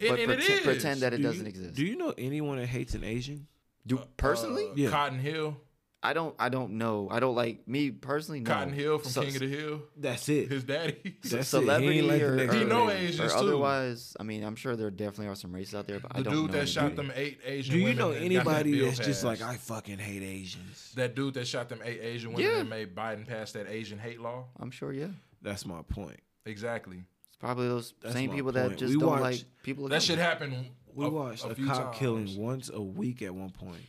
[SPEAKER 6] And-
[SPEAKER 4] but
[SPEAKER 6] and it
[SPEAKER 4] pretend,
[SPEAKER 6] is.
[SPEAKER 4] pretend that it
[SPEAKER 5] Do you-
[SPEAKER 4] doesn't exist.
[SPEAKER 5] Do you know anyone that hates an Asian?
[SPEAKER 4] Do, personally,
[SPEAKER 6] Uh,
[SPEAKER 5] Yeah.
[SPEAKER 6] Cotton Hill,
[SPEAKER 4] I don't. I don't know. I don't like me personally. No.
[SPEAKER 6] Cotton Hill from
[SPEAKER 4] So-
[SPEAKER 6] King of the Hill.
[SPEAKER 5] That's it.
[SPEAKER 6] His daddy.
[SPEAKER 5] That's
[SPEAKER 4] (laughs) celebrity
[SPEAKER 5] it. He ain't like the
[SPEAKER 4] or,
[SPEAKER 5] next
[SPEAKER 4] or-
[SPEAKER 6] He know
[SPEAKER 4] or
[SPEAKER 6] Asians, too.
[SPEAKER 4] otherwise. I mean, I'm sure there definitely are some racists out there, but I
[SPEAKER 6] The
[SPEAKER 4] don't
[SPEAKER 6] dude
[SPEAKER 4] know
[SPEAKER 6] that shot
[SPEAKER 4] anybody.
[SPEAKER 6] them eight Asian
[SPEAKER 5] Do you
[SPEAKER 6] women
[SPEAKER 5] know
[SPEAKER 6] and got that
[SPEAKER 5] anybody
[SPEAKER 6] bill
[SPEAKER 5] that's just like
[SPEAKER 6] passed?
[SPEAKER 5] I fucking hate Asians?
[SPEAKER 6] That dude that shot them eight Asian women
[SPEAKER 4] Yeah.
[SPEAKER 6] and made Biden pass that Asian hate law.
[SPEAKER 4] I'm sure, yeah.
[SPEAKER 5] That's my point.
[SPEAKER 6] Exactly.
[SPEAKER 4] It's probably those
[SPEAKER 5] That's
[SPEAKER 4] same
[SPEAKER 5] my
[SPEAKER 4] people
[SPEAKER 5] point.
[SPEAKER 4] that just
[SPEAKER 5] We
[SPEAKER 4] don't
[SPEAKER 5] watch-
[SPEAKER 4] like people. of
[SPEAKER 6] That
[SPEAKER 4] color.
[SPEAKER 6] shit happened.
[SPEAKER 5] We watched a,
[SPEAKER 6] few
[SPEAKER 5] cop
[SPEAKER 6] times.
[SPEAKER 5] killing once a week at one point.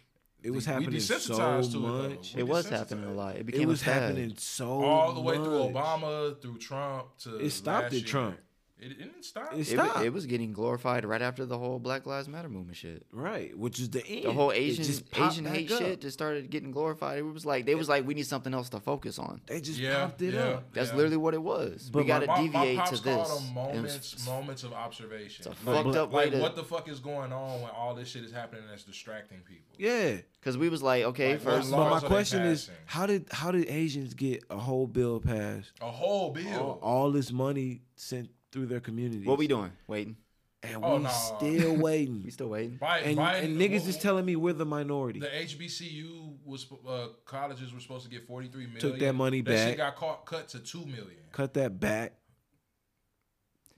[SPEAKER 5] It was
[SPEAKER 6] We
[SPEAKER 5] happening so
[SPEAKER 6] desensitized to it, though.
[SPEAKER 5] much.
[SPEAKER 6] We
[SPEAKER 4] It was
[SPEAKER 6] desensitized.
[SPEAKER 4] happening a lot. It
[SPEAKER 5] It,
[SPEAKER 4] became
[SPEAKER 5] was
[SPEAKER 4] a fad.
[SPEAKER 5] happening so
[SPEAKER 6] all the way through
[SPEAKER 5] much.
[SPEAKER 6] Obama, through Trump to
[SPEAKER 5] It stopped
[SPEAKER 6] last
[SPEAKER 5] at
[SPEAKER 6] year.
[SPEAKER 5] Trump.
[SPEAKER 6] It, it didn't stop.
[SPEAKER 5] It
[SPEAKER 4] It, wa-
[SPEAKER 5] stopped.
[SPEAKER 4] it was getting glorified right after the whole Black Lives Matter movement shit.
[SPEAKER 5] right, which is the end.
[SPEAKER 4] The whole
[SPEAKER 5] It
[SPEAKER 4] Asian
[SPEAKER 5] just popped
[SPEAKER 4] Asian
[SPEAKER 5] back
[SPEAKER 4] hate
[SPEAKER 5] up.
[SPEAKER 4] shit just started getting glorified. It was like they was like we need something else to focus on.
[SPEAKER 5] They just
[SPEAKER 6] yeah,
[SPEAKER 5] popped it
[SPEAKER 6] yeah,
[SPEAKER 5] up.
[SPEAKER 4] That's
[SPEAKER 6] yeah.
[SPEAKER 4] literally what it was. we
[SPEAKER 5] But
[SPEAKER 4] got to
[SPEAKER 6] My- my
[SPEAKER 4] deviate
[SPEAKER 6] pops
[SPEAKER 4] to
[SPEAKER 6] called
[SPEAKER 4] this.
[SPEAKER 6] them
[SPEAKER 4] And it was-
[SPEAKER 6] moments, moments of observation.
[SPEAKER 4] It's a
[SPEAKER 6] Like,
[SPEAKER 4] fucked up way
[SPEAKER 6] like,
[SPEAKER 4] to.
[SPEAKER 6] what the fuck is going on when all this shit is happening that's distracting people?
[SPEAKER 5] Yeah,
[SPEAKER 4] Because we was like, okay,
[SPEAKER 6] Like, what
[SPEAKER 4] first,
[SPEAKER 6] law-
[SPEAKER 5] but
[SPEAKER 6] Laws
[SPEAKER 5] my
[SPEAKER 6] are they
[SPEAKER 5] question is,
[SPEAKER 6] passing?
[SPEAKER 5] how did how did Asians get a whole bill passed?
[SPEAKER 6] A whole bill.
[SPEAKER 5] All, all this money sent through their communities.
[SPEAKER 4] what we doing? Waiting.
[SPEAKER 5] and we
[SPEAKER 6] Oh, nah.
[SPEAKER 4] (laughs)
[SPEAKER 5] still waiting.
[SPEAKER 4] We still waiting.
[SPEAKER 6] Bi-
[SPEAKER 5] and,
[SPEAKER 6] Biden-
[SPEAKER 5] and niggas
[SPEAKER 6] wh-
[SPEAKER 5] is telling me we're the minority.
[SPEAKER 6] The HBCU was uh, colleges were supposed to get forty three million.
[SPEAKER 5] Took that money
[SPEAKER 6] That
[SPEAKER 5] back.
[SPEAKER 6] shit got caught, cut to two million.
[SPEAKER 5] Cut that back.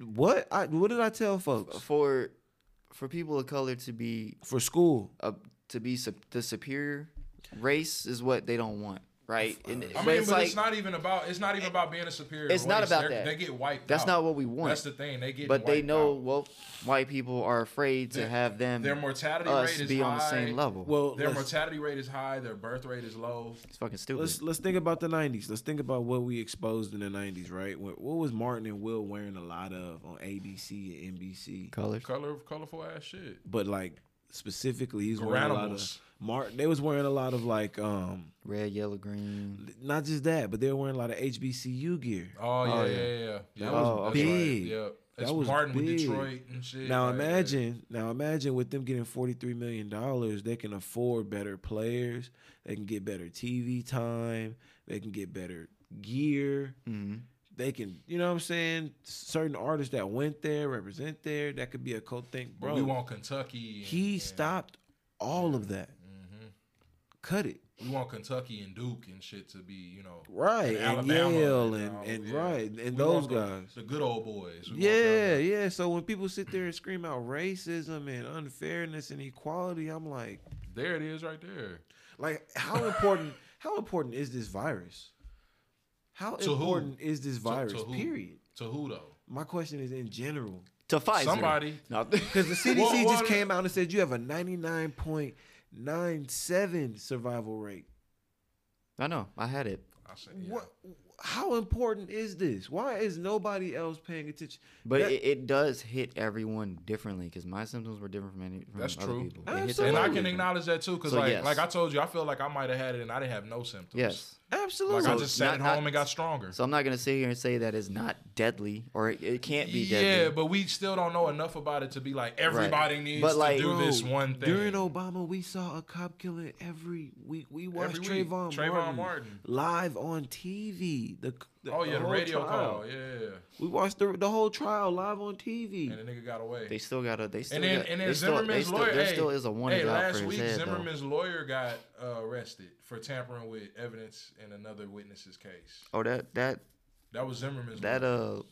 [SPEAKER 5] What I what did I tell folks
[SPEAKER 4] For for people of color to be
[SPEAKER 5] for school?
[SPEAKER 4] uh, to be sup- the superior race is what they don't want, right? And,
[SPEAKER 6] I mean,
[SPEAKER 4] but
[SPEAKER 6] but
[SPEAKER 4] it's like
[SPEAKER 6] it's not even about it's not even about being a superior.
[SPEAKER 4] It's not
[SPEAKER 6] race.
[SPEAKER 4] about
[SPEAKER 6] They're-
[SPEAKER 4] that.
[SPEAKER 6] They get wiped.
[SPEAKER 4] that's
[SPEAKER 6] out.
[SPEAKER 4] not what we want.
[SPEAKER 6] That's the thing. They get.
[SPEAKER 4] but they
[SPEAKER 6] wiped
[SPEAKER 4] know
[SPEAKER 6] out.
[SPEAKER 4] well, white people are afraid to
[SPEAKER 6] Their-
[SPEAKER 4] have them
[SPEAKER 6] their mortality
[SPEAKER 4] us
[SPEAKER 6] rate is
[SPEAKER 4] be on the
[SPEAKER 6] high.
[SPEAKER 4] same level.
[SPEAKER 5] Well,
[SPEAKER 6] Their
[SPEAKER 5] let's,
[SPEAKER 6] mortality rate is high. Their birth rate is low.
[SPEAKER 4] it's fucking stupid.
[SPEAKER 5] let's let's think about the '90s. Let's think about what we exposed in the '90s, right? What, what was Martin and Will wearing a lot of on ABC and NBC?
[SPEAKER 4] Colors.
[SPEAKER 6] Color, colorful ass shit.
[SPEAKER 5] But like specifically, he's wearing a lot of
[SPEAKER 6] Garanimals.
[SPEAKER 5] Martin. They was wearing a lot of like um,
[SPEAKER 4] Red, yellow, green.
[SPEAKER 5] not just that, but they were wearing a lot of HBCU gear.
[SPEAKER 6] Oh yeah,
[SPEAKER 4] Oh,
[SPEAKER 6] yeah,
[SPEAKER 4] yeah.
[SPEAKER 6] yeah. yeah. That
[SPEAKER 4] was
[SPEAKER 6] was
[SPEAKER 5] big.
[SPEAKER 6] Yeah, it's
[SPEAKER 5] was
[SPEAKER 6] Martin with
[SPEAKER 5] big.
[SPEAKER 6] Detroit and shit.
[SPEAKER 5] Now
[SPEAKER 6] like,
[SPEAKER 5] imagine, now imagine with them getting forty three million dollars, they can afford better players, they can get better TV time, they can get better gear,
[SPEAKER 6] Mm-hmm.
[SPEAKER 4] Mhm.
[SPEAKER 5] they can, you know what I'm saying? Certain artists that went there, represent there, that could be a cult thing,
[SPEAKER 6] But
[SPEAKER 5] bro.
[SPEAKER 6] we want Kentucky. And,
[SPEAKER 5] he
[SPEAKER 6] and
[SPEAKER 5] stopped all of that.
[SPEAKER 6] Mm-hmm.
[SPEAKER 5] Cut it,
[SPEAKER 6] We want Kentucky and Duke and shit to be, you know,
[SPEAKER 5] right? And,
[SPEAKER 6] Alabama
[SPEAKER 5] Yale and,
[SPEAKER 6] all,
[SPEAKER 5] and
[SPEAKER 6] yeah.
[SPEAKER 5] right and
[SPEAKER 6] We
[SPEAKER 5] those
[SPEAKER 6] want the-
[SPEAKER 5] guys.
[SPEAKER 6] the good old boys. We want
[SPEAKER 5] Yeah,
[SPEAKER 6] them.
[SPEAKER 5] yeah. So when people sit there and scream out racism and unfairness and equality, I'm like,
[SPEAKER 6] there it is, right there.
[SPEAKER 5] like how
[SPEAKER 6] (laughs)
[SPEAKER 5] important how important is this virus? How
[SPEAKER 6] To who?
[SPEAKER 5] important is this virus?
[SPEAKER 6] to who?
[SPEAKER 5] period.
[SPEAKER 6] To who though?
[SPEAKER 5] My question is in general.
[SPEAKER 4] To Pfizer.
[SPEAKER 6] Somebody.
[SPEAKER 4] (laughs) No.
[SPEAKER 6] (laughs)
[SPEAKER 5] Because the CDC
[SPEAKER 6] Well, well,
[SPEAKER 5] just came out and said you have a 99.97 survival rate.
[SPEAKER 4] I know. I had it.
[SPEAKER 6] I said, yeah.
[SPEAKER 5] What how important is this? Why is nobody else paying attention?
[SPEAKER 4] But
[SPEAKER 5] That-
[SPEAKER 4] it, it does hit everyone differently because my symptoms were different from any from
[SPEAKER 6] That's
[SPEAKER 4] other
[SPEAKER 6] true.
[SPEAKER 4] people. It hits
[SPEAKER 5] Absolutely.
[SPEAKER 6] And I
[SPEAKER 4] everyone
[SPEAKER 6] can
[SPEAKER 4] different.
[SPEAKER 6] acknowledge that too, because
[SPEAKER 4] So,
[SPEAKER 6] like
[SPEAKER 4] yes.
[SPEAKER 6] like I told you, I feel like I might have had it and I didn't have no symptoms.
[SPEAKER 4] Yes.
[SPEAKER 5] absolutely.
[SPEAKER 6] Like I
[SPEAKER 4] So
[SPEAKER 6] just sat
[SPEAKER 4] not-
[SPEAKER 6] at
[SPEAKER 4] not-
[SPEAKER 6] home and got stronger.
[SPEAKER 4] So I'm not gonna sit here and say that it's not deadly or it, it can't be deadly.
[SPEAKER 6] yeah, but we still don't know enough about it to be like everybody needs
[SPEAKER 4] But, like,
[SPEAKER 6] to do this
[SPEAKER 5] Bro,
[SPEAKER 6] one thing.
[SPEAKER 5] During Obama, we saw a cop killing every week. We watched
[SPEAKER 6] Every week.
[SPEAKER 5] Trayvon,
[SPEAKER 6] Trayvon
[SPEAKER 5] Martin
[SPEAKER 6] Martin.
[SPEAKER 5] live on TV. The, the
[SPEAKER 6] oh yeah, the
[SPEAKER 5] whole
[SPEAKER 6] radio
[SPEAKER 5] trial.
[SPEAKER 6] call. Yeah,
[SPEAKER 5] We watched the, the whole trial live on TV.
[SPEAKER 6] and the nigga got away.
[SPEAKER 4] They still got a. They still
[SPEAKER 6] and then
[SPEAKER 4] got,
[SPEAKER 6] and
[SPEAKER 4] they
[SPEAKER 6] then
[SPEAKER 4] still, they
[SPEAKER 6] Zimmerman's
[SPEAKER 4] still,
[SPEAKER 6] lawyer.
[SPEAKER 4] There
[SPEAKER 6] hey,
[SPEAKER 4] still is a warning
[SPEAKER 6] hey,
[SPEAKER 4] out
[SPEAKER 6] last
[SPEAKER 4] for his
[SPEAKER 6] week
[SPEAKER 4] head
[SPEAKER 6] Zimmerman's lawyer got uh, arrested for tampering with evidence in another witness's case.
[SPEAKER 4] though. Oh, that that
[SPEAKER 6] That was Zimmerman's.
[SPEAKER 4] that
[SPEAKER 6] lawyer.
[SPEAKER 4] uh,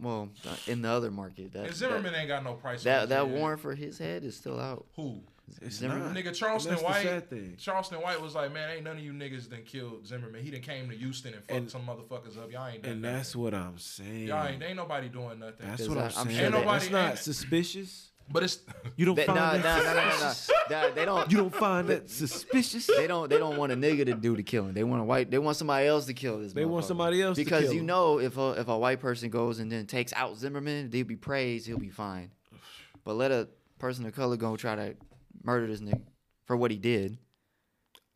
[SPEAKER 4] well, uh, in the other market, that
[SPEAKER 6] and Zimmerman
[SPEAKER 4] uh, that
[SPEAKER 6] ain't got no price. on
[SPEAKER 4] that,
[SPEAKER 6] his
[SPEAKER 4] that
[SPEAKER 6] head.
[SPEAKER 4] warrant for his head is still out.
[SPEAKER 6] Who?
[SPEAKER 5] It's
[SPEAKER 4] Zimmerman-
[SPEAKER 5] not.
[SPEAKER 6] Nigga Charleston
[SPEAKER 5] That's the
[SPEAKER 6] White.
[SPEAKER 5] sad thing.
[SPEAKER 6] Charleston White was like, man, ain't none of you niggas done killed Zimmerman. He done came to Houston and fucked some motherfuckers up. Y'all ain't done
[SPEAKER 5] And
[SPEAKER 6] nothing.
[SPEAKER 5] that's what I'm saying.
[SPEAKER 6] Y'all ain't ain't nobody doing nothing.
[SPEAKER 5] that's
[SPEAKER 4] Is
[SPEAKER 5] what
[SPEAKER 4] that- I'm
[SPEAKER 5] I'm saying.
[SPEAKER 4] sure Ain't that-
[SPEAKER 6] nobody-
[SPEAKER 5] that's not
[SPEAKER 6] ain't-
[SPEAKER 5] suspicious.
[SPEAKER 6] but
[SPEAKER 5] (laughs)
[SPEAKER 6] it's (laughs)
[SPEAKER 5] You don't
[SPEAKER 4] That,
[SPEAKER 5] find
[SPEAKER 4] nah, nah,
[SPEAKER 5] that
[SPEAKER 4] nah, nah, nah, nah.
[SPEAKER 5] suspicious? (laughs)
[SPEAKER 4] That- they don't.
[SPEAKER 5] You don't find that suspicious?
[SPEAKER 4] they don't. They don't want a nigga to do the killing. They want a white. They want somebody else to kill this.
[SPEAKER 5] They want
[SPEAKER 4] motherfucker.
[SPEAKER 5] somebody else to
[SPEAKER 4] because
[SPEAKER 5] kill
[SPEAKER 4] you
[SPEAKER 5] him.
[SPEAKER 4] know if a if a white person goes and then takes out Zimmerman, they'll be praised. He'll be fine. But let a person of color go try to murder this nigga for what he did.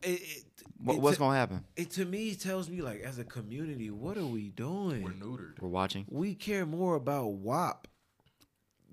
[SPEAKER 5] It- it-
[SPEAKER 4] What,
[SPEAKER 5] it
[SPEAKER 4] what's
[SPEAKER 5] to-
[SPEAKER 4] gonna happen?
[SPEAKER 5] It to me tells me like as a community, what are we doing?
[SPEAKER 6] we're
[SPEAKER 5] (laughs)
[SPEAKER 6] neutered.
[SPEAKER 4] We're watching.
[SPEAKER 5] we care more about WAP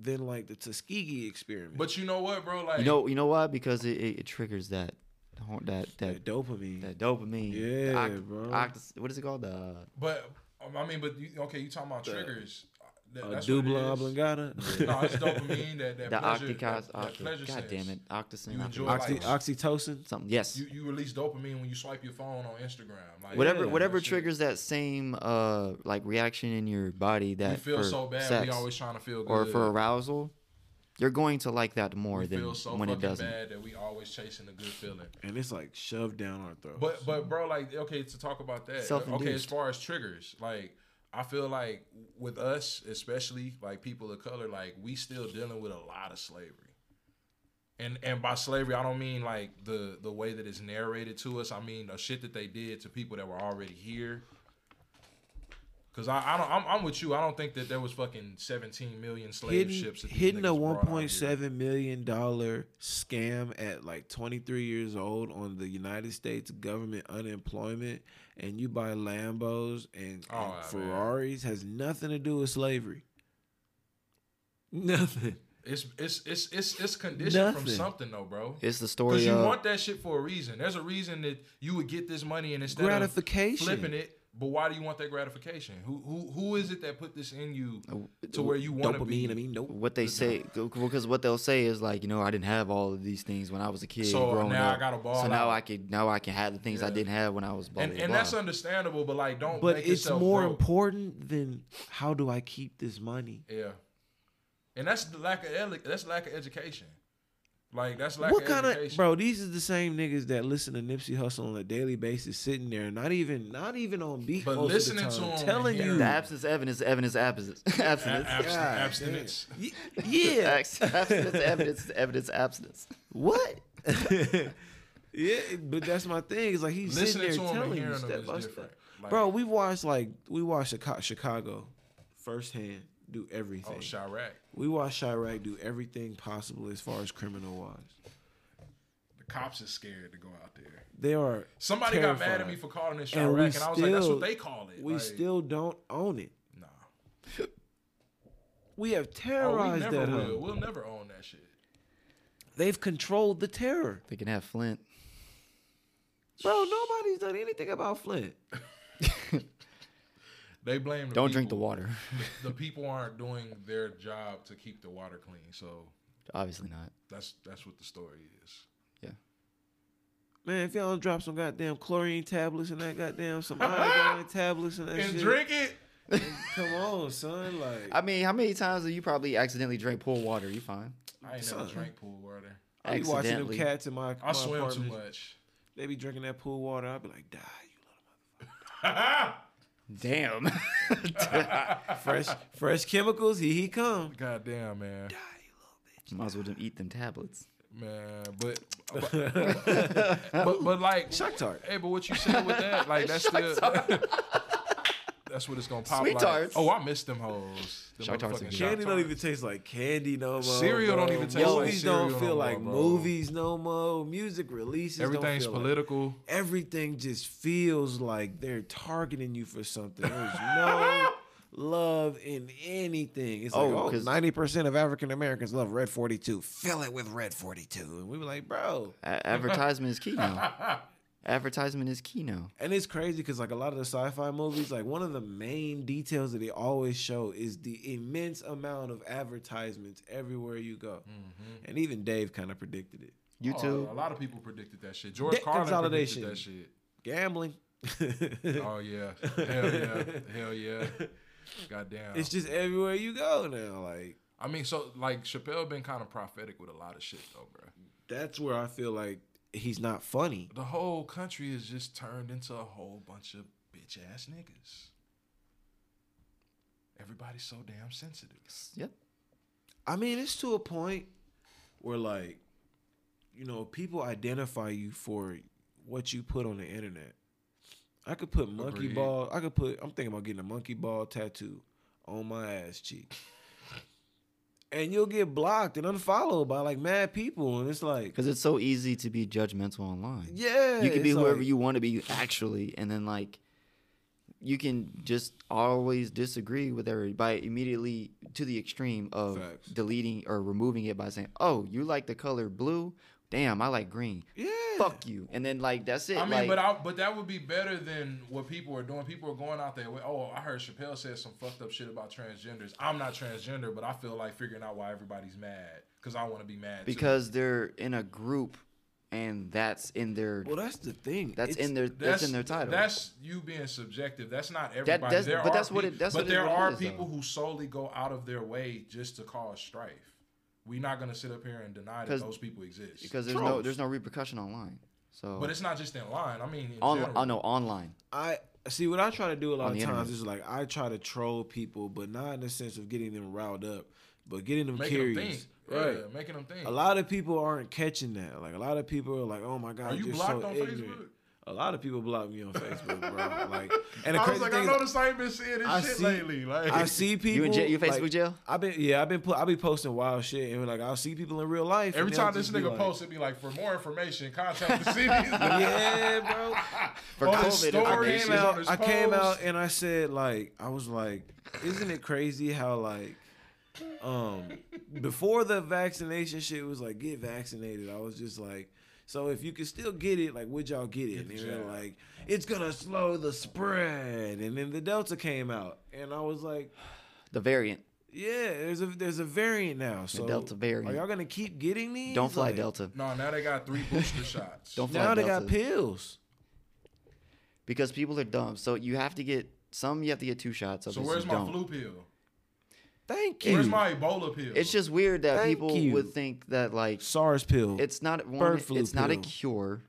[SPEAKER 5] than like the Tuskegee experiment.
[SPEAKER 6] But you know what, bro? Like
[SPEAKER 4] You know, you know why? Because it, it, it triggers that, hor- that that
[SPEAKER 5] that dopamine.
[SPEAKER 4] that dopamine. the
[SPEAKER 5] Yeah,
[SPEAKER 4] oct-
[SPEAKER 5] bro.
[SPEAKER 4] oct- what is it called? The uh,
[SPEAKER 6] But um, I mean, but you, okay, you talking about triggers? That,
[SPEAKER 5] a
[SPEAKER 6] that's what
[SPEAKER 5] uh, dubla
[SPEAKER 6] it is.
[SPEAKER 5] obligata. (laughs)
[SPEAKER 6] No, it's dopamine. That that
[SPEAKER 4] the
[SPEAKER 6] pleasure.
[SPEAKER 4] octocos,
[SPEAKER 6] that, that
[SPEAKER 4] octo-
[SPEAKER 6] pleasure
[SPEAKER 4] God
[SPEAKER 6] sense.
[SPEAKER 4] damn it, octocin.
[SPEAKER 6] You
[SPEAKER 4] octo-
[SPEAKER 6] enjoy
[SPEAKER 5] Oxy,
[SPEAKER 6] like,
[SPEAKER 5] oxytocin.
[SPEAKER 4] something. Yes.
[SPEAKER 6] you, you release dopamine when you swipe your phone on Instagram. Like
[SPEAKER 4] whatever
[SPEAKER 6] that
[SPEAKER 4] whatever
[SPEAKER 6] shit.
[SPEAKER 4] triggers that same uh like reaction in your body that
[SPEAKER 6] You feel
[SPEAKER 4] for
[SPEAKER 6] so bad.
[SPEAKER 4] sex
[SPEAKER 6] We always trying to feel good.
[SPEAKER 4] or for arousal, you're going to like that more
[SPEAKER 6] we
[SPEAKER 4] than
[SPEAKER 6] feel so
[SPEAKER 4] when it
[SPEAKER 6] fucking
[SPEAKER 4] doesn't.
[SPEAKER 6] bad that we always chasing the good feeling.
[SPEAKER 5] And it's like shoved down our throats.
[SPEAKER 6] But but bro, like okay, to talk about that. uh, Okay, as
[SPEAKER 4] Self-induced.
[SPEAKER 6] far as triggers, like I feel like with us, especially like people of color, like we still dealing with a lot of slavery. And and by slavery, I don't mean like the the way that it's narrated to us. I mean the shit that they did to people that were already here. Cause I, I don't I'm, I'm with you. I don't think that there was fucking 17 million slave
[SPEAKER 5] hidden,
[SPEAKER 6] ships. that these
[SPEAKER 5] hidden a
[SPEAKER 6] niggas brought out here.
[SPEAKER 5] 1.7 million dollar scam at like 23 years old on the United States government unemployment, and you buy Lambos and,
[SPEAKER 6] Oh,
[SPEAKER 5] and
[SPEAKER 6] man.
[SPEAKER 5] Ferraris has nothing to do with slavery. Nothing.
[SPEAKER 6] It's it's it's it's it's conditioned from
[SPEAKER 5] Nothing.
[SPEAKER 6] something though, bro.
[SPEAKER 4] It's the
[SPEAKER 6] Because
[SPEAKER 4] story
[SPEAKER 6] you
[SPEAKER 4] of
[SPEAKER 6] want that shit for a reason. There's a reason that you would get this money and instead
[SPEAKER 5] Gratification.
[SPEAKER 6] of flipping it. But why do you want that gratification? Who who who is it that put this in you to where you want to be?
[SPEAKER 5] Uh, Dopamine. I mean, nope.
[SPEAKER 4] what
[SPEAKER 6] (laughs)
[SPEAKER 4] they say because what they'll say is like you know I didn't have all of these things when I was a kid
[SPEAKER 6] So uh,
[SPEAKER 4] growing
[SPEAKER 6] now I
[SPEAKER 4] up.
[SPEAKER 6] gotta ball
[SPEAKER 4] so
[SPEAKER 6] out.
[SPEAKER 4] now I could now I can have the things I didn't have when I was blah
[SPEAKER 6] and
[SPEAKER 4] blah,
[SPEAKER 6] and
[SPEAKER 4] blah.
[SPEAKER 6] that's understandable, but like don't.
[SPEAKER 5] But
[SPEAKER 6] make
[SPEAKER 5] it's
[SPEAKER 6] yourself
[SPEAKER 5] more
[SPEAKER 6] broke.
[SPEAKER 5] important than how do I keep this money?
[SPEAKER 6] Yeah, and that's the lack of ele- that's lack of education. Like that's lack
[SPEAKER 5] What
[SPEAKER 6] of
[SPEAKER 5] kind
[SPEAKER 6] education.
[SPEAKER 5] of bro? These is the same niggas that listen to Nipsey Hussle on a daily basis, sitting there, not even, not even on beat,
[SPEAKER 6] But
[SPEAKER 5] most of the
[SPEAKER 6] listening to
[SPEAKER 5] time,
[SPEAKER 6] him
[SPEAKER 5] telling
[SPEAKER 6] and
[SPEAKER 5] you,
[SPEAKER 4] the absence of evidence evidence absence (laughs) abstinence.
[SPEAKER 6] Abs-
[SPEAKER 5] God
[SPEAKER 6] abstinence.
[SPEAKER 5] Y- yeah,
[SPEAKER 4] Abs- abstinence evidence evidence abstinence.
[SPEAKER 5] (laughs) what? yeah, but that's my thing. It's like he's
[SPEAKER 6] Listening to
[SPEAKER 5] sitting
[SPEAKER 6] him
[SPEAKER 5] there
[SPEAKER 6] and
[SPEAKER 5] telling
[SPEAKER 6] hearing
[SPEAKER 5] you
[SPEAKER 6] him
[SPEAKER 5] step
[SPEAKER 6] is
[SPEAKER 5] by
[SPEAKER 6] different.
[SPEAKER 5] step.
[SPEAKER 6] Like-
[SPEAKER 5] bro, we watched like we watched Chica- Chicago firsthand do everything.
[SPEAKER 6] Oh, Chirac,
[SPEAKER 5] we watched Chirac do everything possible as far as criminal wise.
[SPEAKER 6] the cops is scared to go out there.
[SPEAKER 5] They are
[SPEAKER 6] Somebody got mad at
[SPEAKER 5] terrified.
[SPEAKER 6] me for calling it Chirac, and,
[SPEAKER 5] And we
[SPEAKER 6] I was like, that's
[SPEAKER 5] still-
[SPEAKER 6] what they call it.
[SPEAKER 5] We
[SPEAKER 6] Like,
[SPEAKER 5] still don't own it.
[SPEAKER 6] nah.
[SPEAKER 5] We have
[SPEAKER 6] Oh, we
[SPEAKER 5] terrorized
[SPEAKER 6] never
[SPEAKER 5] that.
[SPEAKER 6] will.
[SPEAKER 5] Home.
[SPEAKER 6] We'll never own that shit.
[SPEAKER 5] They've controlled the terror.
[SPEAKER 4] They can have Flint.
[SPEAKER 5] Bro, nobody's done anything about Flint.
[SPEAKER 6] They blame. The
[SPEAKER 4] Don't drink the
[SPEAKER 6] people.
[SPEAKER 4] water. (laughs)
[SPEAKER 6] (laughs) The people aren't doing their job to keep the water clean, so
[SPEAKER 4] Obviously not.
[SPEAKER 6] that's that's what the story is.
[SPEAKER 4] Yeah.
[SPEAKER 5] Man, if y'all don't drop some goddamn chlorine tablets and that
[SPEAKER 6] (laughs)
[SPEAKER 5] goddamn some iodine tablets and that
[SPEAKER 6] And
[SPEAKER 5] shit.
[SPEAKER 6] drink it.
[SPEAKER 5] Come on, son. Like
[SPEAKER 4] I mean, how many times have you probably accidentally drank pool water? You fine?
[SPEAKER 6] I ain't never
[SPEAKER 5] Son.
[SPEAKER 6] drank pool water.
[SPEAKER 5] I be watching them
[SPEAKER 4] accidentally.
[SPEAKER 5] cats in my, my
[SPEAKER 6] I swim
[SPEAKER 5] apartment.
[SPEAKER 6] too much.
[SPEAKER 5] They be drinking that pool water. I be like, die,
[SPEAKER 6] (laughs)
[SPEAKER 5] you
[SPEAKER 4] Damn. (laughs)
[SPEAKER 5] little fresh fresh chemicals. Here he come.
[SPEAKER 6] God damn, man,
[SPEAKER 4] Might as well just eat them tablets.
[SPEAKER 6] man. (laughs) But but, but, but like
[SPEAKER 5] Shock tart.
[SPEAKER 6] (laughs) Hey, but what you said with that, like that's still (laughs) That's what it's gonna pop
[SPEAKER 4] Sweet
[SPEAKER 6] like.
[SPEAKER 4] tarts.
[SPEAKER 6] Oh, I missed them hoes. Them
[SPEAKER 4] Shark tarts are
[SPEAKER 6] motherfucking
[SPEAKER 4] good.
[SPEAKER 6] shark
[SPEAKER 5] Candy don't
[SPEAKER 6] tarts.
[SPEAKER 5] even taste like candy no more.
[SPEAKER 6] Cereal
[SPEAKER 5] bro.
[SPEAKER 6] don't even taste like
[SPEAKER 5] movies
[SPEAKER 6] cereal
[SPEAKER 5] don't
[SPEAKER 6] no
[SPEAKER 5] feel
[SPEAKER 6] more,
[SPEAKER 5] like
[SPEAKER 6] bro.
[SPEAKER 5] movies no more. Music releases.
[SPEAKER 6] Everything's
[SPEAKER 5] don't feel like-
[SPEAKER 6] political.
[SPEAKER 5] everything just feels like they're targeting you for something. There's
[SPEAKER 6] (laughs)
[SPEAKER 5] no love in anything. It's
[SPEAKER 4] Oh,
[SPEAKER 5] like, oh,
[SPEAKER 4] 'cause-
[SPEAKER 5] 90% of African Americans love Red 42. Fill it with Red 42. And we were like, bro.
[SPEAKER 4] A- advertisement is key
[SPEAKER 5] (laughs)
[SPEAKER 4] now. Advertisement is key now.
[SPEAKER 5] And it's crazy because, like, a lot of the sci fi movies, like, one of the main details that they always show is the immense amount of advertisements everywhere you go. And even Dave kind of predicted it.
[SPEAKER 4] YouTube.
[SPEAKER 6] Oh, a lot of people predicted that shit. George
[SPEAKER 5] Debt
[SPEAKER 6] Carlin predicted
[SPEAKER 5] consolidation.
[SPEAKER 6] that shit.
[SPEAKER 5] Gambling.
[SPEAKER 6] Oh yeah, hell yeah, hell yeah. Goddamn.
[SPEAKER 5] It's just everywhere you go now. Like,
[SPEAKER 6] I mean, so like Chappelle been kind of prophetic with a lot of shit though, bro.
[SPEAKER 5] that's where I feel like he's not funny.
[SPEAKER 6] The whole country is just turned into a whole bunch of bitch ass niggas. Everybody's so damn sensitive.
[SPEAKER 4] Yep.
[SPEAKER 5] I mean, it's to a point where like, you know, people identify you for what you put on the internet. I could put monkey
[SPEAKER 6] Agreed.
[SPEAKER 5] ball. I could put. I'm thinking about getting a monkey ball tattoo on my ass cheek, and you'll get blocked and unfollowed by like mad people, and it's like,
[SPEAKER 4] Because it's so easy to be judgmental online.
[SPEAKER 5] yeah,
[SPEAKER 4] you can be
[SPEAKER 5] it's
[SPEAKER 4] whoever
[SPEAKER 5] like-
[SPEAKER 4] you want to be actually, and then like you can just always disagree with everybody by immediately to the extreme of
[SPEAKER 5] Facts.
[SPEAKER 4] deleting or removing it by saying, "Oh, you like the color blue? Damn, I like green.
[SPEAKER 5] Yeah,
[SPEAKER 4] Fuck you!" And then like that's it.
[SPEAKER 6] I mean,
[SPEAKER 4] like,
[SPEAKER 6] but I, but that would be better than what people are doing. People are going out there. With, oh, I heard Chappelle said some fucked up shit about transgenders. I'm not transgender, but I feel like figuring out why everybody's mad because I want to be mad. too.
[SPEAKER 4] because they're in a group, and that's in their
[SPEAKER 5] Well, that's the thing.
[SPEAKER 4] that's
[SPEAKER 5] It's-
[SPEAKER 4] in their that's, in their title.
[SPEAKER 6] That's you being subjective. That's not everybody.
[SPEAKER 4] that's-
[SPEAKER 6] there
[SPEAKER 4] but
[SPEAKER 6] are
[SPEAKER 4] that's what
[SPEAKER 6] peop-
[SPEAKER 4] it- that's
[SPEAKER 6] but
[SPEAKER 4] what it-
[SPEAKER 6] there
[SPEAKER 4] what it
[SPEAKER 6] are
[SPEAKER 4] is,
[SPEAKER 6] people
[SPEAKER 4] though.
[SPEAKER 6] who solely go out of their way just to cause strife. We're not gonna sit up here and deny that
[SPEAKER 4] 'Cause-
[SPEAKER 6] those people exist.
[SPEAKER 4] because there's no there's no repercussion online. So
[SPEAKER 6] but it's not just in line. I mean, in
[SPEAKER 4] on
[SPEAKER 6] general.
[SPEAKER 4] oh no online.
[SPEAKER 5] I see what I try to do a lot
[SPEAKER 4] On
[SPEAKER 5] of
[SPEAKER 4] the
[SPEAKER 5] times
[SPEAKER 4] internet.
[SPEAKER 5] is like I try to troll people, but not in the sense of getting them riled up, but getting them
[SPEAKER 6] making them think.
[SPEAKER 5] curious. right.
[SPEAKER 6] Yeah, making them think.
[SPEAKER 5] A lot of people aren't catching that. Like a lot of people are like, "Oh my god,
[SPEAKER 6] Are you
[SPEAKER 5] you're
[SPEAKER 6] blocked
[SPEAKER 5] so
[SPEAKER 6] on
[SPEAKER 5] ignorant."
[SPEAKER 6] Facebook?
[SPEAKER 5] A lot of people block me on
[SPEAKER 6] (laughs)
[SPEAKER 5] Facebook, bro. Like, and
[SPEAKER 6] I
[SPEAKER 5] the
[SPEAKER 6] was
[SPEAKER 5] crazy
[SPEAKER 6] like, I
[SPEAKER 5] thing
[SPEAKER 6] know
[SPEAKER 5] is,
[SPEAKER 6] the same been seeing this
[SPEAKER 5] I
[SPEAKER 6] shit
[SPEAKER 5] see-
[SPEAKER 6] lately. Like,
[SPEAKER 5] I see people.
[SPEAKER 4] (laughs) You in jail- you
[SPEAKER 5] like,
[SPEAKER 4] Facebook jail?
[SPEAKER 5] I've been yeah, I've been put. I be posting wild shit, and like I'll see people in real life.
[SPEAKER 6] every
[SPEAKER 5] and they'll
[SPEAKER 6] time this
[SPEAKER 5] just be
[SPEAKER 6] nigga
[SPEAKER 5] like,
[SPEAKER 6] posts, it'd be like, for more information, contact the cities. (laughs)
[SPEAKER 5] (laughs) yeah, bro.
[SPEAKER 4] For
[SPEAKER 6] On his
[SPEAKER 4] COVID,
[SPEAKER 6] story,
[SPEAKER 5] I
[SPEAKER 4] information.
[SPEAKER 5] came
[SPEAKER 6] It's on
[SPEAKER 5] out.
[SPEAKER 6] his
[SPEAKER 5] I came
[SPEAKER 6] post.
[SPEAKER 5] out and I said like I was like, isn't it crazy how like, um, before the vaccination shit was like get vaccinated. I was just like. So if you could still get it, like would y'all get it? and they were
[SPEAKER 6] jab.
[SPEAKER 5] like, it's gonna slow the spread. And then the Delta came out, and I was like,
[SPEAKER 4] the variant.
[SPEAKER 5] yeah, there's a there's a variant now. So
[SPEAKER 4] Delta variant.
[SPEAKER 5] Are y'all gonna keep getting these?
[SPEAKER 4] Don't fly
[SPEAKER 5] Like,
[SPEAKER 4] Delta.
[SPEAKER 6] no, now they got three
[SPEAKER 4] (laughs)
[SPEAKER 6] booster shots.
[SPEAKER 4] Don't fly
[SPEAKER 5] Now they
[SPEAKER 4] Delta.
[SPEAKER 5] got pills.
[SPEAKER 4] because people are dumb. So you have to get some. You have to get two shots.
[SPEAKER 6] so
[SPEAKER 4] Others
[SPEAKER 6] where's
[SPEAKER 4] you
[SPEAKER 6] my
[SPEAKER 4] don't.
[SPEAKER 6] flu pill?
[SPEAKER 5] Thank you.
[SPEAKER 6] Where's my Ebola pill?
[SPEAKER 4] It's just weird that
[SPEAKER 5] Thank
[SPEAKER 4] people
[SPEAKER 5] you.
[SPEAKER 4] would think that like
[SPEAKER 5] SARS pill.
[SPEAKER 4] it's not one.
[SPEAKER 5] Bird
[SPEAKER 4] It's
[SPEAKER 5] flu
[SPEAKER 4] not a
[SPEAKER 5] pill.
[SPEAKER 4] cure.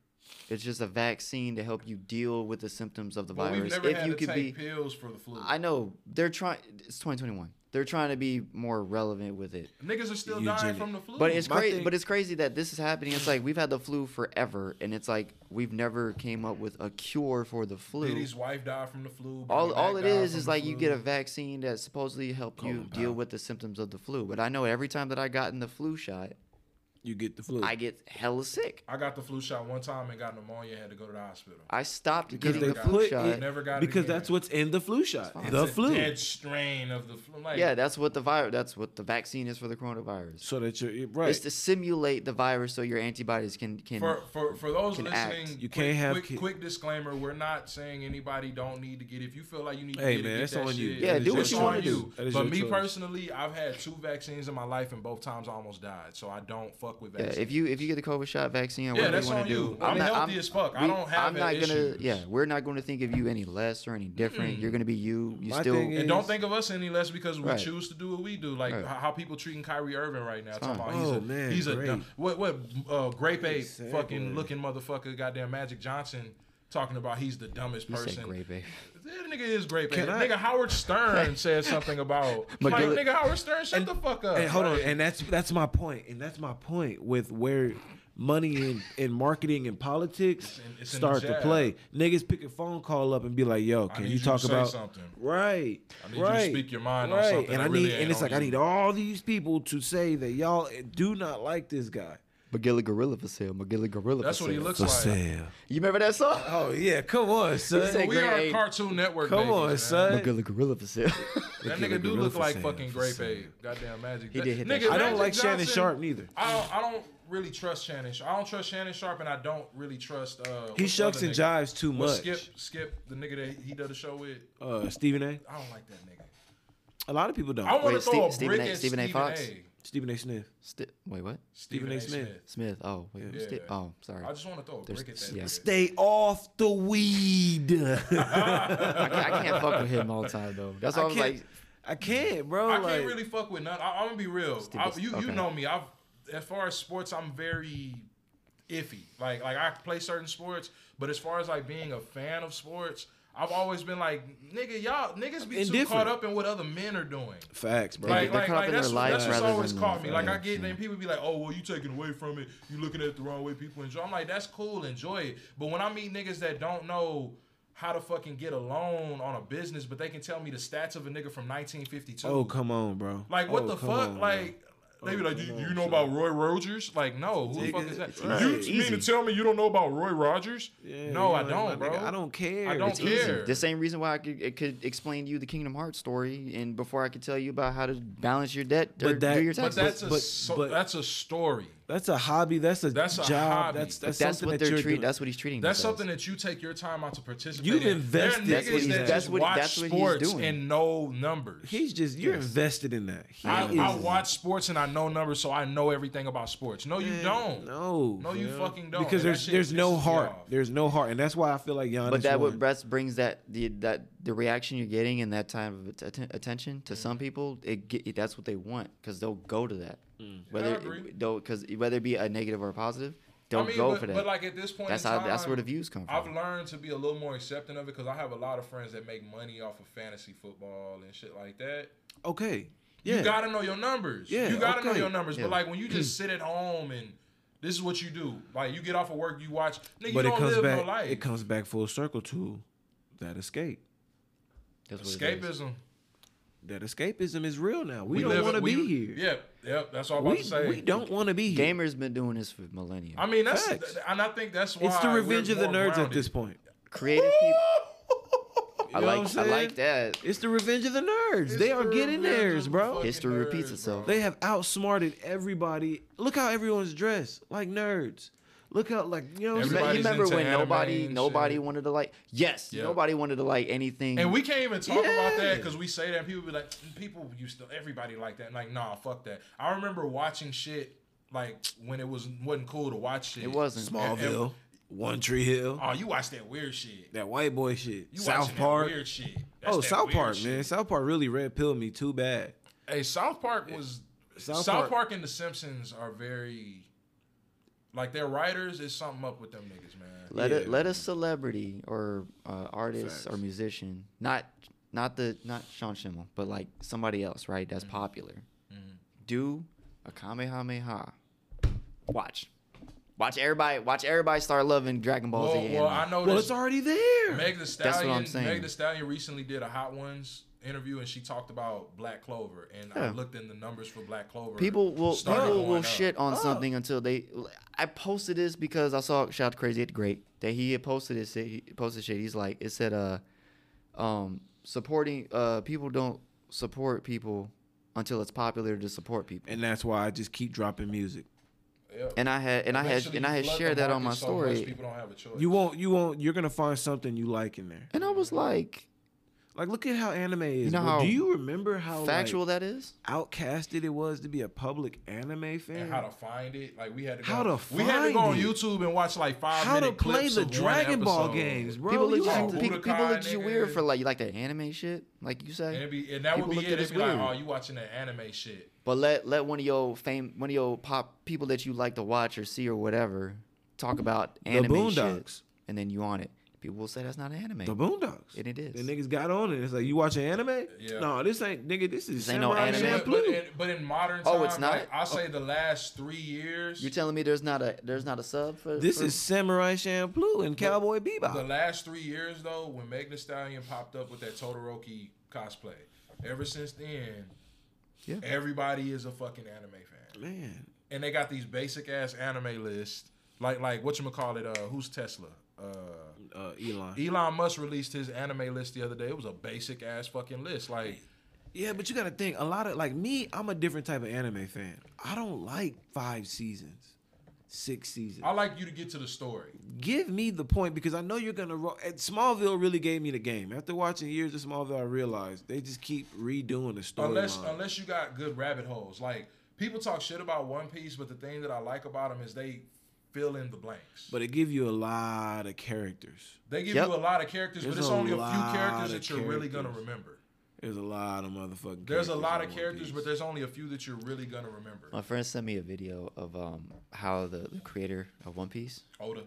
[SPEAKER 4] It's just a vaccine to help you deal with the symptoms of the
[SPEAKER 6] But
[SPEAKER 4] virus.
[SPEAKER 6] We've never
[SPEAKER 4] if
[SPEAKER 6] had
[SPEAKER 4] you
[SPEAKER 6] to
[SPEAKER 4] could be,
[SPEAKER 6] take pills for the flu.
[SPEAKER 4] I know they're trying. It's 2021. They're trying to be more relevant with it.
[SPEAKER 6] Niggas are still dying
[SPEAKER 5] Eugenic.
[SPEAKER 6] from the flu.
[SPEAKER 4] But it's
[SPEAKER 5] My
[SPEAKER 4] crazy.
[SPEAKER 5] thing-
[SPEAKER 4] but it's crazy that this is happening. It's like we've had the flu forever, and it's like we've never came up with a cure for the flu.
[SPEAKER 6] Diddy's wife died from the flu.
[SPEAKER 4] all
[SPEAKER 6] Bobby
[SPEAKER 4] all
[SPEAKER 6] Mack
[SPEAKER 4] it
[SPEAKER 6] died
[SPEAKER 4] is
[SPEAKER 6] from
[SPEAKER 4] is
[SPEAKER 6] the
[SPEAKER 4] like you
[SPEAKER 6] flu.
[SPEAKER 4] get a vaccine that supposedly help you deal with the symptoms of the flu. But I know every time that I gotten the flu shot,
[SPEAKER 5] you get the flu.
[SPEAKER 4] I get hella sick.
[SPEAKER 6] I got the flu shot one time and got pneumonia. Had to go to the hospital.
[SPEAKER 4] I stopped
[SPEAKER 5] because
[SPEAKER 4] getting
[SPEAKER 5] they
[SPEAKER 4] the flu
[SPEAKER 5] put
[SPEAKER 4] shot.
[SPEAKER 5] it
[SPEAKER 6] Never got it
[SPEAKER 5] because
[SPEAKER 6] again.
[SPEAKER 5] that's what's in the flu shot. The
[SPEAKER 6] It's a
[SPEAKER 5] flu.
[SPEAKER 6] dead strain of the flu. Like,
[SPEAKER 4] yeah, that's what the virus. That's what the vaccine is for the coronavirus.
[SPEAKER 5] So that you're right.
[SPEAKER 4] It's to simulate the virus so your antibodies can can.
[SPEAKER 6] For for for those
[SPEAKER 4] can
[SPEAKER 6] listening,
[SPEAKER 4] act.
[SPEAKER 5] You
[SPEAKER 6] quick,
[SPEAKER 5] can't have
[SPEAKER 6] quick,
[SPEAKER 5] kid-
[SPEAKER 6] quick disclaimer. We're not saying anybody don't need to get. it. If you feel like you need to
[SPEAKER 5] Hey,
[SPEAKER 6] get
[SPEAKER 5] man,
[SPEAKER 6] it,
[SPEAKER 5] that's
[SPEAKER 6] get that
[SPEAKER 5] on you.
[SPEAKER 6] shit.
[SPEAKER 4] Yeah, That is do your what you wanna
[SPEAKER 6] on
[SPEAKER 4] choice.
[SPEAKER 6] you.
[SPEAKER 5] That is
[SPEAKER 6] But
[SPEAKER 5] your
[SPEAKER 6] me
[SPEAKER 5] choice.
[SPEAKER 6] personally, I've had two vaccines in my life, and both times I almost died. So I don't fuck with
[SPEAKER 4] yeah,
[SPEAKER 6] vaccines.
[SPEAKER 4] if you if you get the COVID shot vaccine, or whatever
[SPEAKER 6] that's
[SPEAKER 4] you want
[SPEAKER 6] on
[SPEAKER 4] to
[SPEAKER 6] you.
[SPEAKER 4] do,
[SPEAKER 6] I'm healthy as fuck. I don't have
[SPEAKER 4] I'm not
[SPEAKER 6] that
[SPEAKER 4] gonna.
[SPEAKER 6] issues.
[SPEAKER 4] Yeah, we're not going to think of you any less or any different. You're going to be you. You
[SPEAKER 5] My
[SPEAKER 4] still.
[SPEAKER 5] thing
[SPEAKER 6] And
[SPEAKER 5] is-
[SPEAKER 6] don't think of us any less because we
[SPEAKER 4] Right.
[SPEAKER 6] choose to do what we do. Like
[SPEAKER 4] Right.
[SPEAKER 6] how how people treating Kyrie Irving right now. Talking
[SPEAKER 4] fine.
[SPEAKER 6] about he's
[SPEAKER 5] Oh,
[SPEAKER 6] a
[SPEAKER 5] man,
[SPEAKER 6] he's a
[SPEAKER 5] great.
[SPEAKER 6] dumb- what what uh, grape ape
[SPEAKER 5] Exactly.
[SPEAKER 6] fucking looking motherfucker. Goddamn Magic Johnson talking about he's the dumbest
[SPEAKER 4] you said
[SPEAKER 6] person.
[SPEAKER 4] gray
[SPEAKER 6] (laughs)
[SPEAKER 4] babe.
[SPEAKER 6] That nigga is grape ape.
[SPEAKER 5] Can I-
[SPEAKER 6] Nigga Howard Stern said something about like
[SPEAKER 4] McGill-
[SPEAKER 6] nigga Howard Stern shut the fuck up.
[SPEAKER 5] and hold on,
[SPEAKER 6] Like,
[SPEAKER 5] and that's that's my point, and that's my point with where money in, in marketing and politics
[SPEAKER 6] in- it's in the
[SPEAKER 5] start to
[SPEAKER 6] jab.
[SPEAKER 5] play. Niggas pick a phone call up and be like, "Yo, can
[SPEAKER 6] need
[SPEAKER 5] you
[SPEAKER 6] you to
[SPEAKER 5] talk
[SPEAKER 6] say
[SPEAKER 5] about
[SPEAKER 6] something.
[SPEAKER 5] Right.
[SPEAKER 6] I need you to
[SPEAKER 5] right,
[SPEAKER 6] speak your mind on
[SPEAKER 5] right.
[SPEAKER 6] something that
[SPEAKER 5] And I
[SPEAKER 6] really
[SPEAKER 5] need
[SPEAKER 6] ain't
[SPEAKER 5] and it's
[SPEAKER 6] on
[SPEAKER 5] like I
[SPEAKER 6] you.
[SPEAKER 5] need all these people to say that y'all do not like this guy.
[SPEAKER 4] McGilla Gorilla for sale. McGilla Gorilla
[SPEAKER 6] That's
[SPEAKER 4] for
[SPEAKER 6] what he
[SPEAKER 4] sale.
[SPEAKER 6] looks like.
[SPEAKER 4] You remember that song?
[SPEAKER 5] Oh yeah, come on, son.
[SPEAKER 4] said-
[SPEAKER 6] We
[SPEAKER 4] Great
[SPEAKER 6] are
[SPEAKER 4] ape.
[SPEAKER 6] Cartoon Network.
[SPEAKER 5] Come
[SPEAKER 6] babies,
[SPEAKER 5] on,
[SPEAKER 6] man.
[SPEAKER 5] son.
[SPEAKER 4] McGilla Gorilla
[SPEAKER 6] (laughs)
[SPEAKER 4] for sale.
[SPEAKER 6] That
[SPEAKER 5] Look at
[SPEAKER 6] nigga
[SPEAKER 5] the
[SPEAKER 6] do
[SPEAKER 5] gorilla
[SPEAKER 6] look
[SPEAKER 5] for
[SPEAKER 6] like
[SPEAKER 5] saying-
[SPEAKER 6] fucking
[SPEAKER 5] for
[SPEAKER 6] Grape
[SPEAKER 5] saying-
[SPEAKER 6] Ape. Goddamn Magic.
[SPEAKER 4] He did hit that
[SPEAKER 6] nigga,
[SPEAKER 4] shot.
[SPEAKER 5] I don't
[SPEAKER 6] Magic
[SPEAKER 5] like Shannon
[SPEAKER 6] Johnson-
[SPEAKER 5] Sharp neither.
[SPEAKER 6] I don't, I don't really trust Shannon. Sharp. I don't trust Shannon Sharp, and I don't really trust. Uh,
[SPEAKER 5] He
[SPEAKER 6] what's the
[SPEAKER 5] shucks
[SPEAKER 6] other
[SPEAKER 5] and
[SPEAKER 6] nigga?
[SPEAKER 5] jives too
[SPEAKER 6] Well,
[SPEAKER 5] much.
[SPEAKER 6] Skip, Skip, the nigga that he does the show with.
[SPEAKER 5] Uh, Stephen A.
[SPEAKER 6] I don't like that nigga.
[SPEAKER 5] A lot of people don't.
[SPEAKER 6] I want to
[SPEAKER 4] Wait,
[SPEAKER 6] throw
[SPEAKER 4] Steve-
[SPEAKER 6] a brick
[SPEAKER 4] Stephen A-
[SPEAKER 6] at
[SPEAKER 4] Stephen
[SPEAKER 6] Stephen A.
[SPEAKER 4] A. Fox?
[SPEAKER 5] Stephen A. Smith.
[SPEAKER 4] Sti- Wait, what?
[SPEAKER 6] Stephen A. Smith.
[SPEAKER 4] Smith. Oh, wait. who's Sti- oh, sorry.
[SPEAKER 6] I just want to throw a brick at that.
[SPEAKER 4] yeah.
[SPEAKER 6] nigga.
[SPEAKER 5] Stay off
[SPEAKER 4] (laughs)
[SPEAKER 5] the weed. I
[SPEAKER 4] I can't, I can't fuck with him all the time
[SPEAKER 6] (laughs)
[SPEAKER 4] though. That's why I, was
[SPEAKER 5] can't.
[SPEAKER 4] like,
[SPEAKER 5] I can't, bro.
[SPEAKER 6] I
[SPEAKER 5] like,
[SPEAKER 6] can't really fuck with none. I, I'm gonna be real. I, you you
[SPEAKER 4] okay.
[SPEAKER 6] know me. I've as far as sports, I'm very iffy. Like like I play certain sports, but as far as like being a fan of sports, I've always been like nigga, y'all niggas be too
[SPEAKER 5] Indifferent.
[SPEAKER 6] caught up in what other men are doing.
[SPEAKER 5] Facts, bro.
[SPEAKER 6] Like,
[SPEAKER 4] they're
[SPEAKER 6] like,
[SPEAKER 4] caught up
[SPEAKER 6] like
[SPEAKER 4] in
[SPEAKER 6] that's,
[SPEAKER 4] their
[SPEAKER 6] what- that's
[SPEAKER 4] lives
[SPEAKER 6] what's
[SPEAKER 4] rather
[SPEAKER 6] always
[SPEAKER 4] than
[SPEAKER 6] caught
[SPEAKER 4] the
[SPEAKER 6] me. Like I
[SPEAKER 4] facts,
[SPEAKER 6] get,
[SPEAKER 4] yeah.
[SPEAKER 6] then people be like, "Oh, well, you taking away from it. You looking at it the wrong way. People enjoy." I'm like, "That's cool, enjoy it." But when I meet niggas that don't know how to fucking get a loan on a business, but they can tell me the stats of a nigga from 1952.
[SPEAKER 5] oh come on, bro.
[SPEAKER 6] Like what
[SPEAKER 5] Oh,
[SPEAKER 6] the
[SPEAKER 5] come
[SPEAKER 6] fuck?
[SPEAKER 5] on, Oh, bro.
[SPEAKER 6] like they be like, do, you- you know about Roy Rogers? Like no, who the fuck is that?
[SPEAKER 5] Right.
[SPEAKER 6] You
[SPEAKER 5] It's
[SPEAKER 6] mean to tell me you don't know about Roy Rogers?
[SPEAKER 5] Yeah,
[SPEAKER 6] no,
[SPEAKER 5] you
[SPEAKER 6] I
[SPEAKER 5] know,
[SPEAKER 6] don't,
[SPEAKER 5] like,
[SPEAKER 6] bro.
[SPEAKER 5] nigga, I don't care.
[SPEAKER 6] I don't
[SPEAKER 5] It's
[SPEAKER 6] care.
[SPEAKER 5] easy.
[SPEAKER 4] the same reason why I could, it could explain to you the Kingdom Hearts story, and before I could tell you about how to balance your debt or
[SPEAKER 5] But that-
[SPEAKER 4] do your
[SPEAKER 5] but
[SPEAKER 6] But
[SPEAKER 4] taxes.
[SPEAKER 6] that's a
[SPEAKER 5] but-
[SPEAKER 6] so,
[SPEAKER 5] but-
[SPEAKER 6] that's a story.
[SPEAKER 5] That's a hobby. That's a
[SPEAKER 6] That's a
[SPEAKER 5] job.
[SPEAKER 6] hobby.
[SPEAKER 5] That's
[SPEAKER 4] But
[SPEAKER 5] that's,
[SPEAKER 4] that's
[SPEAKER 5] something
[SPEAKER 4] what
[SPEAKER 5] that
[SPEAKER 4] they're
[SPEAKER 5] you're
[SPEAKER 4] treating.
[SPEAKER 5] doing.
[SPEAKER 4] That's what he's treating.
[SPEAKER 6] That's
[SPEAKER 4] us
[SPEAKER 6] something
[SPEAKER 4] as.
[SPEAKER 6] that you take your time out to participate.
[SPEAKER 5] You've
[SPEAKER 6] in.
[SPEAKER 5] invested-
[SPEAKER 6] There are
[SPEAKER 5] That's what
[SPEAKER 6] niggas
[SPEAKER 5] he's-
[SPEAKER 6] that
[SPEAKER 5] that's
[SPEAKER 6] just
[SPEAKER 4] what-
[SPEAKER 6] watch
[SPEAKER 4] that's what he's
[SPEAKER 6] sports
[SPEAKER 4] doing.
[SPEAKER 6] and know numbers.
[SPEAKER 5] He's just you're invested in that. He
[SPEAKER 6] I,
[SPEAKER 5] is-
[SPEAKER 6] I watch sports and I know numbers, so I know everything about sports. No, you don't.
[SPEAKER 5] No,
[SPEAKER 6] No, you
[SPEAKER 5] fam.
[SPEAKER 6] fucking don't.
[SPEAKER 5] Because
[SPEAKER 6] And that
[SPEAKER 5] there's
[SPEAKER 6] shit
[SPEAKER 5] there's
[SPEAKER 6] pisses
[SPEAKER 5] no
[SPEAKER 6] me
[SPEAKER 5] heart.
[SPEAKER 6] off.
[SPEAKER 5] There's no heart, and that's why I feel like Giannis.
[SPEAKER 4] But that
[SPEAKER 5] won.
[SPEAKER 4] what Brett brings that the that the reaction you're getting and that time of att- atten- attention to some people, it, ge- it that's what they want because they'll go to that. Whether
[SPEAKER 6] agree.
[SPEAKER 4] though, because whether it be a negative or a positive, they'll
[SPEAKER 6] I mean,
[SPEAKER 4] go
[SPEAKER 6] but,
[SPEAKER 4] for that.
[SPEAKER 6] But like at this point,
[SPEAKER 4] That's
[SPEAKER 6] in
[SPEAKER 4] how-
[SPEAKER 6] time,
[SPEAKER 4] that's where the views come from.
[SPEAKER 6] I've learned to be a little more accepting of it because I have a lot of friends that make money off of fantasy football and shit like that.
[SPEAKER 5] Okay. Yeah.
[SPEAKER 6] You gotta know your numbers.
[SPEAKER 5] Yeah,
[SPEAKER 6] you gotta know
[SPEAKER 5] okay.
[SPEAKER 6] your numbers. But
[SPEAKER 4] Yeah.
[SPEAKER 6] like when you
[SPEAKER 5] (clears throat)
[SPEAKER 6] just sit at home and this is what you do. Like you get off of work, you watch. Nigga,
[SPEAKER 5] but
[SPEAKER 6] you
[SPEAKER 5] it
[SPEAKER 6] don't
[SPEAKER 5] comes
[SPEAKER 6] live
[SPEAKER 5] back.
[SPEAKER 6] no life.
[SPEAKER 5] It comes back full circle to that escape.
[SPEAKER 4] That's what it is.
[SPEAKER 6] Escapism.
[SPEAKER 5] That escapism is real now. We,
[SPEAKER 6] live-
[SPEAKER 5] don't want to
[SPEAKER 6] we-
[SPEAKER 5] be here.
[SPEAKER 6] Yep, yep. That's all I'm about
[SPEAKER 5] we
[SPEAKER 6] to say.
[SPEAKER 5] we don't want to be here.
[SPEAKER 4] Gamers been doing this for millennia.
[SPEAKER 6] I mean, that's
[SPEAKER 5] Facts.
[SPEAKER 6] and I think that's why
[SPEAKER 5] it's the revenge
[SPEAKER 6] we're
[SPEAKER 5] of the
[SPEAKER 6] more
[SPEAKER 5] nerds at
[SPEAKER 6] grounded.
[SPEAKER 5] this point.
[SPEAKER 4] Creative people. I
[SPEAKER 5] You know
[SPEAKER 4] like
[SPEAKER 5] what I'm
[SPEAKER 4] I like
[SPEAKER 5] saying?
[SPEAKER 4] that.
[SPEAKER 5] It's the revenge of the nerds. they are
[SPEAKER 6] the
[SPEAKER 5] getting
[SPEAKER 6] revenge of
[SPEAKER 5] theirs,
[SPEAKER 6] the
[SPEAKER 5] bro.
[SPEAKER 6] fucking
[SPEAKER 4] History repeats
[SPEAKER 6] nerds,
[SPEAKER 4] itself.
[SPEAKER 6] bro.
[SPEAKER 5] They have outsmarted everybody. Look how everyone's dressed, like nerds. Look how, like, you know what I'm
[SPEAKER 4] You me-
[SPEAKER 5] saying?
[SPEAKER 4] you
[SPEAKER 6] Everybody's
[SPEAKER 4] remember
[SPEAKER 6] into
[SPEAKER 4] when
[SPEAKER 6] anime
[SPEAKER 4] nobody
[SPEAKER 6] and
[SPEAKER 4] nobody
[SPEAKER 6] shit.
[SPEAKER 4] wanted to like yes
[SPEAKER 6] Yeah.
[SPEAKER 4] nobody wanted to like anything
[SPEAKER 6] And we can't even talk about that
[SPEAKER 5] Yeah.
[SPEAKER 6] because we say that and people be like, people used to everybody like that. And like, nah, fuck that. I remember watching shit like when it was wasn't cool to watch shit.
[SPEAKER 4] it wasn't
[SPEAKER 5] Smallville, One Tree Hill,
[SPEAKER 6] Oh, you watch that weird shit.
[SPEAKER 5] that white boy shit,
[SPEAKER 6] You
[SPEAKER 5] South
[SPEAKER 6] watching
[SPEAKER 5] Park.
[SPEAKER 6] That weird shit. That's
[SPEAKER 5] Oh,
[SPEAKER 6] that
[SPEAKER 5] South
[SPEAKER 6] weird
[SPEAKER 5] Park,
[SPEAKER 6] shit.
[SPEAKER 5] man. South Park really red pilled me too bad.
[SPEAKER 6] Hey, South Park was South,
[SPEAKER 5] South
[SPEAKER 6] Park.
[SPEAKER 5] Park-
[SPEAKER 6] and The Simpsons are very like their writers is something up with them niggas, man.
[SPEAKER 4] let it let a celebrity or uh, artist or musician not not the not Sean Schimmel but like somebody else right that's
[SPEAKER 6] Mm-hmm.
[SPEAKER 4] popular do a kamehameha watch watch everybody watch everybody start loving Dragon Ball Z
[SPEAKER 6] Well,
[SPEAKER 4] anime.
[SPEAKER 6] well, I know
[SPEAKER 5] Well,
[SPEAKER 6] this-
[SPEAKER 5] it's already there.
[SPEAKER 6] Oh, Meg the
[SPEAKER 4] what I'm
[SPEAKER 6] Stallion.
[SPEAKER 4] saying.
[SPEAKER 6] Meg the Stallion recently did a Hot Ones interview, and she talked about Black Clover, and I
[SPEAKER 4] Yeah.
[SPEAKER 6] looked in the numbers for Black Clover.
[SPEAKER 4] People will
[SPEAKER 6] started
[SPEAKER 4] people will
[SPEAKER 6] going up. Oh.
[SPEAKER 4] shit on something until they. I posted this because I saw shout out to Crazy at the Great that he had posted this. shit- He posted shit. He's like it said uh, um, supporting uh people don't support people until it's popular to support people.
[SPEAKER 5] And that's why I just keep dropping music.
[SPEAKER 6] Yep.
[SPEAKER 4] And I had and I had
[SPEAKER 6] Eventually,
[SPEAKER 4] and I
[SPEAKER 6] you
[SPEAKER 4] had
[SPEAKER 6] flood
[SPEAKER 4] shared
[SPEAKER 6] the
[SPEAKER 4] that on my
[SPEAKER 6] market so much,
[SPEAKER 4] story.
[SPEAKER 6] people don't have a choice.
[SPEAKER 5] You won't, you won't, you're going to find something you like in there.
[SPEAKER 4] And I was like,
[SPEAKER 5] Like, look at how anime is.
[SPEAKER 4] know
[SPEAKER 5] bro.
[SPEAKER 4] how
[SPEAKER 5] Do you remember how
[SPEAKER 4] factual
[SPEAKER 5] like,
[SPEAKER 4] that is.
[SPEAKER 5] outcasted it was to be a public anime fan?
[SPEAKER 6] and how to find it? Like we had to go,
[SPEAKER 5] How to
[SPEAKER 6] we had to go on
[SPEAKER 5] find it.
[SPEAKER 6] YouTube and watch like five
[SPEAKER 5] How to
[SPEAKER 6] minute
[SPEAKER 5] play
[SPEAKER 6] clips
[SPEAKER 5] the
[SPEAKER 6] of one
[SPEAKER 5] Dragon Ball
[SPEAKER 6] episode.
[SPEAKER 5] games, bro.
[SPEAKER 4] People
[SPEAKER 5] You
[SPEAKER 4] look
[SPEAKER 6] all
[SPEAKER 4] at you, people,
[SPEAKER 6] Budokai,
[SPEAKER 4] people look at you
[SPEAKER 6] nigga.
[SPEAKER 4] weird for like you like that anime shit, like you say.
[SPEAKER 6] And, it'd be, and that would
[SPEAKER 4] People
[SPEAKER 6] be
[SPEAKER 4] look at
[SPEAKER 6] it.
[SPEAKER 4] us
[SPEAKER 6] It'd be like,
[SPEAKER 4] weird.
[SPEAKER 6] oh, you watching that anime shit?
[SPEAKER 4] But let let one of your fame, one of your pop people that you like to watch or see or whatever, talk about anime shit,
[SPEAKER 5] Mm-hmm. Boondocks.
[SPEAKER 4] and then you on it. People will say that's not an anime.
[SPEAKER 5] The Boondocks.
[SPEAKER 4] And it is.
[SPEAKER 5] The niggas got on it. It's like you watch an anime?
[SPEAKER 6] Yeah.
[SPEAKER 5] No, this ain't nigga. This is
[SPEAKER 4] This ain't no
[SPEAKER 5] Samurai
[SPEAKER 4] anime.
[SPEAKER 6] But, but,
[SPEAKER 5] Champloo.
[SPEAKER 6] in, but in modern
[SPEAKER 4] Oh, it's
[SPEAKER 6] time,
[SPEAKER 4] not?
[SPEAKER 6] like, I say the last three years,
[SPEAKER 4] You're telling me there's not a there's not a sub for
[SPEAKER 5] This
[SPEAKER 4] for-
[SPEAKER 5] is Samurai Champloo and Cowboy
[SPEAKER 6] the
[SPEAKER 5] Bebop.
[SPEAKER 6] last three years though, when Meg Thee Stallion popped up with that Todoroki cosplay, ever since then,
[SPEAKER 4] Yeah.
[SPEAKER 6] everybody is a fucking anime fan,
[SPEAKER 5] Man,
[SPEAKER 6] and they got these basic ass anime lists. Like like what you call it? Uh, who's Tesla? Uh,
[SPEAKER 5] uh, Elon.
[SPEAKER 6] Elon Musk released his anime list the other day. It was a basic ass fucking list. Like
[SPEAKER 5] Yeah, but you gotta think a lot of like me. I'm a different type of anime fan. I don't like five seasons, six seasons.
[SPEAKER 6] I like you to get to the story.
[SPEAKER 5] Give me the point because I know you're gonna roll. And Smallville really gave me the game. After watching years of Smallville, I realized they just keep redoing the
[SPEAKER 6] unless
[SPEAKER 5] storyline.
[SPEAKER 6] unless you got good rabbit holes. Like people talk shit about One Piece, but the thing that I like about them is they fill in the blanks.
[SPEAKER 5] But it give you a lot of characters.
[SPEAKER 6] they give
[SPEAKER 4] Yep.
[SPEAKER 6] you a lot of characters,
[SPEAKER 5] There's
[SPEAKER 6] but it's
[SPEAKER 5] a
[SPEAKER 6] only a few
[SPEAKER 5] lot
[SPEAKER 6] characters
[SPEAKER 5] of
[SPEAKER 6] that you're really gonna
[SPEAKER 5] characters.
[SPEAKER 6] remember.
[SPEAKER 5] There's a lot of motherfucking.
[SPEAKER 6] There's a lot
[SPEAKER 5] in
[SPEAKER 6] of
[SPEAKER 5] One
[SPEAKER 6] characters,
[SPEAKER 5] Piece.
[SPEAKER 6] but there's only a few that you're really gonna remember.
[SPEAKER 4] (laughs) My friend sent me a video of um how the, the creator of One Piece
[SPEAKER 6] Oda.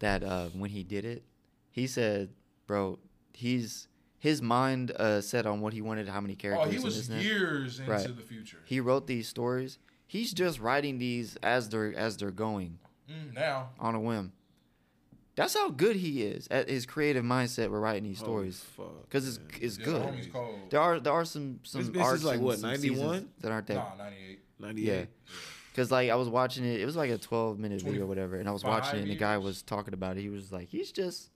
[SPEAKER 4] that uh, when he did it, he said, "Bro, he's his mind uh, set on what he wanted, how many characters."
[SPEAKER 6] Oh, he
[SPEAKER 4] and
[SPEAKER 6] was
[SPEAKER 4] this and that.
[SPEAKER 6] years into
[SPEAKER 4] Right.
[SPEAKER 6] the future.
[SPEAKER 4] He wrote these stories. He's just writing these as they're as they're going
[SPEAKER 6] Mm, now
[SPEAKER 4] on a whim. That's how good he is at his creative mindset. We're writing these
[SPEAKER 5] Holy
[SPEAKER 4] stories
[SPEAKER 5] fuck,
[SPEAKER 4] because it's it's
[SPEAKER 6] yeah,
[SPEAKER 4] good.
[SPEAKER 6] homie's called
[SPEAKER 4] There are there are some some
[SPEAKER 5] bitch is
[SPEAKER 4] arcs
[SPEAKER 5] like,
[SPEAKER 4] and
[SPEAKER 5] what,
[SPEAKER 4] some seasons
[SPEAKER 5] 91?
[SPEAKER 4] that aren't that
[SPEAKER 6] nah, 98.
[SPEAKER 4] Yeah.
[SPEAKER 5] 98.
[SPEAKER 4] Cause like I was watching it, it was like a twelve minute video or whatever, and I was watching it, and the guy
[SPEAKER 6] 25
[SPEAKER 4] was talking about it. He was like, he's just,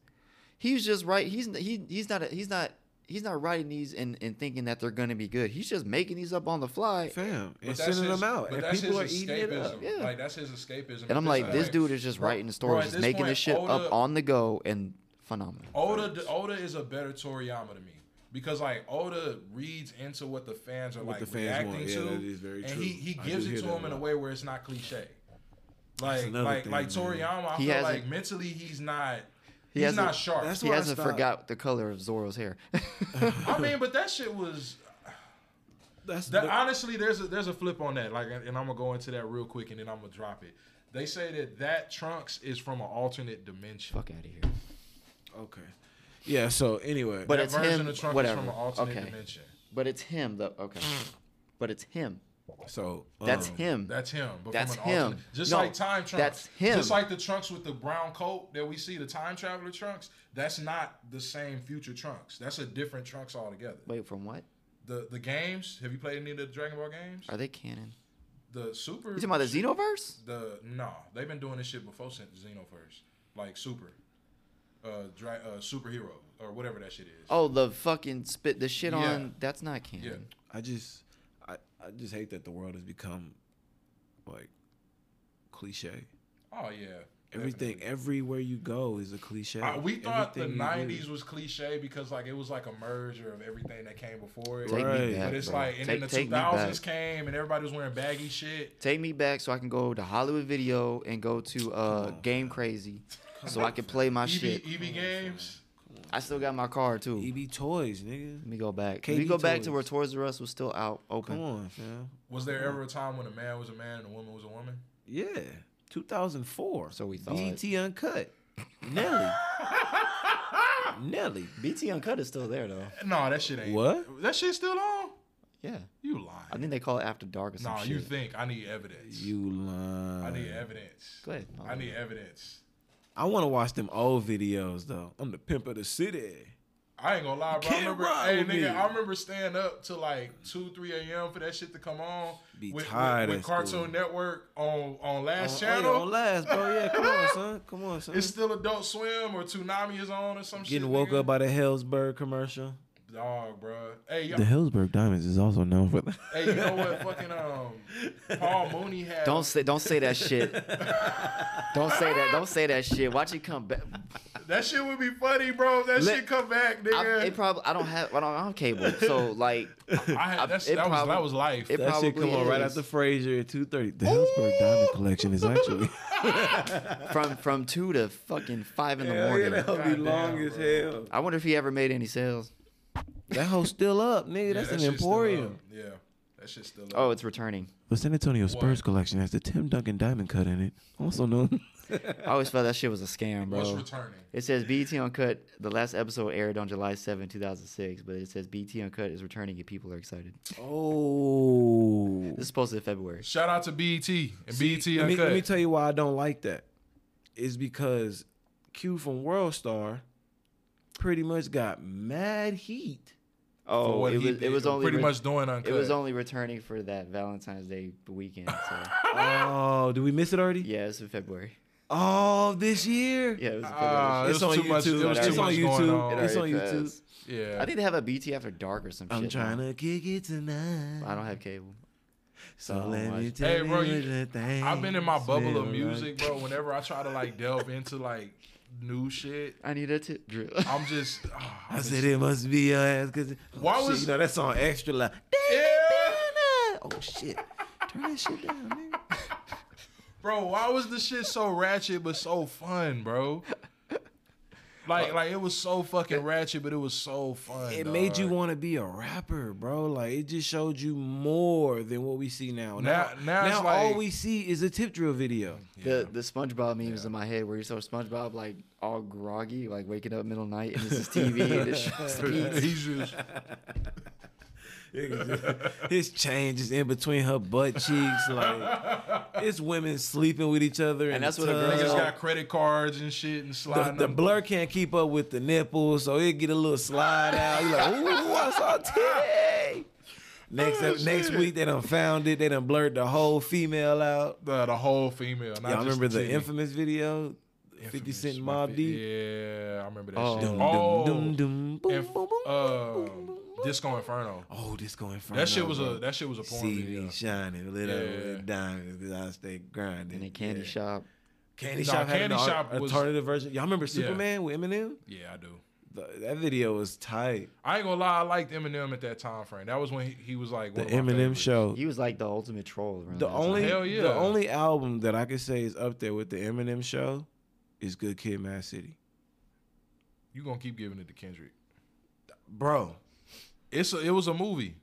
[SPEAKER 4] he's just right. He's he he's not he's not he's not writing these and and thinking that they're gonna be good. He's just making these up on the fly.
[SPEAKER 5] Fam, and
[SPEAKER 6] But that's
[SPEAKER 5] sending
[SPEAKER 6] his-
[SPEAKER 5] them out,
[SPEAKER 6] but
[SPEAKER 5] and
[SPEAKER 6] that's
[SPEAKER 5] people are
[SPEAKER 6] his
[SPEAKER 5] eating it up.
[SPEAKER 6] escapism.
[SPEAKER 4] Yeah.
[SPEAKER 6] Like that's his escapism.
[SPEAKER 4] And I'm like, this dude is just
[SPEAKER 6] Bro-
[SPEAKER 4] writing the
[SPEAKER 6] bro,
[SPEAKER 4] stories,
[SPEAKER 6] at
[SPEAKER 4] just
[SPEAKER 6] this
[SPEAKER 4] making
[SPEAKER 6] point,
[SPEAKER 4] this shit
[SPEAKER 6] Oda-
[SPEAKER 4] up on the go, and phenomenal.
[SPEAKER 6] Oda Oda is a better Toriyama to me because like Oda reads into what the fans are like
[SPEAKER 5] the fans
[SPEAKER 6] reacting
[SPEAKER 5] want. Yeah,
[SPEAKER 6] to,
[SPEAKER 5] that is very
[SPEAKER 6] and
[SPEAKER 5] true.
[SPEAKER 6] he he
[SPEAKER 5] I
[SPEAKER 6] gives
[SPEAKER 5] do
[SPEAKER 6] it
[SPEAKER 5] hear
[SPEAKER 6] to
[SPEAKER 5] that
[SPEAKER 6] him
[SPEAKER 5] a
[SPEAKER 6] in a
[SPEAKER 5] lot.
[SPEAKER 6] way where it's not cliche. Like
[SPEAKER 5] another
[SPEAKER 6] like
[SPEAKER 5] thing,
[SPEAKER 6] like
[SPEAKER 5] man.
[SPEAKER 6] Toriyama, I
[SPEAKER 4] He
[SPEAKER 6] feel
[SPEAKER 4] hasn't-
[SPEAKER 6] like mentally he's not
[SPEAKER 4] He
[SPEAKER 6] he's
[SPEAKER 4] hasn't-
[SPEAKER 6] not sharp.
[SPEAKER 5] that's
[SPEAKER 4] he
[SPEAKER 5] why I
[SPEAKER 4] hasn't
[SPEAKER 5] stopped.
[SPEAKER 4] forgot the color of Zoro's hair. (laughs)
[SPEAKER 6] I mean, but that shit was
[SPEAKER 5] That's
[SPEAKER 6] that,
[SPEAKER 5] the-
[SPEAKER 6] honestly there's a there's a flip on that. Like and, and I'm gonna go into that real quick and then I'm gonna drop it. They say that that Trunks is from an alternate dimension.
[SPEAKER 4] Fuck out of here.
[SPEAKER 5] okay. Yeah. So anyway,
[SPEAKER 4] But
[SPEAKER 6] that
[SPEAKER 4] it's
[SPEAKER 6] version
[SPEAKER 4] him.
[SPEAKER 6] of Trunks
[SPEAKER 4] Whatever.
[SPEAKER 6] is from an alternate
[SPEAKER 4] Okay.
[SPEAKER 6] dimension.
[SPEAKER 4] But it's him though. Okay. But it's him.
[SPEAKER 5] so
[SPEAKER 4] That's
[SPEAKER 5] um,
[SPEAKER 4] him.
[SPEAKER 6] That's him. But
[SPEAKER 4] That's
[SPEAKER 6] from an alternate-
[SPEAKER 4] him.
[SPEAKER 6] Just
[SPEAKER 4] No,
[SPEAKER 6] like time trunks.
[SPEAKER 4] that's him.
[SPEAKER 6] Just like the trunks with the brown coat that we see, the time traveler trunks. That's not the same future trunks. That's a different trunks altogether.
[SPEAKER 4] Wait, from what?
[SPEAKER 6] The the games. Have you played any of the Dragon Ball games?
[SPEAKER 4] Are they canon?
[SPEAKER 6] The super.
[SPEAKER 4] You talking about the Xenoverse?
[SPEAKER 6] The no, they've been doing this shit before since Xeno first, like super, uh, dra- uh, superhero or whatever that shit is.
[SPEAKER 4] Oh, the fucking spit the shit
[SPEAKER 6] Yeah.
[SPEAKER 4] on. That's not canon.
[SPEAKER 6] Yeah.
[SPEAKER 5] I just, I, I just hate that the world has become like cliche.
[SPEAKER 6] Oh yeah.
[SPEAKER 5] Everything, everywhere you go is a cliche.
[SPEAKER 6] I, Uh, we thought
[SPEAKER 5] Everything
[SPEAKER 6] the
[SPEAKER 5] you do.
[SPEAKER 6] '90s was cliche because like it was like a merger of everything that came before it.
[SPEAKER 4] Take me
[SPEAKER 5] Right.
[SPEAKER 4] back.
[SPEAKER 6] But it's
[SPEAKER 4] bro.
[SPEAKER 6] like, and
[SPEAKER 4] take,
[SPEAKER 6] then the
[SPEAKER 4] take
[SPEAKER 6] two
[SPEAKER 4] me back.
[SPEAKER 6] thousands came, and everybody was wearing baggy shit.
[SPEAKER 4] Take me back so I can go to Hollywood Video and go to uh, Game Crazy, so I can play my
[SPEAKER 6] EB,
[SPEAKER 4] shit.
[SPEAKER 6] EB E games.
[SPEAKER 4] I still got my card too.
[SPEAKER 5] EB toys, nigga.
[SPEAKER 4] Let me go back. Let
[SPEAKER 5] KB
[SPEAKER 4] me go back
[SPEAKER 5] E Toys.
[SPEAKER 4] to where Toys R Us was still out open.
[SPEAKER 5] Come
[SPEAKER 6] Hmm.
[SPEAKER 5] on, fam.
[SPEAKER 6] Was there ever a time when a man was a man and a woman was a woman?
[SPEAKER 5] Yeah, 2004.
[SPEAKER 4] So we thought.
[SPEAKER 5] BT E Uncut. Nelly.
[SPEAKER 6] (laughs)
[SPEAKER 5] Nelly.
[SPEAKER 4] BT Uncut is still there though.
[SPEAKER 6] No, that shit ain't.
[SPEAKER 5] What?
[SPEAKER 6] That shit still on?
[SPEAKER 4] Yeah,
[SPEAKER 6] You
[SPEAKER 4] I
[SPEAKER 6] lying?
[SPEAKER 4] think they call it After Dark or some
[SPEAKER 6] Nah,
[SPEAKER 4] shit.
[SPEAKER 6] you think? I need evidence.
[SPEAKER 5] You lying.
[SPEAKER 6] I need evidence.
[SPEAKER 4] Go ahead.
[SPEAKER 6] I need evidence.
[SPEAKER 5] I want to watch them old videos though. I'm the pimp of the city.
[SPEAKER 6] I ain't gonna lie, bro. I
[SPEAKER 5] can't
[SPEAKER 6] remember,
[SPEAKER 5] ride
[SPEAKER 6] hey,
[SPEAKER 5] with me.
[SPEAKER 6] nigga, I remember staying up till like two, three a.m. for that shit to come on.
[SPEAKER 5] Be tired
[SPEAKER 6] with,
[SPEAKER 5] as
[SPEAKER 6] Cartoon
[SPEAKER 5] dude.
[SPEAKER 6] Network on on last
[SPEAKER 5] Oh,
[SPEAKER 6] channel.
[SPEAKER 5] yeah, on last, bro. Yeah, come on, son. Come on, son.
[SPEAKER 6] it's still Adult Swim or Toonami is on or some shit.
[SPEAKER 5] Getting woke
[SPEAKER 6] nigga.
[SPEAKER 5] up by the Hellsberg commercial.
[SPEAKER 6] dog, bro. Hey, y'all,
[SPEAKER 5] The Hellsberg Diamonds is also known for that.
[SPEAKER 6] Hey, you know what? Fucking um, Paul Mooney had.
[SPEAKER 4] (laughs) Don't say don't say that shit. don't say that. Don't say that shit. Watch it come back.
[SPEAKER 6] that shit would be funny, bro. If that
[SPEAKER 4] Let-
[SPEAKER 6] shit come back,
[SPEAKER 4] I, it
[SPEAKER 6] nigga.
[SPEAKER 4] probably I don't have I don't, I don't have cable, so like
[SPEAKER 6] I had,
[SPEAKER 4] I-
[SPEAKER 6] that's,
[SPEAKER 4] it
[SPEAKER 6] that was
[SPEAKER 4] probably-
[SPEAKER 6] that was life.
[SPEAKER 4] it
[SPEAKER 5] That shit come
[SPEAKER 4] Probably
[SPEAKER 5] on right
[SPEAKER 4] is.
[SPEAKER 5] after Frasier at 2.30. The Hellsberg Diamond Collection is actually...
[SPEAKER 4] from from two to fucking five in the morning.
[SPEAKER 5] would
[SPEAKER 6] be long as
[SPEAKER 5] hell.
[SPEAKER 4] I wonder if he ever made any sales.
[SPEAKER 5] That hoe's still up, nigga.
[SPEAKER 6] Yeah,
[SPEAKER 5] That's
[SPEAKER 6] that
[SPEAKER 5] an
[SPEAKER 6] shit's still
[SPEAKER 5] emporium.
[SPEAKER 6] up. Yeah, That shit's still.
[SPEAKER 4] Oh, it's returning.
[SPEAKER 5] The San Antonio Spurs collection has the Tim Duncan diamond cut in it. Also known.
[SPEAKER 4] I always felt that shit was a scam,
[SPEAKER 6] What's
[SPEAKER 4] bro.
[SPEAKER 6] returning?
[SPEAKER 4] It says BT Uncut. The last episode aired on July 7, 2006, but it says BT Uncut is returning and people are excited.
[SPEAKER 5] Oh.
[SPEAKER 4] This is supposed to be February.
[SPEAKER 6] Shout out to BET and BET
[SPEAKER 5] Let me,
[SPEAKER 6] Uncut.
[SPEAKER 5] let me tell you why I don't like that. Is because Q from World Star pretty much got mad (laughs) heat.
[SPEAKER 6] for
[SPEAKER 4] Oh,
[SPEAKER 6] what
[SPEAKER 4] it
[SPEAKER 6] he
[SPEAKER 4] was, it
[SPEAKER 6] did,
[SPEAKER 4] was only
[SPEAKER 6] pretty
[SPEAKER 4] re-
[SPEAKER 6] much doing uncut.
[SPEAKER 4] it was only returning for that Valentine's Day weekend. So
[SPEAKER 6] (laughs)
[SPEAKER 5] Oh, did we miss it already?
[SPEAKER 4] yeah, it's in February.
[SPEAKER 5] Oh, this year.
[SPEAKER 4] Yeah, it was in February.
[SPEAKER 6] Ah, it
[SPEAKER 5] It's
[SPEAKER 6] was
[SPEAKER 5] on
[SPEAKER 6] too much.
[SPEAKER 5] YouTube.
[SPEAKER 6] It was
[SPEAKER 4] It
[SPEAKER 6] too
[SPEAKER 4] already
[SPEAKER 6] much
[SPEAKER 5] passed.
[SPEAKER 6] going
[SPEAKER 4] It
[SPEAKER 6] on.
[SPEAKER 5] It's on
[SPEAKER 4] already
[SPEAKER 5] YouTube.
[SPEAKER 4] passed.
[SPEAKER 6] yeah.
[SPEAKER 4] I think they have a BT after dark or some
[SPEAKER 5] I'm
[SPEAKER 4] shit.
[SPEAKER 5] trying
[SPEAKER 4] now.
[SPEAKER 5] to kick it tonight.
[SPEAKER 4] I don't have cable.
[SPEAKER 5] So
[SPEAKER 4] Oh,
[SPEAKER 5] let me
[SPEAKER 4] watch.
[SPEAKER 5] tell
[SPEAKER 6] Hey, bro,
[SPEAKER 5] you,
[SPEAKER 6] you-
[SPEAKER 5] the thing.
[SPEAKER 6] I've been in my bubble
[SPEAKER 5] smell
[SPEAKER 6] of
[SPEAKER 5] like.
[SPEAKER 6] music, bro. Whenever I try to like delve into like new shit,
[SPEAKER 4] I need a tip drill. (laughs)
[SPEAKER 6] I'm just. ah,
[SPEAKER 5] I said it must be your ass because
[SPEAKER 6] Why
[SPEAKER 5] shit,
[SPEAKER 6] was-
[SPEAKER 5] you know that song extra loud?
[SPEAKER 6] Yeah.
[SPEAKER 5] Oh shit! Turn that shit down, nigga.
[SPEAKER 6] Bro, why was the shit so ratchet but so fun, bro? Like, like it was so fucking ratchet, but it was so fun.
[SPEAKER 5] It made you
[SPEAKER 6] dog.
[SPEAKER 5] want to be a rapper, bro. Like it just showed you more than what we see now. Now,
[SPEAKER 6] Now- now
[SPEAKER 5] now,
[SPEAKER 6] it's
[SPEAKER 5] all
[SPEAKER 6] like-
[SPEAKER 5] we see is a tip drill video.
[SPEAKER 4] The the SpongeBob memes in my head where you saw SpongeBob like all groggy, like waking up middle night and it's his TV and it's
[SPEAKER 6] (laughs)
[SPEAKER 4] just beats.
[SPEAKER 6] He's just
[SPEAKER 5] (laughs) His change is in between her butt cheeks. Like it's women sleeping with each other, and
[SPEAKER 4] that's
[SPEAKER 5] the
[SPEAKER 4] what a
[SPEAKER 5] tub.
[SPEAKER 4] girl-
[SPEAKER 6] niggas got credit cards and shit and
[SPEAKER 5] the,
[SPEAKER 6] sliding.
[SPEAKER 5] the
[SPEAKER 6] them-
[SPEAKER 5] blur can't keep up with the nipples, so it get a little slide out. You're like, ooh, I
[SPEAKER 6] (laughs)
[SPEAKER 5] saw titty. Next
[SPEAKER 6] Oh,
[SPEAKER 5] next week they done found it. They done blurred the whole female out.
[SPEAKER 6] the, the whole female. Not
[SPEAKER 5] Y'all
[SPEAKER 6] just
[SPEAKER 5] remember the
[SPEAKER 6] titty.
[SPEAKER 5] infamous video, Fifty
[SPEAKER 6] Infamous,
[SPEAKER 5] Cent
[SPEAKER 6] my
[SPEAKER 5] Mob
[SPEAKER 6] fi-
[SPEAKER 5] Deep.
[SPEAKER 6] Yeah, I remember that
[SPEAKER 4] Oh.
[SPEAKER 6] shit.
[SPEAKER 4] Dum,
[SPEAKER 6] oh,
[SPEAKER 5] Dum, dum, boom,
[SPEAKER 6] Inf-
[SPEAKER 5] boom, boom.
[SPEAKER 6] uh, Disco Inferno.
[SPEAKER 5] oh, this going from
[SPEAKER 6] That shit was a that shit was a porn video.
[SPEAKER 5] CD shining lit up
[SPEAKER 6] Yeah.
[SPEAKER 5] with diamonds because I stay grinding.
[SPEAKER 4] In a candy
[SPEAKER 5] Yeah.
[SPEAKER 4] shop.
[SPEAKER 5] Candy
[SPEAKER 6] Nah,
[SPEAKER 5] shop had
[SPEAKER 6] Candy
[SPEAKER 5] an al-
[SPEAKER 6] Shop was-
[SPEAKER 5] alternative version. Y'all remember Superman with Eminem?
[SPEAKER 6] Yeah, I do.
[SPEAKER 5] The- that video was tight.
[SPEAKER 6] I ain't gonna lie, I liked Eminem at that time frame. That was when he, he was like
[SPEAKER 5] The
[SPEAKER 6] one of my
[SPEAKER 5] Eminem
[SPEAKER 6] favorites.
[SPEAKER 5] show.
[SPEAKER 4] He was like the ultimate troll. around
[SPEAKER 5] The
[SPEAKER 4] that
[SPEAKER 5] only
[SPEAKER 4] time.
[SPEAKER 6] Hell yeah.
[SPEAKER 5] the only album that I could say is up there with the Eminem show is Good Kid, Mad City,
[SPEAKER 6] You gonna keep giving it to Kendrick?
[SPEAKER 5] bro.
[SPEAKER 6] It's a, it was a movie.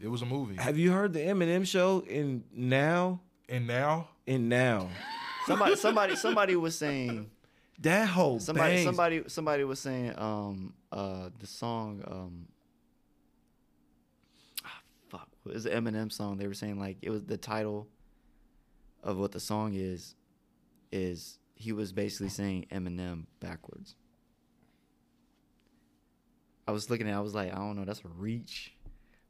[SPEAKER 6] It was a movie.
[SPEAKER 5] Have you heard the Eminem show in now
[SPEAKER 6] And now
[SPEAKER 5] in now?
[SPEAKER 4] somebody somebody somebody was saying
[SPEAKER 5] That whole
[SPEAKER 4] somebody
[SPEAKER 5] bangs.
[SPEAKER 4] somebody somebody was saying um uh the song um ah, fuck it was an Eminem song they were saying like it was the title of what the song is is he was basically saying Eminem backwards. I was looking at it, I was like I don't know that's a reach.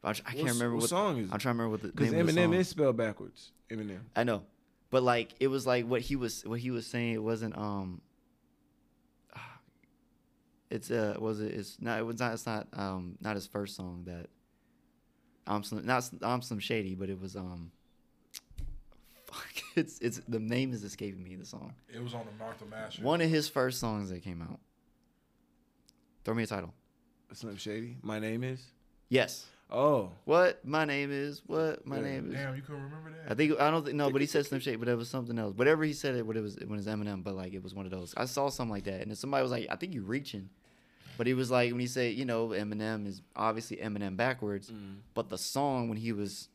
[SPEAKER 4] But I, tr- I can't
[SPEAKER 5] What's-
[SPEAKER 4] remember
[SPEAKER 5] what
[SPEAKER 4] what,
[SPEAKER 5] song is it?
[SPEAKER 4] I'm trying to remember what the
[SPEAKER 5] Because
[SPEAKER 4] name of the
[SPEAKER 5] Eminem
[SPEAKER 4] song.
[SPEAKER 5] is spelled backwards. Eminem.
[SPEAKER 4] I know, but like it was like what he was what he was saying. It wasn't um. (sighs) It's uh was it it's not it was not it's not um not his first song that. I'm Slim, not S- I'm Slim Shady, but it was um. (laughs) Fuck! It's it's the name is escaping me. The song,
[SPEAKER 6] it was on the Mouth of Master.
[SPEAKER 4] one of his first songs that came out. Throw me a title.
[SPEAKER 5] Slim Shady. My name is.
[SPEAKER 4] Yes.
[SPEAKER 5] Oh,
[SPEAKER 4] What my name is? What my name is?
[SPEAKER 6] Damn, you couldn't remember
[SPEAKER 4] I
[SPEAKER 6] that.
[SPEAKER 4] think I don't think no, but he said Slim Shady, but it was something else. Whatever he said, it what it was when it was Eminem, but like it was one of those. I saw something like that, and then somebody was like, "I think you reaching," but he was like when he said, you know, Eminem is obviously Eminem backwards, but the song when he was,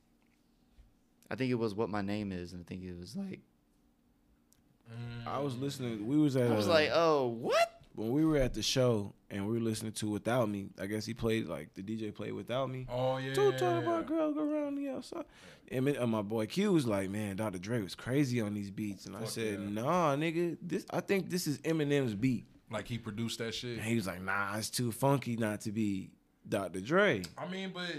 [SPEAKER 4] I think it was what my name is, and I think it was like
[SPEAKER 6] Mm.
[SPEAKER 5] I was listening. We was at.
[SPEAKER 4] I was
[SPEAKER 5] uh,
[SPEAKER 4] like, oh what?
[SPEAKER 5] when we were at the show and we were listening to Without Me. I guess he played like the DJ played Without Me.
[SPEAKER 6] Oh yeah.
[SPEAKER 5] Two turn about girl go around the outside. And me- uh, my boy Q was like, man, Dr. Dre was crazy on these beats. And I
[SPEAKER 6] Fuck
[SPEAKER 5] said,
[SPEAKER 6] yeah.
[SPEAKER 5] nah, nigga, this I think this is Eminem's beat.
[SPEAKER 6] Like he produced that shit.
[SPEAKER 5] And he was like, nah, it's too funky not to be Dr. Dre.
[SPEAKER 6] I mean, but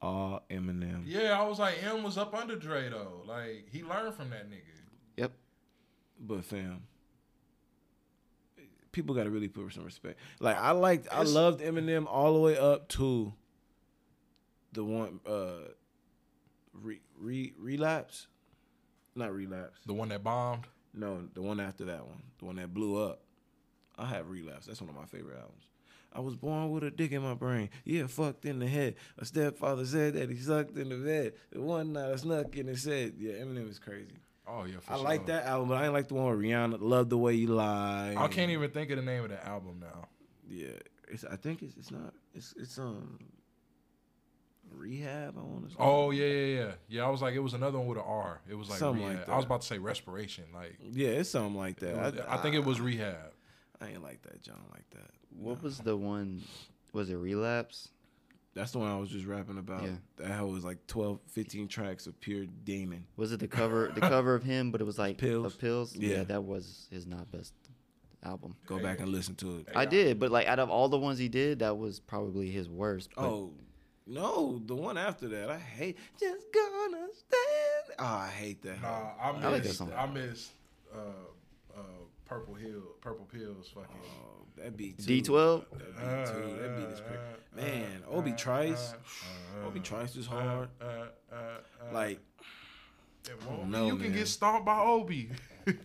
[SPEAKER 5] All Eminem.
[SPEAKER 6] yeah, I was like, M was up under Dre though. Like he learned from that nigga.
[SPEAKER 4] Yep.
[SPEAKER 5] But fam. People gotta really put some respect. Like I liked I
[SPEAKER 6] It's-
[SPEAKER 5] loved Eminem all the way up to the one uh re, re relapse. Not relapse.
[SPEAKER 6] The one that bombed.
[SPEAKER 5] No, the one after that one, the one that blew up. I have relapse. That's one of my favorite albums. I was born with a dick in my brain. Yeah, fucked in the head. A stepfather said that he sucked in the bed. The one night I snuck in and said, "Yeah, Eminem is crazy."
[SPEAKER 6] Oh yeah. For
[SPEAKER 5] I
[SPEAKER 6] sure.
[SPEAKER 5] like that album, but I ain't like the one with Rihanna. Love the way you lie.
[SPEAKER 6] I can't even think of the name of the album now.
[SPEAKER 5] Yeah, it's. I think it's. It's not. It's. It's um. rehab. I want to.
[SPEAKER 6] Oh yeah, yeah, yeah, yeah. I was like, it was another one with an R. It was like,
[SPEAKER 5] Something
[SPEAKER 6] rehab.
[SPEAKER 5] like
[SPEAKER 6] I was
[SPEAKER 5] that.
[SPEAKER 6] about to say respiration. Like,
[SPEAKER 5] yeah, it's something like
[SPEAKER 6] it
[SPEAKER 5] that.
[SPEAKER 6] was- I, think it was rehab.
[SPEAKER 5] I ain't like that, John. Like that.
[SPEAKER 4] What was the one? Was it relapse?
[SPEAKER 5] That's the one I was just rapping about.
[SPEAKER 4] Yeah.
[SPEAKER 5] That how it was like 12, 15 tracks of pure demon.
[SPEAKER 4] Was it the cover? The cover of him, but it was like
[SPEAKER 5] Pills.
[SPEAKER 4] Of pills. Yeah.
[SPEAKER 5] Yeah.
[SPEAKER 4] that was his not best album.
[SPEAKER 5] Go back and listen to it.
[SPEAKER 4] I did, but like out of all the ones he did, that was probably his worst. But
[SPEAKER 5] Oh no, the one after that. I hate. Just gonna stand. Oh, I hate that.
[SPEAKER 6] Nah, I missed.
[SPEAKER 4] I
[SPEAKER 6] I,
[SPEAKER 4] like that song.
[SPEAKER 6] missed. Uh, uh, Purple Hill, Purple Pills, fucking.
[SPEAKER 5] Oh, that beat too.
[SPEAKER 4] D12.
[SPEAKER 5] That beat too. That beat is crazy. Man, Obi Trice. Obi Trice is hard.
[SPEAKER 6] Uh, uh, uh,
[SPEAKER 5] Like
[SPEAKER 6] if Obi-
[SPEAKER 5] know,
[SPEAKER 6] you can
[SPEAKER 5] man.
[SPEAKER 6] get stomped by Obi.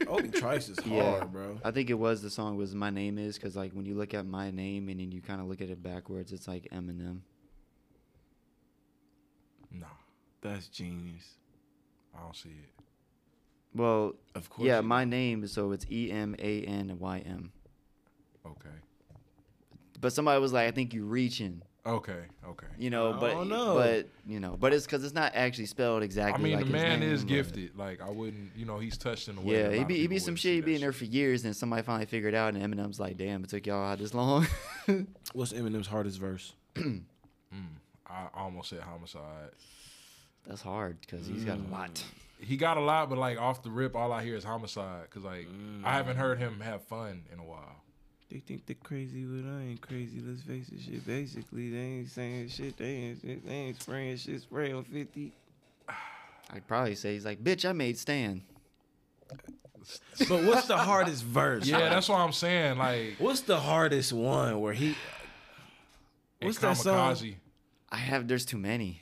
[SPEAKER 5] Obi Trice is
[SPEAKER 4] (laughs) Yeah,
[SPEAKER 5] hard, bro.
[SPEAKER 4] I think it was the song was "My Name Is" because like when you look at my name and then you kind of look at it backwards, it's like Eminem.
[SPEAKER 6] (laughs) nah,
[SPEAKER 5] That's genius.
[SPEAKER 6] I don't see it.
[SPEAKER 4] Well,
[SPEAKER 5] Of course.
[SPEAKER 4] yeah,
[SPEAKER 5] you-
[SPEAKER 4] my name. So it's E M A N Y M.
[SPEAKER 6] Okay.
[SPEAKER 4] But somebody was like, "I think you reaching,"
[SPEAKER 6] Okay. Okay.
[SPEAKER 4] you know.
[SPEAKER 5] I
[SPEAKER 4] but
[SPEAKER 5] don't know.
[SPEAKER 4] but you know, but it's because it's not actually spelled
[SPEAKER 6] I
[SPEAKER 4] exactly.
[SPEAKER 6] mean,
[SPEAKER 4] like
[SPEAKER 6] the
[SPEAKER 4] his
[SPEAKER 6] man
[SPEAKER 4] name,
[SPEAKER 6] is
[SPEAKER 4] but-
[SPEAKER 6] gifted. Like I wouldn't, you know, he's touched in the way.
[SPEAKER 4] Yeah,
[SPEAKER 6] a
[SPEAKER 4] he
[SPEAKER 6] lot of
[SPEAKER 4] be he
[SPEAKER 6] people
[SPEAKER 4] be some
[SPEAKER 6] wouldn't
[SPEAKER 4] shit. He
[SPEAKER 6] see
[SPEAKER 4] be
[SPEAKER 6] that
[SPEAKER 4] in there
[SPEAKER 6] shit.
[SPEAKER 4] for years, and somebody finally figured it out, and Eminem's like, "Damn, it took y'all this long." (laughs)
[SPEAKER 5] What's Eminem's hardest verse?
[SPEAKER 6] I almost said homicide.
[SPEAKER 4] That's hard because he's got a
[SPEAKER 6] Mm.
[SPEAKER 4] lot.
[SPEAKER 6] He got a lot, but like off the rip, all I hear is homicide. Cause like I haven't heard him have fun in a while.
[SPEAKER 5] They think they're crazy, but I ain't crazy. Let's face it, shit. Basically, they ain't saying shit. They ain't shit. They ain't spraying shit. Spray on fifty.
[SPEAKER 4] I'd probably say he's like, "Bitch, I made Stan."
[SPEAKER 5] But what's the hardest verse?
[SPEAKER 6] Yeah, that's what I'm saying. Like
[SPEAKER 5] What's the hardest one where he?
[SPEAKER 6] in
[SPEAKER 5] What's that song?
[SPEAKER 6] Kamikaze,
[SPEAKER 4] I have. There's too many.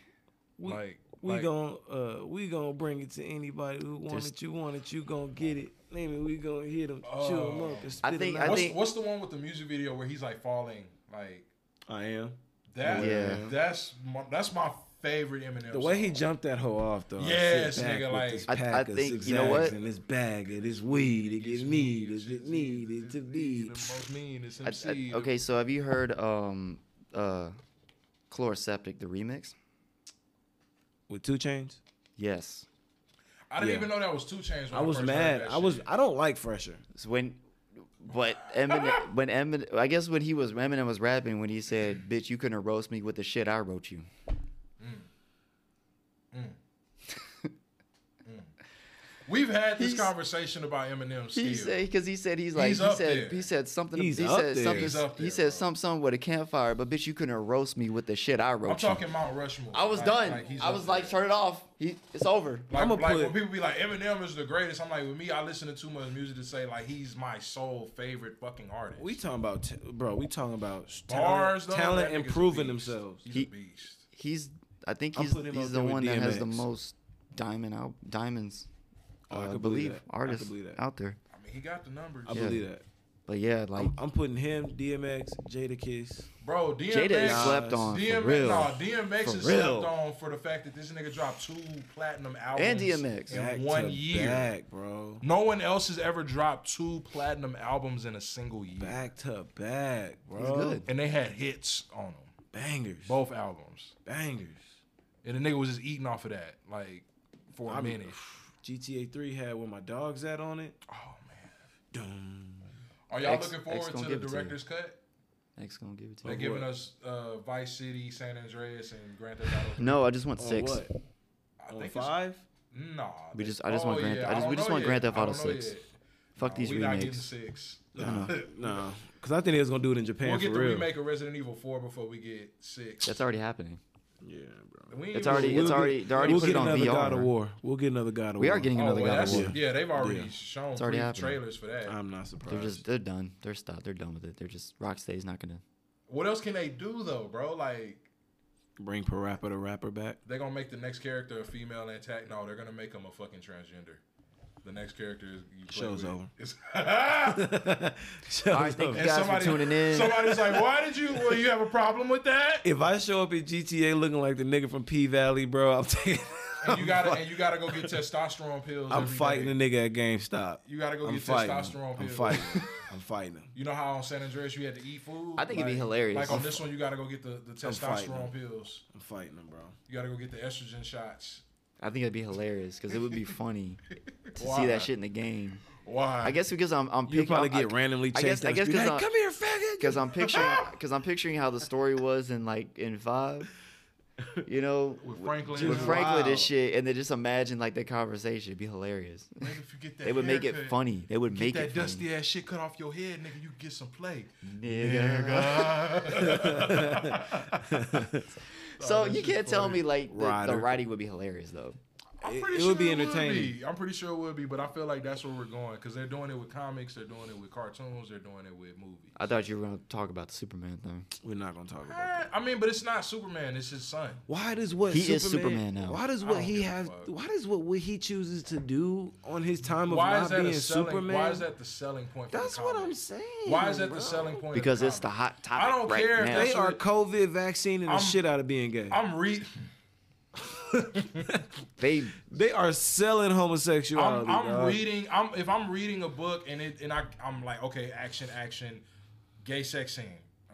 [SPEAKER 5] We,
[SPEAKER 6] Like-
[SPEAKER 5] we
[SPEAKER 6] like-
[SPEAKER 5] gon' uh we gonna bring it to anybody who want
[SPEAKER 4] There's-
[SPEAKER 5] it. You want it. You gonna get it. Maybe we gonna hit them, chew them up, and spit
[SPEAKER 4] I
[SPEAKER 5] 'em
[SPEAKER 4] think-
[SPEAKER 5] out.
[SPEAKER 4] I
[SPEAKER 6] what's,
[SPEAKER 4] think-
[SPEAKER 6] what's the one with the music video where he's like falling? Like
[SPEAKER 5] I am.
[SPEAKER 6] that.
[SPEAKER 4] Yeah.
[SPEAKER 6] That's my, that's my favorite Eminem.
[SPEAKER 5] The way he
[SPEAKER 6] song.
[SPEAKER 5] jumped that hoe off though. I sit
[SPEAKER 6] Yes, nigga,
[SPEAKER 5] back with
[SPEAKER 6] like-
[SPEAKER 5] this
[SPEAKER 4] I- I
[SPEAKER 5] pack of
[SPEAKER 4] think, you know
[SPEAKER 5] zigzags
[SPEAKER 4] what?
[SPEAKER 5] And this bag of this weed, it get needed, it needed to
[SPEAKER 6] the
[SPEAKER 5] be.
[SPEAKER 6] most meanest
[SPEAKER 4] I- I-
[SPEAKER 6] MC.
[SPEAKER 4] Uh, okay, so have you heard um uh Chloroseptic the remix?
[SPEAKER 5] With two chains,
[SPEAKER 4] Yes.
[SPEAKER 6] I didn't
[SPEAKER 5] yeah.
[SPEAKER 6] even know that was Two Chains. When
[SPEAKER 5] I was
[SPEAKER 6] first heard
[SPEAKER 5] mad.
[SPEAKER 6] that
[SPEAKER 5] I was.
[SPEAKER 6] shit.
[SPEAKER 5] I don't like fresher.
[SPEAKER 4] So when but
[SPEAKER 6] (laughs)
[SPEAKER 4] Eminem when Eminem I guess when he was Eminem was rapping when he said, "Bitch, you couldn't roast me with the shit I wrote you."
[SPEAKER 6] We've had this
[SPEAKER 4] He's-
[SPEAKER 6] conversation about Eminem still.
[SPEAKER 4] He said cuz he said he's like
[SPEAKER 6] He's
[SPEAKER 4] he
[SPEAKER 6] up
[SPEAKER 4] said
[SPEAKER 6] there.
[SPEAKER 4] he said something
[SPEAKER 5] He's
[SPEAKER 4] he
[SPEAKER 5] up
[SPEAKER 4] said
[SPEAKER 5] there.
[SPEAKER 4] something
[SPEAKER 6] He's up
[SPEAKER 4] he
[SPEAKER 6] there,
[SPEAKER 4] said
[SPEAKER 6] bro.
[SPEAKER 4] something something with a campfire, but bitch, you couldn't roast me with the shit I wrote
[SPEAKER 6] I'm
[SPEAKER 4] you.
[SPEAKER 6] talking Mount Rushmore.
[SPEAKER 4] I was
[SPEAKER 6] Like-
[SPEAKER 4] done.
[SPEAKER 6] like, he's
[SPEAKER 4] I
[SPEAKER 6] up
[SPEAKER 4] was
[SPEAKER 6] there.
[SPEAKER 4] like, "Turn it off. He, it's over."
[SPEAKER 6] Like,
[SPEAKER 5] I'ma
[SPEAKER 6] like
[SPEAKER 5] put-
[SPEAKER 6] when people be like, Eminem is the greatest. I'm like, with me, I listen to too much music to say like he's my sole favorite fucking artist.
[SPEAKER 5] We talking about, t- bro. We talking about s-
[SPEAKER 6] bars
[SPEAKER 5] talent,
[SPEAKER 6] though,
[SPEAKER 5] talent
[SPEAKER 6] that nigga's a
[SPEAKER 5] improving
[SPEAKER 6] beast.
[SPEAKER 5] themselves.
[SPEAKER 6] He's a
[SPEAKER 4] He-
[SPEAKER 6] beast.
[SPEAKER 4] He's I think
[SPEAKER 5] I'm
[SPEAKER 4] he's
[SPEAKER 5] putting him
[SPEAKER 4] he's
[SPEAKER 5] up
[SPEAKER 4] the
[SPEAKER 5] there with
[SPEAKER 4] one that has the
[SPEAKER 5] DMX.
[SPEAKER 4] most diamond out diamonds.
[SPEAKER 5] Oh, I
[SPEAKER 4] uh,
[SPEAKER 5] could believe
[SPEAKER 4] believe
[SPEAKER 5] that. I could
[SPEAKER 4] artists
[SPEAKER 5] believe that.
[SPEAKER 4] out there.
[SPEAKER 6] I mean, he got the numbers.
[SPEAKER 5] I
[SPEAKER 4] Yeah.
[SPEAKER 5] believe that.
[SPEAKER 4] But yeah, like
[SPEAKER 5] I'm, I'm putting him, DMX, Jada Kiss.
[SPEAKER 6] Bro, DMX
[SPEAKER 4] Jada is slept
[SPEAKER 5] Nas,
[SPEAKER 4] on
[SPEAKER 6] DMX,
[SPEAKER 4] for real.
[SPEAKER 6] nah, DMX
[SPEAKER 4] For
[SPEAKER 6] is
[SPEAKER 4] real.
[SPEAKER 6] slept on for the fact that this nigga dropped two platinum albums
[SPEAKER 4] DMX.
[SPEAKER 6] in
[SPEAKER 5] Back
[SPEAKER 6] one
[SPEAKER 5] to
[SPEAKER 6] year.
[SPEAKER 5] back, bro.
[SPEAKER 6] No one else has ever dropped two platinum albums in a single year,
[SPEAKER 5] Back to back, bro.
[SPEAKER 4] He's good.
[SPEAKER 6] and they had hits on them,
[SPEAKER 5] Bangers,
[SPEAKER 6] both albums,
[SPEAKER 5] bangers.
[SPEAKER 6] and the nigga was just eating off of that like for a
[SPEAKER 4] (sighs)
[SPEAKER 6] minute.
[SPEAKER 5] GTA 3 had where my dog's at on it.
[SPEAKER 6] Oh man,
[SPEAKER 5] Dum.
[SPEAKER 6] are y'all
[SPEAKER 4] X-
[SPEAKER 6] looking
[SPEAKER 4] X
[SPEAKER 6] forward
[SPEAKER 4] gonna
[SPEAKER 6] to the
[SPEAKER 4] give it to you.
[SPEAKER 6] director's cut?
[SPEAKER 4] X gonna give it to
[SPEAKER 6] They're
[SPEAKER 4] you.
[SPEAKER 6] giving
[SPEAKER 5] what?
[SPEAKER 6] us uh, Vice City, San Andreas, and Grand Theft Auto.
[SPEAKER 4] No, I just want
[SPEAKER 5] On
[SPEAKER 4] six.
[SPEAKER 5] what?
[SPEAKER 6] I
[SPEAKER 5] On
[SPEAKER 6] think it's-
[SPEAKER 5] five?
[SPEAKER 6] Nah.
[SPEAKER 4] We
[SPEAKER 6] they-
[SPEAKER 4] just- I just want Grand- I just-
[SPEAKER 6] don't
[SPEAKER 4] we just
[SPEAKER 6] know
[SPEAKER 4] want Grand Theft
[SPEAKER 6] I don't
[SPEAKER 4] Auto
[SPEAKER 6] know
[SPEAKER 4] 6.
[SPEAKER 6] yet.
[SPEAKER 4] Fuck
[SPEAKER 6] Nah,
[SPEAKER 4] these
[SPEAKER 6] we not getting
[SPEAKER 4] remakes.
[SPEAKER 6] six. (laughs)
[SPEAKER 5] No, because I think they was gonna do it in Japan
[SPEAKER 6] We'll get
[SPEAKER 5] for
[SPEAKER 6] the
[SPEAKER 5] real.
[SPEAKER 6] remake of Resident Evil 4 before we get six.
[SPEAKER 4] That's already happening.
[SPEAKER 5] Yeah, bro.
[SPEAKER 6] We ain't
[SPEAKER 4] It's
[SPEAKER 6] even-
[SPEAKER 4] already-
[SPEAKER 6] we'll
[SPEAKER 4] it's
[SPEAKER 6] get-
[SPEAKER 4] already- they're already
[SPEAKER 5] we'll
[SPEAKER 4] put
[SPEAKER 5] get
[SPEAKER 4] it on
[SPEAKER 5] another
[SPEAKER 4] VR.
[SPEAKER 5] God of War. We'll get another God of
[SPEAKER 4] We
[SPEAKER 5] War.
[SPEAKER 4] are getting
[SPEAKER 6] Oh,
[SPEAKER 4] another
[SPEAKER 6] well,
[SPEAKER 4] God of
[SPEAKER 6] that's-
[SPEAKER 4] War.
[SPEAKER 6] Yeah, they've already
[SPEAKER 5] Yeah. Um,
[SPEAKER 6] shown
[SPEAKER 4] It's already
[SPEAKER 6] preview
[SPEAKER 4] happening.
[SPEAKER 6] trailers for that.
[SPEAKER 5] I'm not
[SPEAKER 4] They're
[SPEAKER 5] surprised.
[SPEAKER 4] just they're done. They're stopped. They're done with it. They're just Rocksteady's not gonna.
[SPEAKER 6] what else can they do though, bro? Like
[SPEAKER 5] Bring Parappa the rapper back. (laughs)
[SPEAKER 6] they're gonna make the next character a female and attack. No, they're gonna make him a fucking transgender. The next character is you play
[SPEAKER 5] Show's
[SPEAKER 6] with.
[SPEAKER 5] over.
[SPEAKER 6] It's- (laughs)
[SPEAKER 5] Shows
[SPEAKER 4] right, thank
[SPEAKER 5] up.
[SPEAKER 4] you. guys for tuning in.
[SPEAKER 6] Somebody's like, "Why did you? Well,
[SPEAKER 5] (laughs)
[SPEAKER 6] you have a problem with that?"
[SPEAKER 5] If I show up in GTA looking like the nigga from P Valley, bro, (laughs) I'm taking.
[SPEAKER 6] And you gotta and you gotta go get testosterone pills.
[SPEAKER 5] I'm
[SPEAKER 6] every day.
[SPEAKER 5] fighting a nigga at GameStop.
[SPEAKER 6] You gotta go
[SPEAKER 5] I'm
[SPEAKER 6] get
[SPEAKER 5] fighting.
[SPEAKER 6] testosterone
[SPEAKER 5] him. I'm
[SPEAKER 6] pills. (laughs)
[SPEAKER 5] fighting. him. I'm fighting him.
[SPEAKER 6] You know how on San Andreas you had to eat food?
[SPEAKER 4] I think it'd be hilarious.
[SPEAKER 6] Like on this one, you gotta go get the, the
[SPEAKER 5] fighting
[SPEAKER 6] testosterone
[SPEAKER 5] him.
[SPEAKER 6] pills.
[SPEAKER 5] I'm fighting him, bro.
[SPEAKER 6] You gotta go get the estrogen shots.
[SPEAKER 4] I think it'd be hilarious because it would be
[SPEAKER 5] (laughs)
[SPEAKER 4] funny to
[SPEAKER 6] Why?
[SPEAKER 4] see that shit in the game.
[SPEAKER 6] Why?
[SPEAKER 4] I guess because I'm I'm
[SPEAKER 5] You
[SPEAKER 4] picking.
[SPEAKER 5] probably
[SPEAKER 4] I,
[SPEAKER 5] get randomly
[SPEAKER 4] I guess
[SPEAKER 5] chased.
[SPEAKER 4] I
[SPEAKER 5] down
[SPEAKER 4] guess
[SPEAKER 5] the street.
[SPEAKER 4] because
[SPEAKER 5] Hey,
[SPEAKER 4] I'm,
[SPEAKER 5] come here, faggot.
[SPEAKER 4] because I'm picturing
[SPEAKER 5] (laughs)
[SPEAKER 4] because I'm picturing how the story was in like in five. You know,
[SPEAKER 6] with Franklin.
[SPEAKER 4] with
[SPEAKER 6] and-
[SPEAKER 4] Franklin
[SPEAKER 5] Wow.
[SPEAKER 4] and shit, and then just imagine like that conversation. It'd be hilarious.
[SPEAKER 6] Nigga, if you get that
[SPEAKER 4] they would make it
[SPEAKER 6] haircut,
[SPEAKER 4] funny. They would
[SPEAKER 6] Get
[SPEAKER 4] make
[SPEAKER 6] that
[SPEAKER 4] it
[SPEAKER 6] dusty ass shit cut off your head, nigga. You get some play.
[SPEAKER 4] funny.
[SPEAKER 6] Oh,
[SPEAKER 4] so you can't tell me like the, the
[SPEAKER 5] Ryder.
[SPEAKER 4] writing would be hilarious though.
[SPEAKER 6] (laughs) I'm
[SPEAKER 5] It-
[SPEAKER 6] pretty
[SPEAKER 5] it
[SPEAKER 6] sure
[SPEAKER 5] would be
[SPEAKER 6] it Would
[SPEAKER 5] entertaining.
[SPEAKER 6] be. I'm pretty sure it would be, but I feel like that's where we're going because they're doing it with comics, they're doing it with cartoons, they're doing it with movies.
[SPEAKER 4] I thought you were gonna talk about the Superman thing.
[SPEAKER 6] Oh,
[SPEAKER 5] We're not gonna talk about that.
[SPEAKER 6] Eh, I mean, but it's not Superman; it's his son.
[SPEAKER 5] Why does what
[SPEAKER 4] He
[SPEAKER 5] Superman,
[SPEAKER 4] is Superman now.
[SPEAKER 5] Why does
[SPEAKER 6] I
[SPEAKER 5] what
[SPEAKER 6] don't
[SPEAKER 5] he
[SPEAKER 6] give a
[SPEAKER 5] has?
[SPEAKER 6] fuck.
[SPEAKER 5] Why does what, what he chooses to do on his time of
[SPEAKER 6] Why
[SPEAKER 5] not
[SPEAKER 6] is that
[SPEAKER 5] being
[SPEAKER 6] a selling?
[SPEAKER 5] Superman?
[SPEAKER 6] Why is that the selling point? For
[SPEAKER 5] That's
[SPEAKER 6] the
[SPEAKER 5] what
[SPEAKER 6] comic?
[SPEAKER 5] I'm saying.
[SPEAKER 6] Why is that
[SPEAKER 5] bro.
[SPEAKER 6] the selling point? of
[SPEAKER 4] Because it's the
[SPEAKER 6] comic?
[SPEAKER 4] hot topic.
[SPEAKER 6] don't
[SPEAKER 4] right
[SPEAKER 6] care if
[SPEAKER 4] now.
[SPEAKER 5] They
[SPEAKER 6] That's
[SPEAKER 5] are
[SPEAKER 6] what-
[SPEAKER 5] COVID vaccinating the
[SPEAKER 6] I'm-
[SPEAKER 5] shit out of being gay.
[SPEAKER 6] I'm re.
[SPEAKER 4] They
[SPEAKER 5] they are selling homosexuality.
[SPEAKER 6] I'm, I'm
[SPEAKER 5] dog.
[SPEAKER 6] reading. I'm if I'm reading a book and it and I I'm like okay action action, gay sex scene.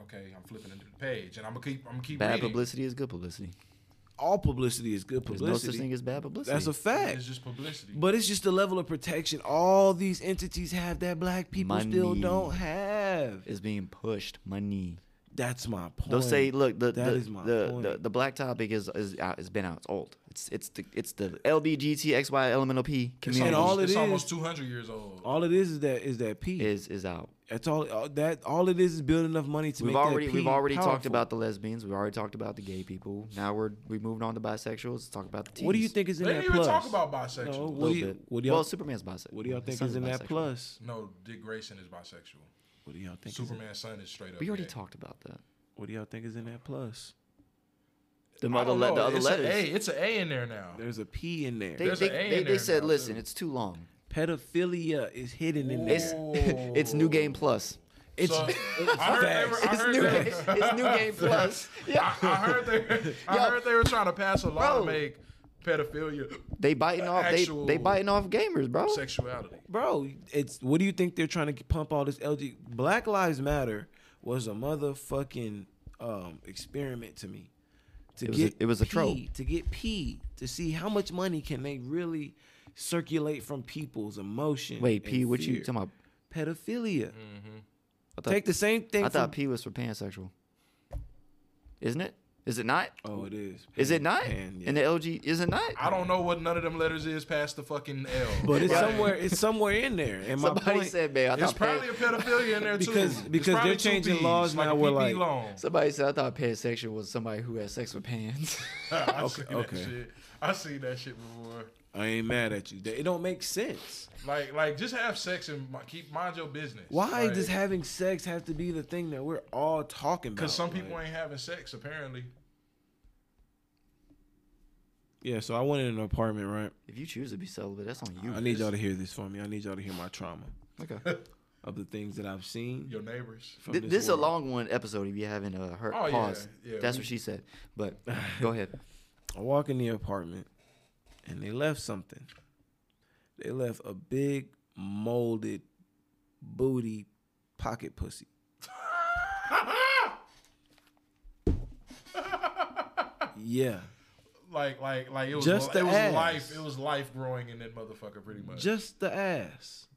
[SPEAKER 6] Okay, I'm flipping into the page and I'm gonna keep I'm gonna keep
[SPEAKER 4] bad
[SPEAKER 6] reading.
[SPEAKER 4] publicity is good publicity.
[SPEAKER 5] All publicity is good
[SPEAKER 4] There's
[SPEAKER 5] publicity.
[SPEAKER 4] no such thing as bad publicity.
[SPEAKER 5] That's a
[SPEAKER 6] It's
[SPEAKER 5] fact.
[SPEAKER 6] just publicity.
[SPEAKER 5] But it's just the level of protection all these entities have that black people still
[SPEAKER 4] Money.
[SPEAKER 5] don't have.
[SPEAKER 4] is being pushed money.
[SPEAKER 5] That's my point.
[SPEAKER 4] They'll say, look, the
[SPEAKER 5] That
[SPEAKER 4] the,
[SPEAKER 5] is my
[SPEAKER 4] the,
[SPEAKER 5] point.
[SPEAKER 4] the the black topic is is out, it's been out, it's old. It's it's the it's the LBGTXYLMNOP
[SPEAKER 6] it's
[SPEAKER 4] community
[SPEAKER 6] almost,
[SPEAKER 5] and all it
[SPEAKER 6] it's
[SPEAKER 5] is-
[SPEAKER 6] almost 200 years old.
[SPEAKER 5] all it is is that is that P.
[SPEAKER 4] is is out.
[SPEAKER 5] That's all. all that all it is is building enough money to
[SPEAKER 4] We've
[SPEAKER 5] make
[SPEAKER 4] already
[SPEAKER 5] that
[SPEAKER 4] we've
[SPEAKER 5] P
[SPEAKER 4] already talked
[SPEAKER 5] powerful.
[SPEAKER 4] about the lesbians. We've already talked about the gay people. Now we're we moved on to bisexuals. Let's talk about the T's.
[SPEAKER 5] What do you think is
[SPEAKER 6] They
[SPEAKER 5] in
[SPEAKER 6] didn't
[SPEAKER 5] that
[SPEAKER 6] even
[SPEAKER 5] plus?
[SPEAKER 6] talk about bisexual.
[SPEAKER 5] No,
[SPEAKER 4] A
[SPEAKER 5] what
[SPEAKER 4] little
[SPEAKER 5] do you
[SPEAKER 4] bit.
[SPEAKER 5] what do y'all
[SPEAKER 4] well, Superman's bisexual.
[SPEAKER 5] what do y'all
[SPEAKER 4] His
[SPEAKER 5] think
[SPEAKER 4] son's
[SPEAKER 5] is in that
[SPEAKER 4] bisexual.
[SPEAKER 5] plus?
[SPEAKER 6] No, Dick Grayson is bisexual.
[SPEAKER 5] What do y'all think? Is in,
[SPEAKER 6] Superman's son is straight up.
[SPEAKER 4] We already
[SPEAKER 6] gay.
[SPEAKER 4] talked about that.
[SPEAKER 5] what do y'all think is in that plus?
[SPEAKER 4] The
[SPEAKER 6] I
[SPEAKER 4] other
[SPEAKER 6] don't
[SPEAKER 4] le-
[SPEAKER 6] know.
[SPEAKER 4] the other
[SPEAKER 6] it's
[SPEAKER 4] letters.
[SPEAKER 6] A, it's an A in there now.
[SPEAKER 5] There's a P in there.
[SPEAKER 4] They
[SPEAKER 6] There's
[SPEAKER 4] they,
[SPEAKER 6] an A in
[SPEAKER 4] they, they
[SPEAKER 6] there
[SPEAKER 4] said,
[SPEAKER 6] now,
[SPEAKER 4] listen,
[SPEAKER 6] too.
[SPEAKER 4] it's too long.
[SPEAKER 5] Pedophilia is hidden in there.
[SPEAKER 4] It's it's (laughs)
[SPEAKER 5] Oh.
[SPEAKER 4] new game
[SPEAKER 5] (laughs)
[SPEAKER 4] plus.
[SPEAKER 5] It's,
[SPEAKER 6] So, I heard they were. I
[SPEAKER 4] It's new,
[SPEAKER 6] heard they,
[SPEAKER 4] it's new
[SPEAKER 5] (laughs)
[SPEAKER 4] game plus. Yeah,
[SPEAKER 6] I, I heard they.
[SPEAKER 4] (laughs)
[SPEAKER 6] I
[SPEAKER 4] Yo.
[SPEAKER 6] heard they were trying to pass a law to
[SPEAKER 4] Bro.
[SPEAKER 6] make pedophilia
[SPEAKER 4] they biting off they they
[SPEAKER 6] Actual-
[SPEAKER 4] biting off gamers, bro.
[SPEAKER 6] sexuality.
[SPEAKER 5] bro. It's what do you think they're trying to pump all this LG? Black Lives Matter was a motherfucking um, experiment to me. To
[SPEAKER 4] It was a-
[SPEAKER 5] get
[SPEAKER 4] it was a
[SPEAKER 5] P-
[SPEAKER 4] trope.
[SPEAKER 5] to get P to see how much money can they really circulate from people's emotion.
[SPEAKER 4] Wait, P,
[SPEAKER 5] and
[SPEAKER 4] what you
[SPEAKER 5] fear.
[SPEAKER 4] talking about?
[SPEAKER 5] Pedophilia.
[SPEAKER 4] I thought,
[SPEAKER 5] Take the same thing.
[SPEAKER 4] I thought
[SPEAKER 5] from-
[SPEAKER 4] P was for pansexual. Isn't it? Is it not?
[SPEAKER 5] oh, it is.
[SPEAKER 4] Is it
[SPEAKER 5] Pan-
[SPEAKER 4] not?
[SPEAKER 5] pan, yeah.
[SPEAKER 4] In the LG, is it not?
[SPEAKER 6] I don't know what none of them letters is past the fucking L.
[SPEAKER 5] but it's
[SPEAKER 6] Right.
[SPEAKER 5] somewhere. It's somewhere in there. And my
[SPEAKER 4] Somebody
[SPEAKER 5] point,
[SPEAKER 4] said, man, I
[SPEAKER 6] It's
[SPEAKER 4] thought pan-
[SPEAKER 6] probably a pedophilia in there too.
[SPEAKER 5] Because-
[SPEAKER 6] It's
[SPEAKER 5] because
[SPEAKER 6] probably
[SPEAKER 5] they're
[SPEAKER 6] two
[SPEAKER 5] changing
[SPEAKER 6] Ps,
[SPEAKER 5] laws
[SPEAKER 6] like
[SPEAKER 5] now
[SPEAKER 6] a
[SPEAKER 5] where,
[SPEAKER 6] PP
[SPEAKER 5] like-
[SPEAKER 6] long. (laughs)
[SPEAKER 4] somebody said I thought pansexual was somebody who has sex with pans.
[SPEAKER 6] I see that
[SPEAKER 5] okay.
[SPEAKER 6] shit. I seen that shit before.
[SPEAKER 5] I ain't mad at you. It don't make sense.
[SPEAKER 6] Like, like, just have sex and mi- keep mind your business.
[SPEAKER 5] Why
[SPEAKER 6] Like,
[SPEAKER 5] does having sex have to be the thing that we're all talking about?
[SPEAKER 6] Because some people
[SPEAKER 5] Like,
[SPEAKER 6] ain't having sex apparently.
[SPEAKER 5] Yeah, so I went in an apartment, right?
[SPEAKER 4] (laughs) if you choose to be celibate, that's on you.
[SPEAKER 5] I need y'all to hear this for me. I need y'all to hear my trauma
[SPEAKER 4] Okay.
[SPEAKER 5] of the things that I've seen.
[SPEAKER 6] Your neighbors.
[SPEAKER 5] (laughs) From
[SPEAKER 4] Th- this is a
[SPEAKER 5] world.
[SPEAKER 4] long one episode. If you haven't uh, heard,
[SPEAKER 6] Oh, yeah,
[SPEAKER 4] pause.
[SPEAKER 6] yeah,
[SPEAKER 4] that's
[SPEAKER 6] we-
[SPEAKER 4] what she said. But
[SPEAKER 5] (laughs)
[SPEAKER 4] go ahead.
[SPEAKER 5] I walk in the apartment, and they left something. They left a big molded booty
[SPEAKER 6] (laughs)
[SPEAKER 5] pocket pussy. yeah,
[SPEAKER 6] Like, like, like it was.
[SPEAKER 5] Just
[SPEAKER 6] li-
[SPEAKER 5] the
[SPEAKER 6] it was
[SPEAKER 5] ass.
[SPEAKER 6] life. It was life growing in that motherfucker pretty much.
[SPEAKER 5] just the ass.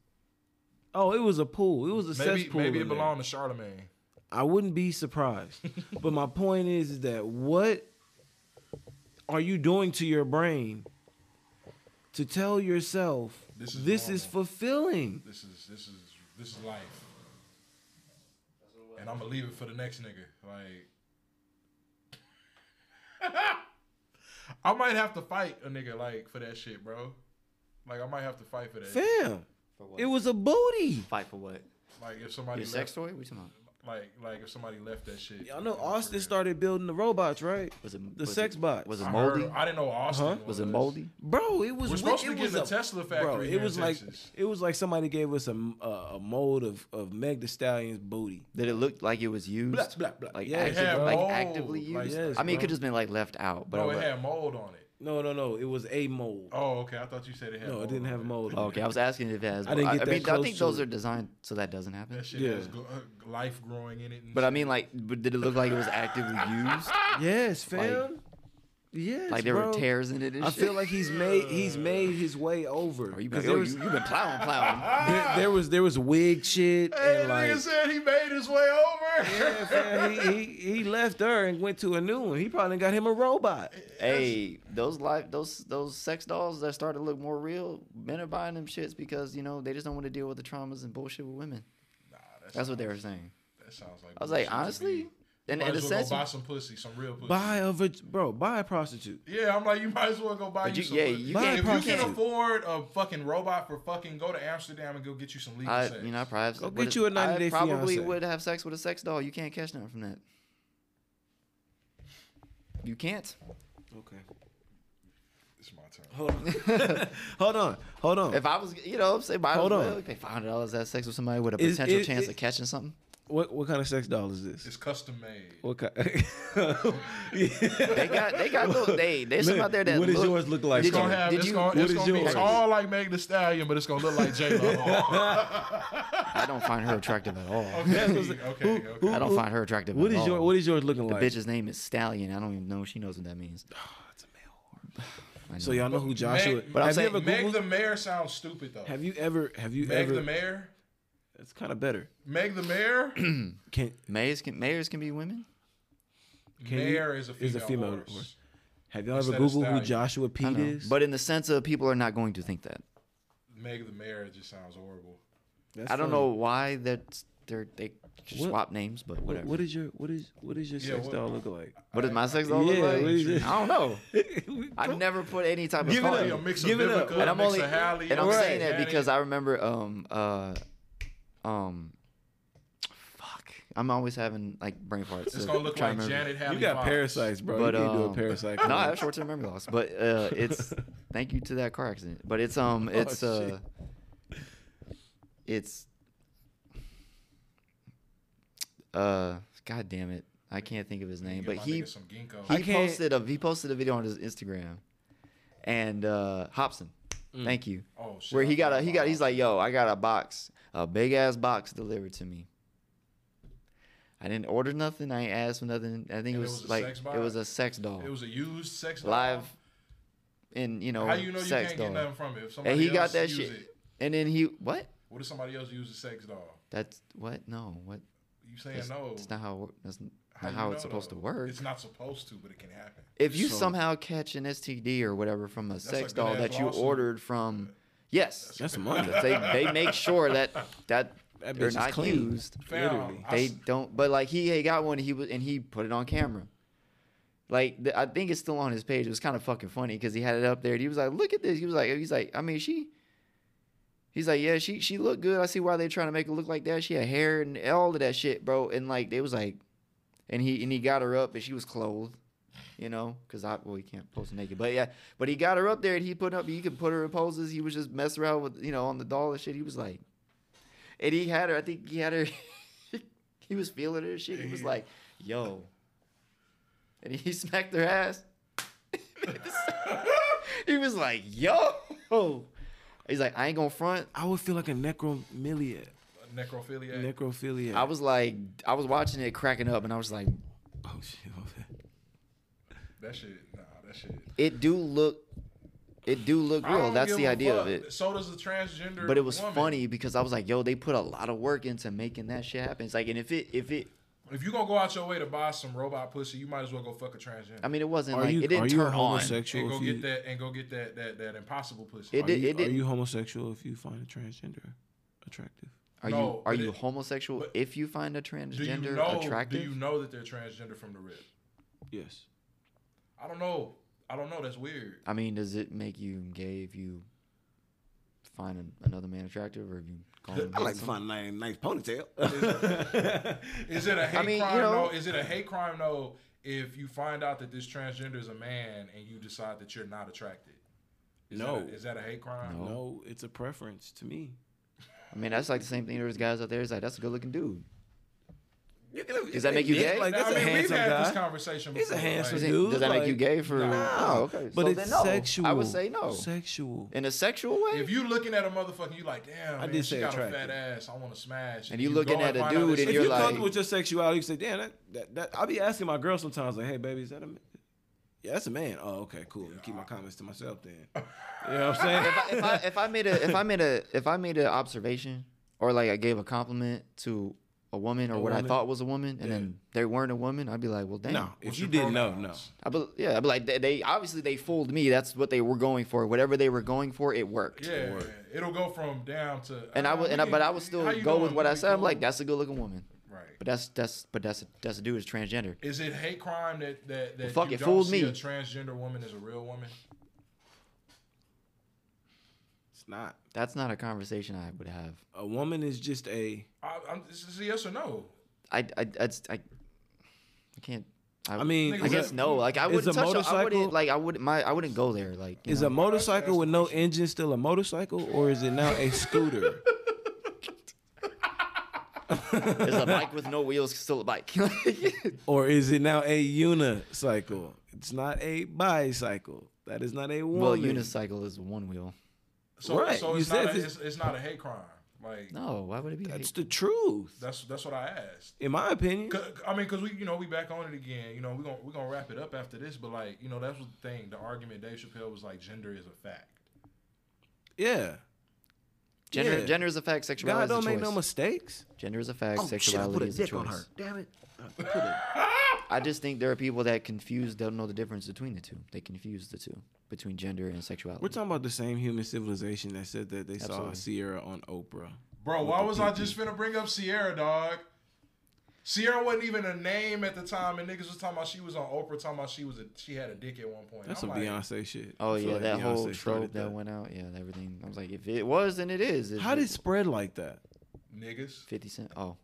[SPEAKER 5] Oh, it was a pool. It was a
[SPEAKER 6] maybe,
[SPEAKER 5] cesspool.
[SPEAKER 6] maybe
[SPEAKER 5] in
[SPEAKER 6] it
[SPEAKER 5] there.
[SPEAKER 6] belonged to Charlemagne.
[SPEAKER 5] I wouldn't be
[SPEAKER 6] (laughs)
[SPEAKER 5] surprised. but my point is, is that what are you doing to your brain to tell yourself
[SPEAKER 6] This
[SPEAKER 5] this
[SPEAKER 6] is
[SPEAKER 5] is,
[SPEAKER 6] normal.
[SPEAKER 5] fulfilling?
[SPEAKER 6] This is this is this is life. And I'm gonna leave it for the next nigga. Like (laughs) I might have to fight a nigga like for that shit, bro. Like I might have to fight for that.
[SPEAKER 5] Fam,
[SPEAKER 4] what?
[SPEAKER 5] it was a booty.
[SPEAKER 4] Fight for what?
[SPEAKER 6] Like if somebody
[SPEAKER 4] Your
[SPEAKER 6] left,
[SPEAKER 4] sex toy? What you talking about?
[SPEAKER 6] like like if somebody left that shit.
[SPEAKER 5] Y'all know
[SPEAKER 6] for
[SPEAKER 5] Austin
[SPEAKER 6] real.
[SPEAKER 5] started building the robots, right?
[SPEAKER 4] Was it
[SPEAKER 5] the
[SPEAKER 4] was
[SPEAKER 5] sex
[SPEAKER 4] it,
[SPEAKER 5] bots?
[SPEAKER 4] Was
[SPEAKER 6] I
[SPEAKER 4] it
[SPEAKER 6] heard-
[SPEAKER 4] moldy?
[SPEAKER 6] I didn't know Austin.
[SPEAKER 5] Huh?
[SPEAKER 4] Was it moldy?
[SPEAKER 5] bro? It was.
[SPEAKER 6] We're supposed to
[SPEAKER 5] it
[SPEAKER 6] be
[SPEAKER 5] was
[SPEAKER 6] getting a Tesla factory
[SPEAKER 5] Bro,
[SPEAKER 6] here
[SPEAKER 5] it
[SPEAKER 6] in
[SPEAKER 5] was like
[SPEAKER 6] Texas.
[SPEAKER 5] it was like somebody gave us a m- a, a mold of of Meg Thee Stallion's booty.
[SPEAKER 4] That it looked like it was used,
[SPEAKER 5] Blah, blah, blah.
[SPEAKER 4] like
[SPEAKER 5] Yeah, it
[SPEAKER 4] active-
[SPEAKER 6] had
[SPEAKER 4] like
[SPEAKER 6] mold.
[SPEAKER 4] actively
[SPEAKER 6] Like,
[SPEAKER 4] used.
[SPEAKER 5] yes,
[SPEAKER 4] I mean, it
[SPEAKER 5] bro.
[SPEAKER 4] could just been like left out, but
[SPEAKER 6] Bro,
[SPEAKER 4] I
[SPEAKER 6] it
[SPEAKER 4] would-
[SPEAKER 6] had mold on it.
[SPEAKER 5] No, no, no. It was a mold.
[SPEAKER 6] Oh, okay. I thought you said it had.
[SPEAKER 5] no, it
[SPEAKER 6] mold
[SPEAKER 5] didn't
[SPEAKER 6] on
[SPEAKER 5] have mold. on
[SPEAKER 4] Okay,
[SPEAKER 5] it.
[SPEAKER 4] I was asking if it has.
[SPEAKER 5] I didn't get that
[SPEAKER 4] mean, I
[SPEAKER 5] close
[SPEAKER 4] think
[SPEAKER 5] to
[SPEAKER 4] those
[SPEAKER 5] it.
[SPEAKER 4] are designed so that doesn't happen.
[SPEAKER 6] That shit
[SPEAKER 5] Yeah.
[SPEAKER 6] has gro- uh, life growing in it. And
[SPEAKER 4] But I
[SPEAKER 6] shit.
[SPEAKER 4] mean, like, but did it look like it was actively used?
[SPEAKER 5] (laughs) Yes, fam. yes,
[SPEAKER 4] Like there
[SPEAKER 5] bro.
[SPEAKER 4] were tears in it. And
[SPEAKER 5] I
[SPEAKER 4] shit? (laughs)
[SPEAKER 5] feel like he's made he's made his way over.
[SPEAKER 4] Or you
[SPEAKER 5] 'Cause
[SPEAKER 4] been,
[SPEAKER 5] there,
[SPEAKER 4] yo,
[SPEAKER 5] was,
[SPEAKER 4] you, you been plowing,
[SPEAKER 5] (laughs)
[SPEAKER 4] plowing.
[SPEAKER 5] there, there was there was wig shit
[SPEAKER 6] Hey,
[SPEAKER 5] and
[SPEAKER 6] the
[SPEAKER 5] like
[SPEAKER 6] nigga said he made his way over. (laughs)
[SPEAKER 5] Yeah, fam, he, he he left her and went to a new one. He probably got him a robot.
[SPEAKER 4] hey, those life, those those sex dolls that start to look more real. Men are buying them shits because you know they just don't want to deal with the traumas and bullshit with women.
[SPEAKER 6] Nah, that
[SPEAKER 4] That's what
[SPEAKER 6] sounds-
[SPEAKER 4] they were saying.
[SPEAKER 6] That sounds like.
[SPEAKER 4] I was like,
[SPEAKER 6] bullshit to
[SPEAKER 4] honestly,
[SPEAKER 6] me.
[SPEAKER 4] and
[SPEAKER 6] might
[SPEAKER 4] in a
[SPEAKER 6] as well
[SPEAKER 4] sense,
[SPEAKER 6] go buy some pussy, some real pussy.
[SPEAKER 5] Buy a vig- bro, buy a prostitute.
[SPEAKER 6] Yeah, I'm like, you might as well go buy
[SPEAKER 4] But
[SPEAKER 6] you,
[SPEAKER 4] you-
[SPEAKER 6] some.
[SPEAKER 4] yeah,
[SPEAKER 6] pussy.
[SPEAKER 4] you
[SPEAKER 5] Buy a
[SPEAKER 4] can't-
[SPEAKER 6] if you can
[SPEAKER 5] prostitute.
[SPEAKER 6] afford a fucking robot for fucking, go to Amsterdam and go get you some legal
[SPEAKER 4] I,
[SPEAKER 6] sex.
[SPEAKER 4] you know, I probably
[SPEAKER 5] Go
[SPEAKER 4] would-
[SPEAKER 5] get you a 90
[SPEAKER 4] I
[SPEAKER 5] day
[SPEAKER 4] probably
[SPEAKER 5] fiancé.
[SPEAKER 4] would have sex with a sex doll. You can't catch nothing from that. You can't.
[SPEAKER 5] Okay.
[SPEAKER 6] it's my turn.
[SPEAKER 5] Hold on. (laughs) Hold on. Hold on.
[SPEAKER 4] If I was, you know, what I'm saying, might
[SPEAKER 5] Hold
[SPEAKER 4] as well
[SPEAKER 5] on.
[SPEAKER 4] pay five hundred dollars to have sex with somebody with a
[SPEAKER 5] Is-
[SPEAKER 4] potential
[SPEAKER 5] is-
[SPEAKER 4] chance
[SPEAKER 5] is-
[SPEAKER 4] of catching something.
[SPEAKER 5] what what kind of sex doll is this?
[SPEAKER 6] It's custom made.
[SPEAKER 5] What (laughs) kind? yeah.
[SPEAKER 4] They got, they got,
[SPEAKER 5] (laughs)
[SPEAKER 4] little, they, there's some out there that.
[SPEAKER 5] What does
[SPEAKER 4] look-
[SPEAKER 5] yours look like?
[SPEAKER 4] Did
[SPEAKER 6] It's
[SPEAKER 4] you-
[SPEAKER 6] gonna have.
[SPEAKER 4] did
[SPEAKER 6] It's
[SPEAKER 4] you-
[SPEAKER 6] gonna,
[SPEAKER 5] what
[SPEAKER 6] it's
[SPEAKER 5] is
[SPEAKER 6] gonna be
[SPEAKER 5] yours?
[SPEAKER 6] it's all like Meg the Stallion, but it's gonna look like J Lo.
[SPEAKER 4] (laughs) I don't find her attractive at all.
[SPEAKER 6] okay, okay,
[SPEAKER 5] Who-
[SPEAKER 6] okay.
[SPEAKER 5] who-
[SPEAKER 4] I don't
[SPEAKER 5] who-
[SPEAKER 4] find her attractive.
[SPEAKER 5] What
[SPEAKER 4] at
[SPEAKER 5] is
[SPEAKER 4] all.
[SPEAKER 5] your What is yours looking
[SPEAKER 4] The
[SPEAKER 5] like?
[SPEAKER 4] bitch's name is Stallion. I don't even know. if She knows what that
[SPEAKER 5] (sighs)
[SPEAKER 4] means. I
[SPEAKER 5] So
[SPEAKER 4] know.
[SPEAKER 5] y'all know who Joshua?
[SPEAKER 6] Meg,
[SPEAKER 4] But I'm
[SPEAKER 5] have
[SPEAKER 4] saying
[SPEAKER 5] you ever
[SPEAKER 6] Meg
[SPEAKER 5] Googled-
[SPEAKER 6] the Mayor sounds stupid though.
[SPEAKER 5] Have you ever? Have you
[SPEAKER 6] Meg the
[SPEAKER 5] ever?
[SPEAKER 6] Mayor?
[SPEAKER 5] It's kind of better.
[SPEAKER 6] Meg the
[SPEAKER 4] (clears throat)
[SPEAKER 6] Mayor?
[SPEAKER 5] Can
[SPEAKER 4] mayors can mayors can be women.
[SPEAKER 5] Can you-
[SPEAKER 6] Mayor is a female,
[SPEAKER 5] is a female
[SPEAKER 6] horse.
[SPEAKER 5] horse. Have y'all ever
[SPEAKER 6] Instead of
[SPEAKER 5] Googled who
[SPEAKER 6] stallion.
[SPEAKER 5] Joshua
[SPEAKER 4] I
[SPEAKER 5] Pete
[SPEAKER 4] know.
[SPEAKER 5] is?
[SPEAKER 4] But in the sense of people are not going to think that.
[SPEAKER 6] Meg the Mayor just sounds horrible.
[SPEAKER 5] That's
[SPEAKER 4] I don't
[SPEAKER 5] funny.
[SPEAKER 4] know why that they're they just
[SPEAKER 5] What-
[SPEAKER 4] swap names, but
[SPEAKER 5] What-
[SPEAKER 4] whatever.
[SPEAKER 5] what is your what is what is your
[SPEAKER 6] Yeah,
[SPEAKER 5] sex
[SPEAKER 6] what-
[SPEAKER 5] doll
[SPEAKER 6] (laughs)
[SPEAKER 5] look like?
[SPEAKER 4] what does my sex doll look
[SPEAKER 5] Yeah,
[SPEAKER 4] like?
[SPEAKER 5] what is it?
[SPEAKER 4] I don't know. I've
[SPEAKER 5] (laughs) Come-
[SPEAKER 4] never put any type of
[SPEAKER 5] Give it
[SPEAKER 4] thought
[SPEAKER 5] up.
[SPEAKER 4] in
[SPEAKER 6] Be
[SPEAKER 4] it.
[SPEAKER 6] a mix of
[SPEAKER 5] Give it up.
[SPEAKER 6] Vivica,
[SPEAKER 4] and I'm
[SPEAKER 6] mix
[SPEAKER 4] only
[SPEAKER 6] of Halle,
[SPEAKER 4] and I'm
[SPEAKER 6] mix of
[SPEAKER 4] saying that
[SPEAKER 6] Hattie.
[SPEAKER 4] because I remember um uh um fuck I'm always having like brain farts.
[SPEAKER 6] it's
[SPEAKER 4] so
[SPEAKER 6] gonna look
[SPEAKER 4] try
[SPEAKER 6] like
[SPEAKER 4] to remember.
[SPEAKER 6] Janet Halle.
[SPEAKER 5] You got
[SPEAKER 6] Fox.
[SPEAKER 5] parasites, bro.
[SPEAKER 4] But,
[SPEAKER 5] you can't do a
[SPEAKER 4] um,
[SPEAKER 5] parasite.
[SPEAKER 4] No, I have short term memory loss, but uh
[SPEAKER 6] (laughs)
[SPEAKER 4] it's thank you to that car accident. But it's um
[SPEAKER 6] Oh,
[SPEAKER 4] it's
[SPEAKER 5] shit.
[SPEAKER 4] uh it's uh god damn it. I can't think of his name,
[SPEAKER 6] Give
[SPEAKER 4] but
[SPEAKER 6] my
[SPEAKER 4] he
[SPEAKER 6] nigga some ginkgo.
[SPEAKER 4] he
[SPEAKER 5] can't-
[SPEAKER 4] posted a he posted a video on his Instagram, and uh, Hobson, thank you.
[SPEAKER 6] Oh, shit,
[SPEAKER 4] Where
[SPEAKER 6] I
[SPEAKER 4] he got a he
[SPEAKER 6] forgot
[SPEAKER 4] got he's
[SPEAKER 6] about
[SPEAKER 4] like, yo, I got a box, a big ass box delivered to me. I didn't order nothing. I ain't asked for nothing. I
[SPEAKER 6] And
[SPEAKER 4] think it
[SPEAKER 6] it
[SPEAKER 4] was,
[SPEAKER 6] was a
[SPEAKER 4] like
[SPEAKER 6] sex
[SPEAKER 4] it was
[SPEAKER 6] box?
[SPEAKER 4] a sex doll,
[SPEAKER 6] It was a used sex doll.
[SPEAKER 4] live, and you know,
[SPEAKER 6] How you know you
[SPEAKER 4] sex
[SPEAKER 6] can't
[SPEAKER 4] doll.
[SPEAKER 6] get nothing from it? If somebody
[SPEAKER 4] and he
[SPEAKER 6] else
[SPEAKER 4] got that
[SPEAKER 6] use
[SPEAKER 4] shit.
[SPEAKER 6] It,
[SPEAKER 4] And then he what?
[SPEAKER 6] what if somebody else uses sex doll?
[SPEAKER 4] That's what? No, what?
[SPEAKER 6] You saying
[SPEAKER 4] That's,
[SPEAKER 6] no?
[SPEAKER 4] that's not how it wor- that's not how,
[SPEAKER 6] you know,
[SPEAKER 4] it's supposed
[SPEAKER 6] though?
[SPEAKER 4] to work.
[SPEAKER 6] It's not supposed to, but it can happen.
[SPEAKER 4] if you
[SPEAKER 5] So-
[SPEAKER 4] somehow catch an STD or whatever from a
[SPEAKER 6] a
[SPEAKER 4] sex
[SPEAKER 6] good
[SPEAKER 4] doll
[SPEAKER 6] ass
[SPEAKER 4] that you
[SPEAKER 6] lawsuit.
[SPEAKER 4] ordered from, yes,
[SPEAKER 5] That's money.
[SPEAKER 4] they they make sure that that,
[SPEAKER 5] That bitch
[SPEAKER 4] they're
[SPEAKER 5] is
[SPEAKER 4] not
[SPEAKER 5] clean.
[SPEAKER 4] used.
[SPEAKER 6] Fam,
[SPEAKER 5] Literally.
[SPEAKER 6] I
[SPEAKER 4] They
[SPEAKER 6] s-
[SPEAKER 4] don't. But like he, he got one. He was and he put it on camera. Like the, I think it's still on his page. It was kind of fucking funny because he had it up there. And he was like, "Look at this." He was like, "He's like, I mean, she." He's like, "Yeah, she she looked good. I see why they're trying to make her look like that. She had hair and all of that shit, bro." And like they was like, and he and he got her up, and she was clothed. You know, because I well, he can't post naked, but yeah, but he got her up there, and he put up. He could put her in poses. He was just messing around with you know on the doll and shit. He was like, and he had her. I think he had her. (laughs) he was feeling her and shit. He was like, "Yo," and he (laughs) smacked her ass. he was like, "Yo." He's like, "I ain't gonna front."
[SPEAKER 5] I would feel like a necrophiliac.
[SPEAKER 6] necrophilia.
[SPEAKER 5] Necrophiliac.
[SPEAKER 4] I was like, I was watching it cracking up, and I was like,
[SPEAKER 5] Oh shit.
[SPEAKER 6] that shit. Nah, that shit.
[SPEAKER 4] "It do look, it do look
[SPEAKER 6] I
[SPEAKER 4] real."
[SPEAKER 6] don't
[SPEAKER 4] That's
[SPEAKER 6] give
[SPEAKER 4] the
[SPEAKER 6] a
[SPEAKER 4] idea of
[SPEAKER 6] fuck.
[SPEAKER 4] it.
[SPEAKER 6] So does the transgender.
[SPEAKER 4] But it was
[SPEAKER 6] woman.
[SPEAKER 4] funny because I was like, "Yo, they put a lot of work into making that shit happen." It's like, and if it, if it,
[SPEAKER 6] If you gonna go out your way to buy some robot pussy, you might as well go fuck a transgender.
[SPEAKER 4] I mean, it wasn't
[SPEAKER 5] Are
[SPEAKER 4] like
[SPEAKER 5] you
[SPEAKER 4] it
[SPEAKER 5] are
[SPEAKER 4] didn't
[SPEAKER 5] you
[SPEAKER 4] turn on.
[SPEAKER 5] homosexual?
[SPEAKER 6] and go
[SPEAKER 5] if you,
[SPEAKER 6] get that and go get that that that impossible pussy.
[SPEAKER 4] It
[SPEAKER 5] Are
[SPEAKER 4] did.
[SPEAKER 5] you,
[SPEAKER 4] It
[SPEAKER 5] are
[SPEAKER 4] didn't.
[SPEAKER 5] you homosexual if you find a transgender attractive?
[SPEAKER 4] Are
[SPEAKER 6] No,
[SPEAKER 4] you are
[SPEAKER 6] but
[SPEAKER 4] you
[SPEAKER 6] it-
[SPEAKER 4] homosexual
[SPEAKER 6] but
[SPEAKER 4] if you find a
[SPEAKER 6] do you
[SPEAKER 4] transgender
[SPEAKER 6] know?
[SPEAKER 4] attractive?
[SPEAKER 6] Do you know that they're transgender from the rib?
[SPEAKER 5] Yes.
[SPEAKER 6] I don't know. I don't know. That's weird.
[SPEAKER 4] I mean, does it make you gay if you find an, another man attractive, or if you
[SPEAKER 6] (laughs)
[SPEAKER 4] call him? handsome?
[SPEAKER 5] find a nice ponytail. (laughs)
[SPEAKER 6] Is
[SPEAKER 4] (laughs)
[SPEAKER 6] it a hate
[SPEAKER 4] mean, you
[SPEAKER 6] crime?
[SPEAKER 4] know-
[SPEAKER 6] though? Is it a hate crime though? If you find out that this transgender is a man and you decide that you're not attracted, is
[SPEAKER 5] No.
[SPEAKER 6] that a, is that a hate crime?
[SPEAKER 4] Oh.
[SPEAKER 5] no, it's a preference to me.
[SPEAKER 4] I mean, that's like the same thing. There's guys out there. It's like that's a good looking dude. Does that make you gay?
[SPEAKER 5] Like,
[SPEAKER 6] Now,
[SPEAKER 5] that's
[SPEAKER 6] I
[SPEAKER 5] a
[SPEAKER 6] mean, we've
[SPEAKER 5] handsome
[SPEAKER 6] had this
[SPEAKER 5] guy.
[SPEAKER 6] conversation before.
[SPEAKER 5] He's a handsome
[SPEAKER 6] like,
[SPEAKER 4] Is it-
[SPEAKER 5] dude,
[SPEAKER 4] does that make you
[SPEAKER 5] like,
[SPEAKER 4] gay for?
[SPEAKER 5] nah.
[SPEAKER 4] Oh, okay.
[SPEAKER 5] But
[SPEAKER 4] So
[SPEAKER 5] it's
[SPEAKER 4] then no.
[SPEAKER 5] sexual.
[SPEAKER 4] I would say no.
[SPEAKER 5] Sexual.
[SPEAKER 4] In a sexual way.
[SPEAKER 6] If you looking at a motherfucker, you like, damn,
[SPEAKER 5] I
[SPEAKER 6] man,
[SPEAKER 5] did
[SPEAKER 6] she
[SPEAKER 5] say
[SPEAKER 6] got a
[SPEAKER 5] attractive.
[SPEAKER 6] fat ass. I want to smash.
[SPEAKER 4] And you looking
[SPEAKER 6] go and
[SPEAKER 4] at a
[SPEAKER 6] find out
[SPEAKER 4] dude
[SPEAKER 6] that
[SPEAKER 4] and
[SPEAKER 6] she-
[SPEAKER 5] If
[SPEAKER 4] you're
[SPEAKER 5] you're
[SPEAKER 4] like-
[SPEAKER 5] comfortable with your sexuality, you say, damn, that, that, that. I'll be asking my girl sometimes, like, hey, baby, is that a man? Yeah, that's a man. Oh, okay, cool. Let me keep my comments to myself
[SPEAKER 4] (laughs)
[SPEAKER 5] then. You know what I'm saying?
[SPEAKER 4] if I if I made a if I made a if I made an observation or like I gave a compliment to a woman or what I
[SPEAKER 5] woman?
[SPEAKER 4] thought was a woman and then they weren't a woman, I'd be like, well, damn.
[SPEAKER 5] no, if
[SPEAKER 6] What's
[SPEAKER 5] you
[SPEAKER 6] your
[SPEAKER 5] didn't know, no.
[SPEAKER 6] pronouns?
[SPEAKER 4] I be, yeah, I'd be like, they, they obviously they fooled me. That's what they were going for. Whatever they were going for, it worked.
[SPEAKER 6] Yeah, it'll go from down to.
[SPEAKER 4] And I
[SPEAKER 6] "Ah,
[SPEAKER 4] would,
[SPEAKER 6] we
[SPEAKER 4] and I,
[SPEAKER 6] can-
[SPEAKER 4] but I would
[SPEAKER 6] how
[SPEAKER 4] still
[SPEAKER 6] you
[SPEAKER 4] go with
[SPEAKER 6] doing?
[SPEAKER 4] what I
[SPEAKER 6] We
[SPEAKER 4] said. I'm
[SPEAKER 6] cool?"
[SPEAKER 4] like, that's a good looking woman.
[SPEAKER 6] right.
[SPEAKER 4] But that's that's but that's that's a dude is transgender.
[SPEAKER 6] Is it hate crime that that that
[SPEAKER 4] fuck
[SPEAKER 6] you
[SPEAKER 4] it,
[SPEAKER 6] don't
[SPEAKER 4] fooled
[SPEAKER 6] see
[SPEAKER 4] me.
[SPEAKER 6] a transgender woman as a real woman?
[SPEAKER 5] It's not.
[SPEAKER 4] That's not a conversation I would have.
[SPEAKER 5] A woman is just a.
[SPEAKER 6] I, I'm, this is a yes or no.
[SPEAKER 4] I I I, just- I, I can't. I,
[SPEAKER 5] I mean,
[SPEAKER 4] I
[SPEAKER 6] is
[SPEAKER 4] guess
[SPEAKER 6] that-
[SPEAKER 4] no. Like I
[SPEAKER 5] is
[SPEAKER 4] wouldn't
[SPEAKER 5] a
[SPEAKER 4] touch. on- I
[SPEAKER 5] motorcycle-
[SPEAKER 4] wouldn't like. I wouldn't. My I wouldn't go there. Like you
[SPEAKER 5] Is
[SPEAKER 4] know.
[SPEAKER 5] a motorcycle with no engine still a motorcycle, or is it
[SPEAKER 4] (laughs)
[SPEAKER 5] now a scooter?
[SPEAKER 4] Is
[SPEAKER 5] (laughs)
[SPEAKER 4] a bike with no wheels still a bike? (laughs)
[SPEAKER 5] or is it now a unicycle? It's not a bicycle. That is not a woman.
[SPEAKER 4] well, unicycle is one wheel.
[SPEAKER 6] So,
[SPEAKER 5] Right,
[SPEAKER 6] so
[SPEAKER 5] you
[SPEAKER 6] it's
[SPEAKER 5] said
[SPEAKER 6] not a,
[SPEAKER 5] this-
[SPEAKER 6] it's, it's not a hate crime. Like
[SPEAKER 4] No, why would it be?
[SPEAKER 5] That's
[SPEAKER 4] hate?
[SPEAKER 5] the truth,
[SPEAKER 6] that's that's what I asked.
[SPEAKER 5] in my opinion.
[SPEAKER 6] Cause, I mean, cause we, you know, we back on it again. You know, we gonna we gonna wrap it up after this, but like, you know, that's what the thing. The argument Dave Chappelle was like, gender is a fact.
[SPEAKER 5] Yeah,
[SPEAKER 4] gender,
[SPEAKER 5] yeah.
[SPEAKER 4] gender is a fact. Sexuality
[SPEAKER 5] God
[SPEAKER 4] is a
[SPEAKER 5] don't
[SPEAKER 4] choice.
[SPEAKER 5] make no mistakes.
[SPEAKER 4] gender is a fact.
[SPEAKER 2] Oh, shit, I put
[SPEAKER 4] sexuality
[SPEAKER 2] a
[SPEAKER 4] is a
[SPEAKER 2] dick on
[SPEAKER 4] choice.
[SPEAKER 2] her. Damn it. I put a
[SPEAKER 5] (laughs)
[SPEAKER 4] I just think there are people that confuse. Don't know the difference between the two. They confuse the two between gender and sexuality.
[SPEAKER 5] We're talking about the same human civilization that said that they saw
[SPEAKER 4] Absolutely.
[SPEAKER 5] Sierra on Oprah.
[SPEAKER 6] Bro, why was I just finna bring up Sierra, dog? Sierra wasn't even a name at the time, and niggas was talking about she was on Oprah, talking about she was a she had a dick at one point.
[SPEAKER 5] That's
[SPEAKER 6] I'm
[SPEAKER 5] some
[SPEAKER 6] like,
[SPEAKER 5] Beyonce shit.
[SPEAKER 4] Oh
[SPEAKER 5] I feel
[SPEAKER 4] yeah,
[SPEAKER 5] like
[SPEAKER 4] that
[SPEAKER 5] Beyonce
[SPEAKER 4] whole
[SPEAKER 5] started
[SPEAKER 4] trope that,
[SPEAKER 5] that.
[SPEAKER 4] went out. Yeah, and everything. I was like, if it was, then it is. It's
[SPEAKER 5] How did it
[SPEAKER 4] just
[SPEAKER 5] spread like that?
[SPEAKER 6] niggas.
[SPEAKER 4] Fifty Cent? Oh,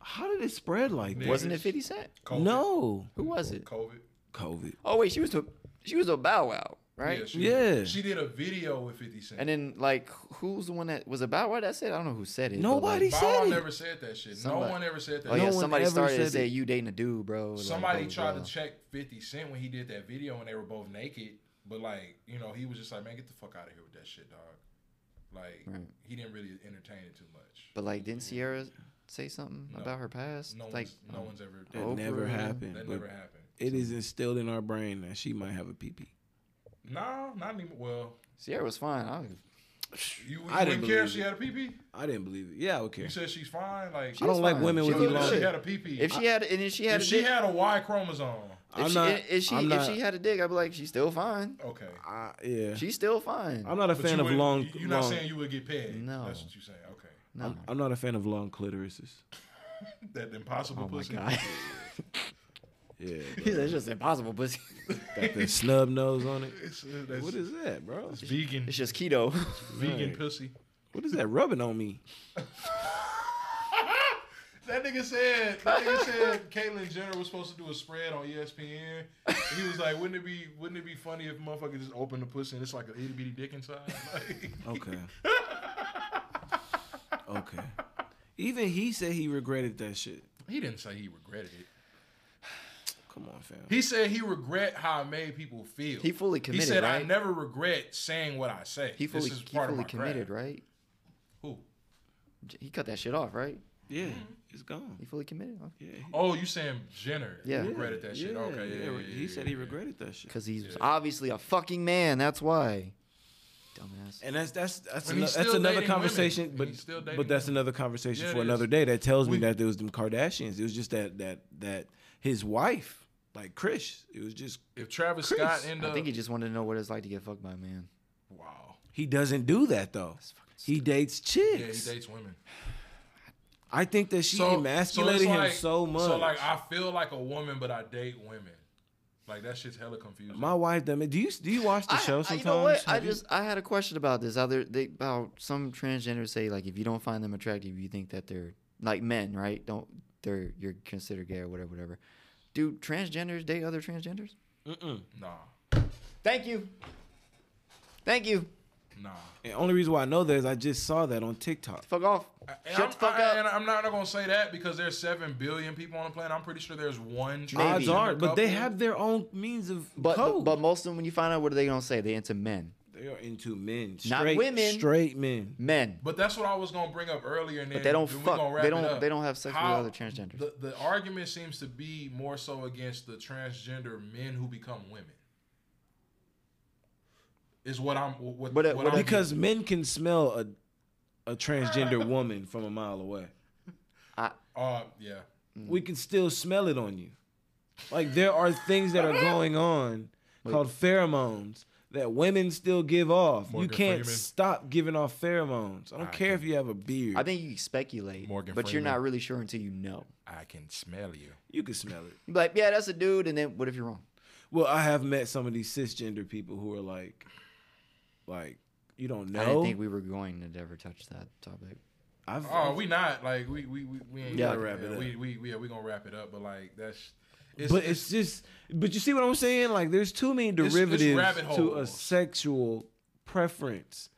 [SPEAKER 5] How did it spread like that?
[SPEAKER 4] wasn't it Fifty Cent?
[SPEAKER 6] COVID,
[SPEAKER 5] No,
[SPEAKER 4] Who was
[SPEAKER 5] Oh,
[SPEAKER 4] it?
[SPEAKER 6] COVID.
[SPEAKER 5] COVID.
[SPEAKER 4] Oh wait, she was a she was a Bow Wow, right?
[SPEAKER 6] Yeah, she,
[SPEAKER 5] Yeah.
[SPEAKER 6] She did a video with 50 Cent.
[SPEAKER 4] And then like, who's the one that was about what I said? I don't know who said it. but,
[SPEAKER 5] Nobody
[SPEAKER 4] Like,
[SPEAKER 6] Bow
[SPEAKER 5] said
[SPEAKER 6] Wow
[SPEAKER 5] it.
[SPEAKER 6] never said that shit.
[SPEAKER 4] Somebody-
[SPEAKER 6] no one ever said that.
[SPEAKER 4] oh yeah,
[SPEAKER 5] No
[SPEAKER 6] shit.
[SPEAKER 5] one
[SPEAKER 4] somebody
[SPEAKER 5] ever
[SPEAKER 4] started to
[SPEAKER 5] said
[SPEAKER 4] say
[SPEAKER 5] it.
[SPEAKER 4] you dating a dude, bro. like, uh,
[SPEAKER 6] Somebody
[SPEAKER 4] blah,
[SPEAKER 6] tried
[SPEAKER 4] blah.
[SPEAKER 6] to check 50 Cent when he did that video and they were both naked, but like, you know, he was just like, man, get the fuck out of here with that shit, dog. Like,
[SPEAKER 4] Right.
[SPEAKER 6] he didn't really entertain it too much.
[SPEAKER 4] But like, didn't Sierra say something
[SPEAKER 6] No.
[SPEAKER 4] about her past?
[SPEAKER 6] No,
[SPEAKER 4] like, um,
[SPEAKER 6] one's, no one's ever.
[SPEAKER 5] That
[SPEAKER 4] Oprah,
[SPEAKER 5] never
[SPEAKER 4] man.
[SPEAKER 5] happened.
[SPEAKER 6] that
[SPEAKER 5] but
[SPEAKER 6] never happened.
[SPEAKER 5] It is instilled in our brain that she might have a PP.
[SPEAKER 6] No, not anymore. Well,
[SPEAKER 4] Sierra was fine. I don't,
[SPEAKER 6] you, you
[SPEAKER 5] I
[SPEAKER 6] didn't
[SPEAKER 5] didn't
[SPEAKER 6] care if
[SPEAKER 5] believe
[SPEAKER 6] she
[SPEAKER 5] it.
[SPEAKER 6] had a PP.
[SPEAKER 5] I didn't believe it. Yeah, okay.
[SPEAKER 6] You said she's fine. Like,
[SPEAKER 5] I don't
[SPEAKER 4] was
[SPEAKER 5] like
[SPEAKER 4] fine.
[SPEAKER 5] women
[SPEAKER 4] She
[SPEAKER 5] with
[SPEAKER 4] was
[SPEAKER 6] Look, if she
[SPEAKER 5] elongated.
[SPEAKER 6] had a PP.
[SPEAKER 4] if she had and if she had
[SPEAKER 6] if
[SPEAKER 4] a
[SPEAKER 6] she
[SPEAKER 4] dick,
[SPEAKER 6] had a Y chromosome,
[SPEAKER 4] if
[SPEAKER 5] I'm
[SPEAKER 4] she
[SPEAKER 5] not.
[SPEAKER 4] if she
[SPEAKER 5] I'm
[SPEAKER 4] if
[SPEAKER 5] not,
[SPEAKER 4] she had a dick, I'd be like, she's still fine.
[SPEAKER 6] okay.
[SPEAKER 5] I- yeah.
[SPEAKER 4] She's still fine.
[SPEAKER 5] I'm not a
[SPEAKER 6] But
[SPEAKER 5] fan
[SPEAKER 6] you
[SPEAKER 5] of
[SPEAKER 6] wouldn't-
[SPEAKER 5] long.
[SPEAKER 6] You're not
[SPEAKER 5] long-
[SPEAKER 6] saying you would get paid.
[SPEAKER 4] No.
[SPEAKER 6] that's what you're saying. Okay,
[SPEAKER 4] no.
[SPEAKER 5] I'm not a fan of long clitorises.
[SPEAKER 6] that impossible
[SPEAKER 4] Oh my
[SPEAKER 6] pussy.
[SPEAKER 4] god.
[SPEAKER 5] (laughs) Yeah.
[SPEAKER 4] That's just impossible, but (laughs)
[SPEAKER 5] Got the snub nose on it.
[SPEAKER 6] (laughs) It's, uh, that's,
[SPEAKER 5] What is that, bro?
[SPEAKER 6] it's vegan?
[SPEAKER 4] it's just keto. (laughs)
[SPEAKER 6] vegan
[SPEAKER 5] Right.
[SPEAKER 6] pussy.
[SPEAKER 5] What is that rubbing on me?
[SPEAKER 6] That nigga said that nigga said (laughs) Caitlyn Jenner was supposed to do a spread on E ESPN. He was like, wouldn't it be wouldn't it be funny if motherfucker just opened the pussy and it's like an itty bitty dick inside? (laughs) Like,
[SPEAKER 5] Okay. Okay. Even he said he regretted that shit.
[SPEAKER 6] he didn't say he regretted it.
[SPEAKER 5] Come on, fam.
[SPEAKER 6] He said he regret how I made people feel.
[SPEAKER 4] He fully committed,
[SPEAKER 6] He said I
[SPEAKER 4] right?
[SPEAKER 6] never regret saying what I say.
[SPEAKER 4] He fully,
[SPEAKER 6] this is
[SPEAKER 4] he
[SPEAKER 6] part
[SPEAKER 4] fully
[SPEAKER 6] of my
[SPEAKER 4] committed,
[SPEAKER 6] craft.
[SPEAKER 4] right?
[SPEAKER 6] Who?
[SPEAKER 4] J- He cut that shit off, right?
[SPEAKER 5] Yeah, it's gone.
[SPEAKER 4] He fully committed, huh?
[SPEAKER 5] Yeah.
[SPEAKER 6] Oh, you saying Jenner?
[SPEAKER 4] Yeah.
[SPEAKER 6] regretted that shit.
[SPEAKER 5] Yeah,
[SPEAKER 6] okay, yeah, yeah,
[SPEAKER 5] He
[SPEAKER 6] yeah,
[SPEAKER 5] said
[SPEAKER 6] yeah.
[SPEAKER 5] he regretted that shit.
[SPEAKER 4] because he's obviously a fucking man. That's why. Dumbass.
[SPEAKER 5] And that's that's that's,
[SPEAKER 6] And
[SPEAKER 5] ano-
[SPEAKER 6] he's
[SPEAKER 5] that's
[SPEAKER 6] still
[SPEAKER 5] another
[SPEAKER 6] dating women.
[SPEAKER 5] conversation,
[SPEAKER 6] And
[SPEAKER 5] but
[SPEAKER 6] he's still dating
[SPEAKER 5] but that's
[SPEAKER 6] women.
[SPEAKER 5] another conversation
[SPEAKER 6] Yeah, it
[SPEAKER 5] for
[SPEAKER 6] is.
[SPEAKER 5] another day. That tells
[SPEAKER 6] We-
[SPEAKER 5] me that there was them Kardashians. It was just that that that his wife, like Chris, it was just
[SPEAKER 6] If Travis
[SPEAKER 5] Chris,
[SPEAKER 6] Scott end
[SPEAKER 4] I
[SPEAKER 6] up,
[SPEAKER 4] think he just wanted to know what it's like to get fucked by a man.
[SPEAKER 6] wow,
[SPEAKER 5] he doesn't do that though. He dates
[SPEAKER 6] yeah, he
[SPEAKER 5] chicks.
[SPEAKER 6] dates women.
[SPEAKER 5] I think that she emasculated
[SPEAKER 6] it's
[SPEAKER 5] him
[SPEAKER 6] like-
[SPEAKER 5] so much.
[SPEAKER 6] So like, I feel like a woman, but I date women. Like that shit's hella confusing.
[SPEAKER 5] My wife, done it. do you do you watch the
[SPEAKER 4] I,
[SPEAKER 5] show
[SPEAKER 4] I-
[SPEAKER 5] sometimes?
[SPEAKER 4] you know what? I
[SPEAKER 5] Have you-
[SPEAKER 4] just I had a question about this. Other they about some transgenders say like if you don't find them attractive, you think that they're like men, right? Don't they're you're considered gay or whatever, whatever. Do transgenders date other transgenders?
[SPEAKER 6] nah,
[SPEAKER 4] Thank you. Thank you.
[SPEAKER 6] nah.
[SPEAKER 5] and only reason why I know that is I just saw that on TikTok.
[SPEAKER 4] Fuck off.
[SPEAKER 6] And
[SPEAKER 4] Shut
[SPEAKER 6] I'm,
[SPEAKER 4] the fuck
[SPEAKER 6] I-
[SPEAKER 4] up.
[SPEAKER 6] And I'm not, going to say that because there's 7 billion people on the planet. I'm pretty sure there's one.
[SPEAKER 4] Maybe.
[SPEAKER 5] Odds are, but they
[SPEAKER 6] couple.
[SPEAKER 5] have their own means of
[SPEAKER 4] But, but
[SPEAKER 5] code.
[SPEAKER 4] but most of them, when you find out, what are they gonna say? They into men,
[SPEAKER 5] they are into men,
[SPEAKER 4] Not
[SPEAKER 5] straight,
[SPEAKER 4] women.
[SPEAKER 5] straight men.
[SPEAKER 4] men.
[SPEAKER 6] But that's what I was gonna bring up earlier, and then
[SPEAKER 4] But they don't
[SPEAKER 6] then we
[SPEAKER 4] fuck-
[SPEAKER 6] gonna wrap
[SPEAKER 4] they
[SPEAKER 6] it
[SPEAKER 4] don't-
[SPEAKER 6] up.
[SPEAKER 4] they don't have sex with other transgenders.
[SPEAKER 6] The, the argument seems to be more so against the transgender men who become women. Is what I'm what,
[SPEAKER 4] But, uh,
[SPEAKER 6] what
[SPEAKER 4] what
[SPEAKER 6] I'm
[SPEAKER 4] if-
[SPEAKER 5] Because men can smell a a transgender woman from a mile away.
[SPEAKER 6] uh, yeah.
[SPEAKER 5] We can still smell it on you. Like there are things that are going on called pheromones that women still give off.
[SPEAKER 6] Morgan
[SPEAKER 5] you can't
[SPEAKER 6] Freeman.
[SPEAKER 5] stop giving off pheromones. I don't care if you have a beard.
[SPEAKER 4] I think you speculate,
[SPEAKER 6] Morgan
[SPEAKER 4] but you're
[SPEAKER 6] Freeman.
[SPEAKER 4] not really sure until you know.
[SPEAKER 6] I can smell you.
[SPEAKER 5] you can smell it.
[SPEAKER 4] You're like, yeah, that's a dude, and then what if you're wrong?
[SPEAKER 5] Well, I have met some of these cisgender people who are like, like you don't know.
[SPEAKER 4] I didn't think we were going to ever touch that topic.
[SPEAKER 5] I've,
[SPEAKER 6] Oh, we not like we we we, we ain't
[SPEAKER 4] Yeah,
[SPEAKER 6] gotta
[SPEAKER 5] wrap it up.
[SPEAKER 6] We we we- yeah, we gonna wrap it up, but like that's.
[SPEAKER 5] but it's just, but you see what I'm saying? Like, there's too many
[SPEAKER 6] it's
[SPEAKER 5] derivatives
[SPEAKER 6] rabbit
[SPEAKER 5] to a
[SPEAKER 6] holes.
[SPEAKER 5] sexual preference,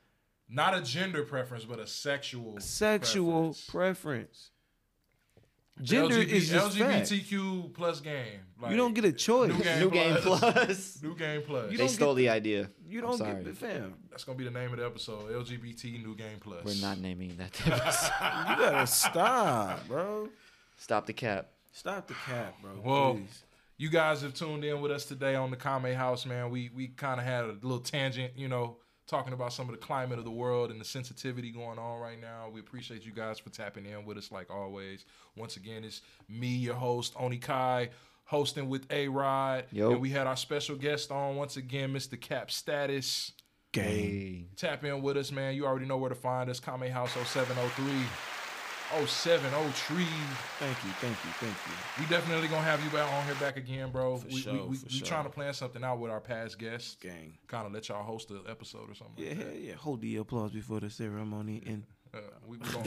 [SPEAKER 6] not a gender preference, but a sexual
[SPEAKER 5] sexual
[SPEAKER 6] preference.
[SPEAKER 5] preference. Gender is just fact.
[SPEAKER 6] LGBTQ plus game. Like,
[SPEAKER 5] You don't get a choice.
[SPEAKER 6] New game,
[SPEAKER 4] New Game (laughs) Plus.
[SPEAKER 6] New game plus.
[SPEAKER 5] You
[SPEAKER 4] they
[SPEAKER 5] don't get
[SPEAKER 4] stole the idea.
[SPEAKER 5] You
[SPEAKER 4] I'm
[SPEAKER 5] don't
[SPEAKER 4] sorry.
[SPEAKER 5] get the fam.
[SPEAKER 6] That's gonna be the name of the episode. LGBT New Game Plus.
[SPEAKER 4] We're not naming that. (laughs) episode.
[SPEAKER 5] You gotta stop, bro.
[SPEAKER 4] Stop the cap.
[SPEAKER 5] Stop the cap, bro.
[SPEAKER 6] Well,
[SPEAKER 5] please.
[SPEAKER 6] you guys have tuned in with us today on the Kame House, man. We we kind of had a little tangent, you know, talking about some of the climate of the world and the sensitivity going on right now. We appreciate you guys for tapping in with us, like always. Once again, it's me, your host Oni Kai, hosting with A Rod,
[SPEAKER 4] Yo.
[SPEAKER 6] and we had our special guest on once again, Mr. Cap Status.
[SPEAKER 4] Hey.
[SPEAKER 6] Tap in with us, man. You already know where to find us. Kame House 0703. 0703.
[SPEAKER 5] Thank you, thank you, thank you.
[SPEAKER 6] We definitely gonna have you back on here back again, bro. we
[SPEAKER 5] sure,
[SPEAKER 6] we, we,
[SPEAKER 5] for
[SPEAKER 6] we
[SPEAKER 5] sure.
[SPEAKER 6] trying to plan something out with our past guests.
[SPEAKER 5] Gang.
[SPEAKER 6] Kind of let y'all host the episode or something.
[SPEAKER 5] Yeah,
[SPEAKER 6] like
[SPEAKER 5] hell yeah. Hold the applause before the ceremony and
[SPEAKER 6] that. Uh, we, we
[SPEAKER 5] (laughs)
[SPEAKER 6] gonna,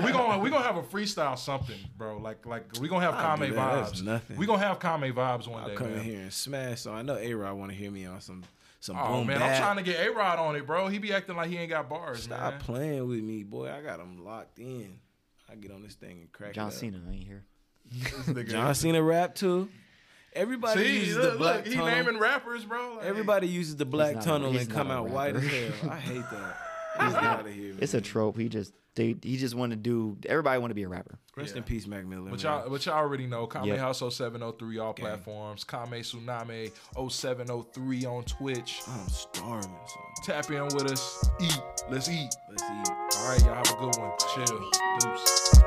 [SPEAKER 6] we, we gonna we gonna have a freestyle something, bro. Like like we gonna have
[SPEAKER 5] I'll do
[SPEAKER 6] Kame
[SPEAKER 5] that. That's
[SPEAKER 6] vibes.
[SPEAKER 5] nothing.
[SPEAKER 6] We gonna have Kame vibes one
[SPEAKER 5] I'll
[SPEAKER 6] day,
[SPEAKER 5] come in
[SPEAKER 6] man.
[SPEAKER 5] here and smash. So I know A Rod want to hear me on some some
[SPEAKER 6] Oh
[SPEAKER 5] boom
[SPEAKER 6] man,
[SPEAKER 5] bap.
[SPEAKER 6] I'm trying to get A Rod on it, bro. He be acting like he ain't got bars,
[SPEAKER 5] stop
[SPEAKER 6] man.
[SPEAKER 5] playing with me, boy. I got him locked in. I get on this thing and crack.
[SPEAKER 4] John
[SPEAKER 5] it up.
[SPEAKER 4] Cena ain't here.
[SPEAKER 5] John Cena rap too. Everybody
[SPEAKER 6] See,
[SPEAKER 5] uses the
[SPEAKER 6] look,
[SPEAKER 5] black
[SPEAKER 6] look, he
[SPEAKER 5] tunnel.
[SPEAKER 6] naming rappers, bro. Like,
[SPEAKER 5] Everybody uses the black
[SPEAKER 4] not a-
[SPEAKER 5] tunnel
[SPEAKER 4] he's
[SPEAKER 5] and
[SPEAKER 4] not
[SPEAKER 5] come
[SPEAKER 4] a
[SPEAKER 5] out white as
[SPEAKER 4] rapper.
[SPEAKER 5] hell. I hate that. He's out of here. Man.
[SPEAKER 4] It's a trope. He just they he just want to do. Everybody want to be a rapper.
[SPEAKER 5] Rest in
[SPEAKER 6] Yeah.
[SPEAKER 5] peace, Mac
[SPEAKER 6] But
[SPEAKER 5] Miller. man.
[SPEAKER 6] y'all, but y'all already know. Kame
[SPEAKER 4] Yep.
[SPEAKER 6] House 0703 all platforms. Kame Tsunami 0703 on Twitch.
[SPEAKER 5] I'm starving. Son.
[SPEAKER 6] Tap in with us. Eat. Let's eat.
[SPEAKER 5] Let's eat.
[SPEAKER 6] All right, y'all have a good one. Chill. Deuce.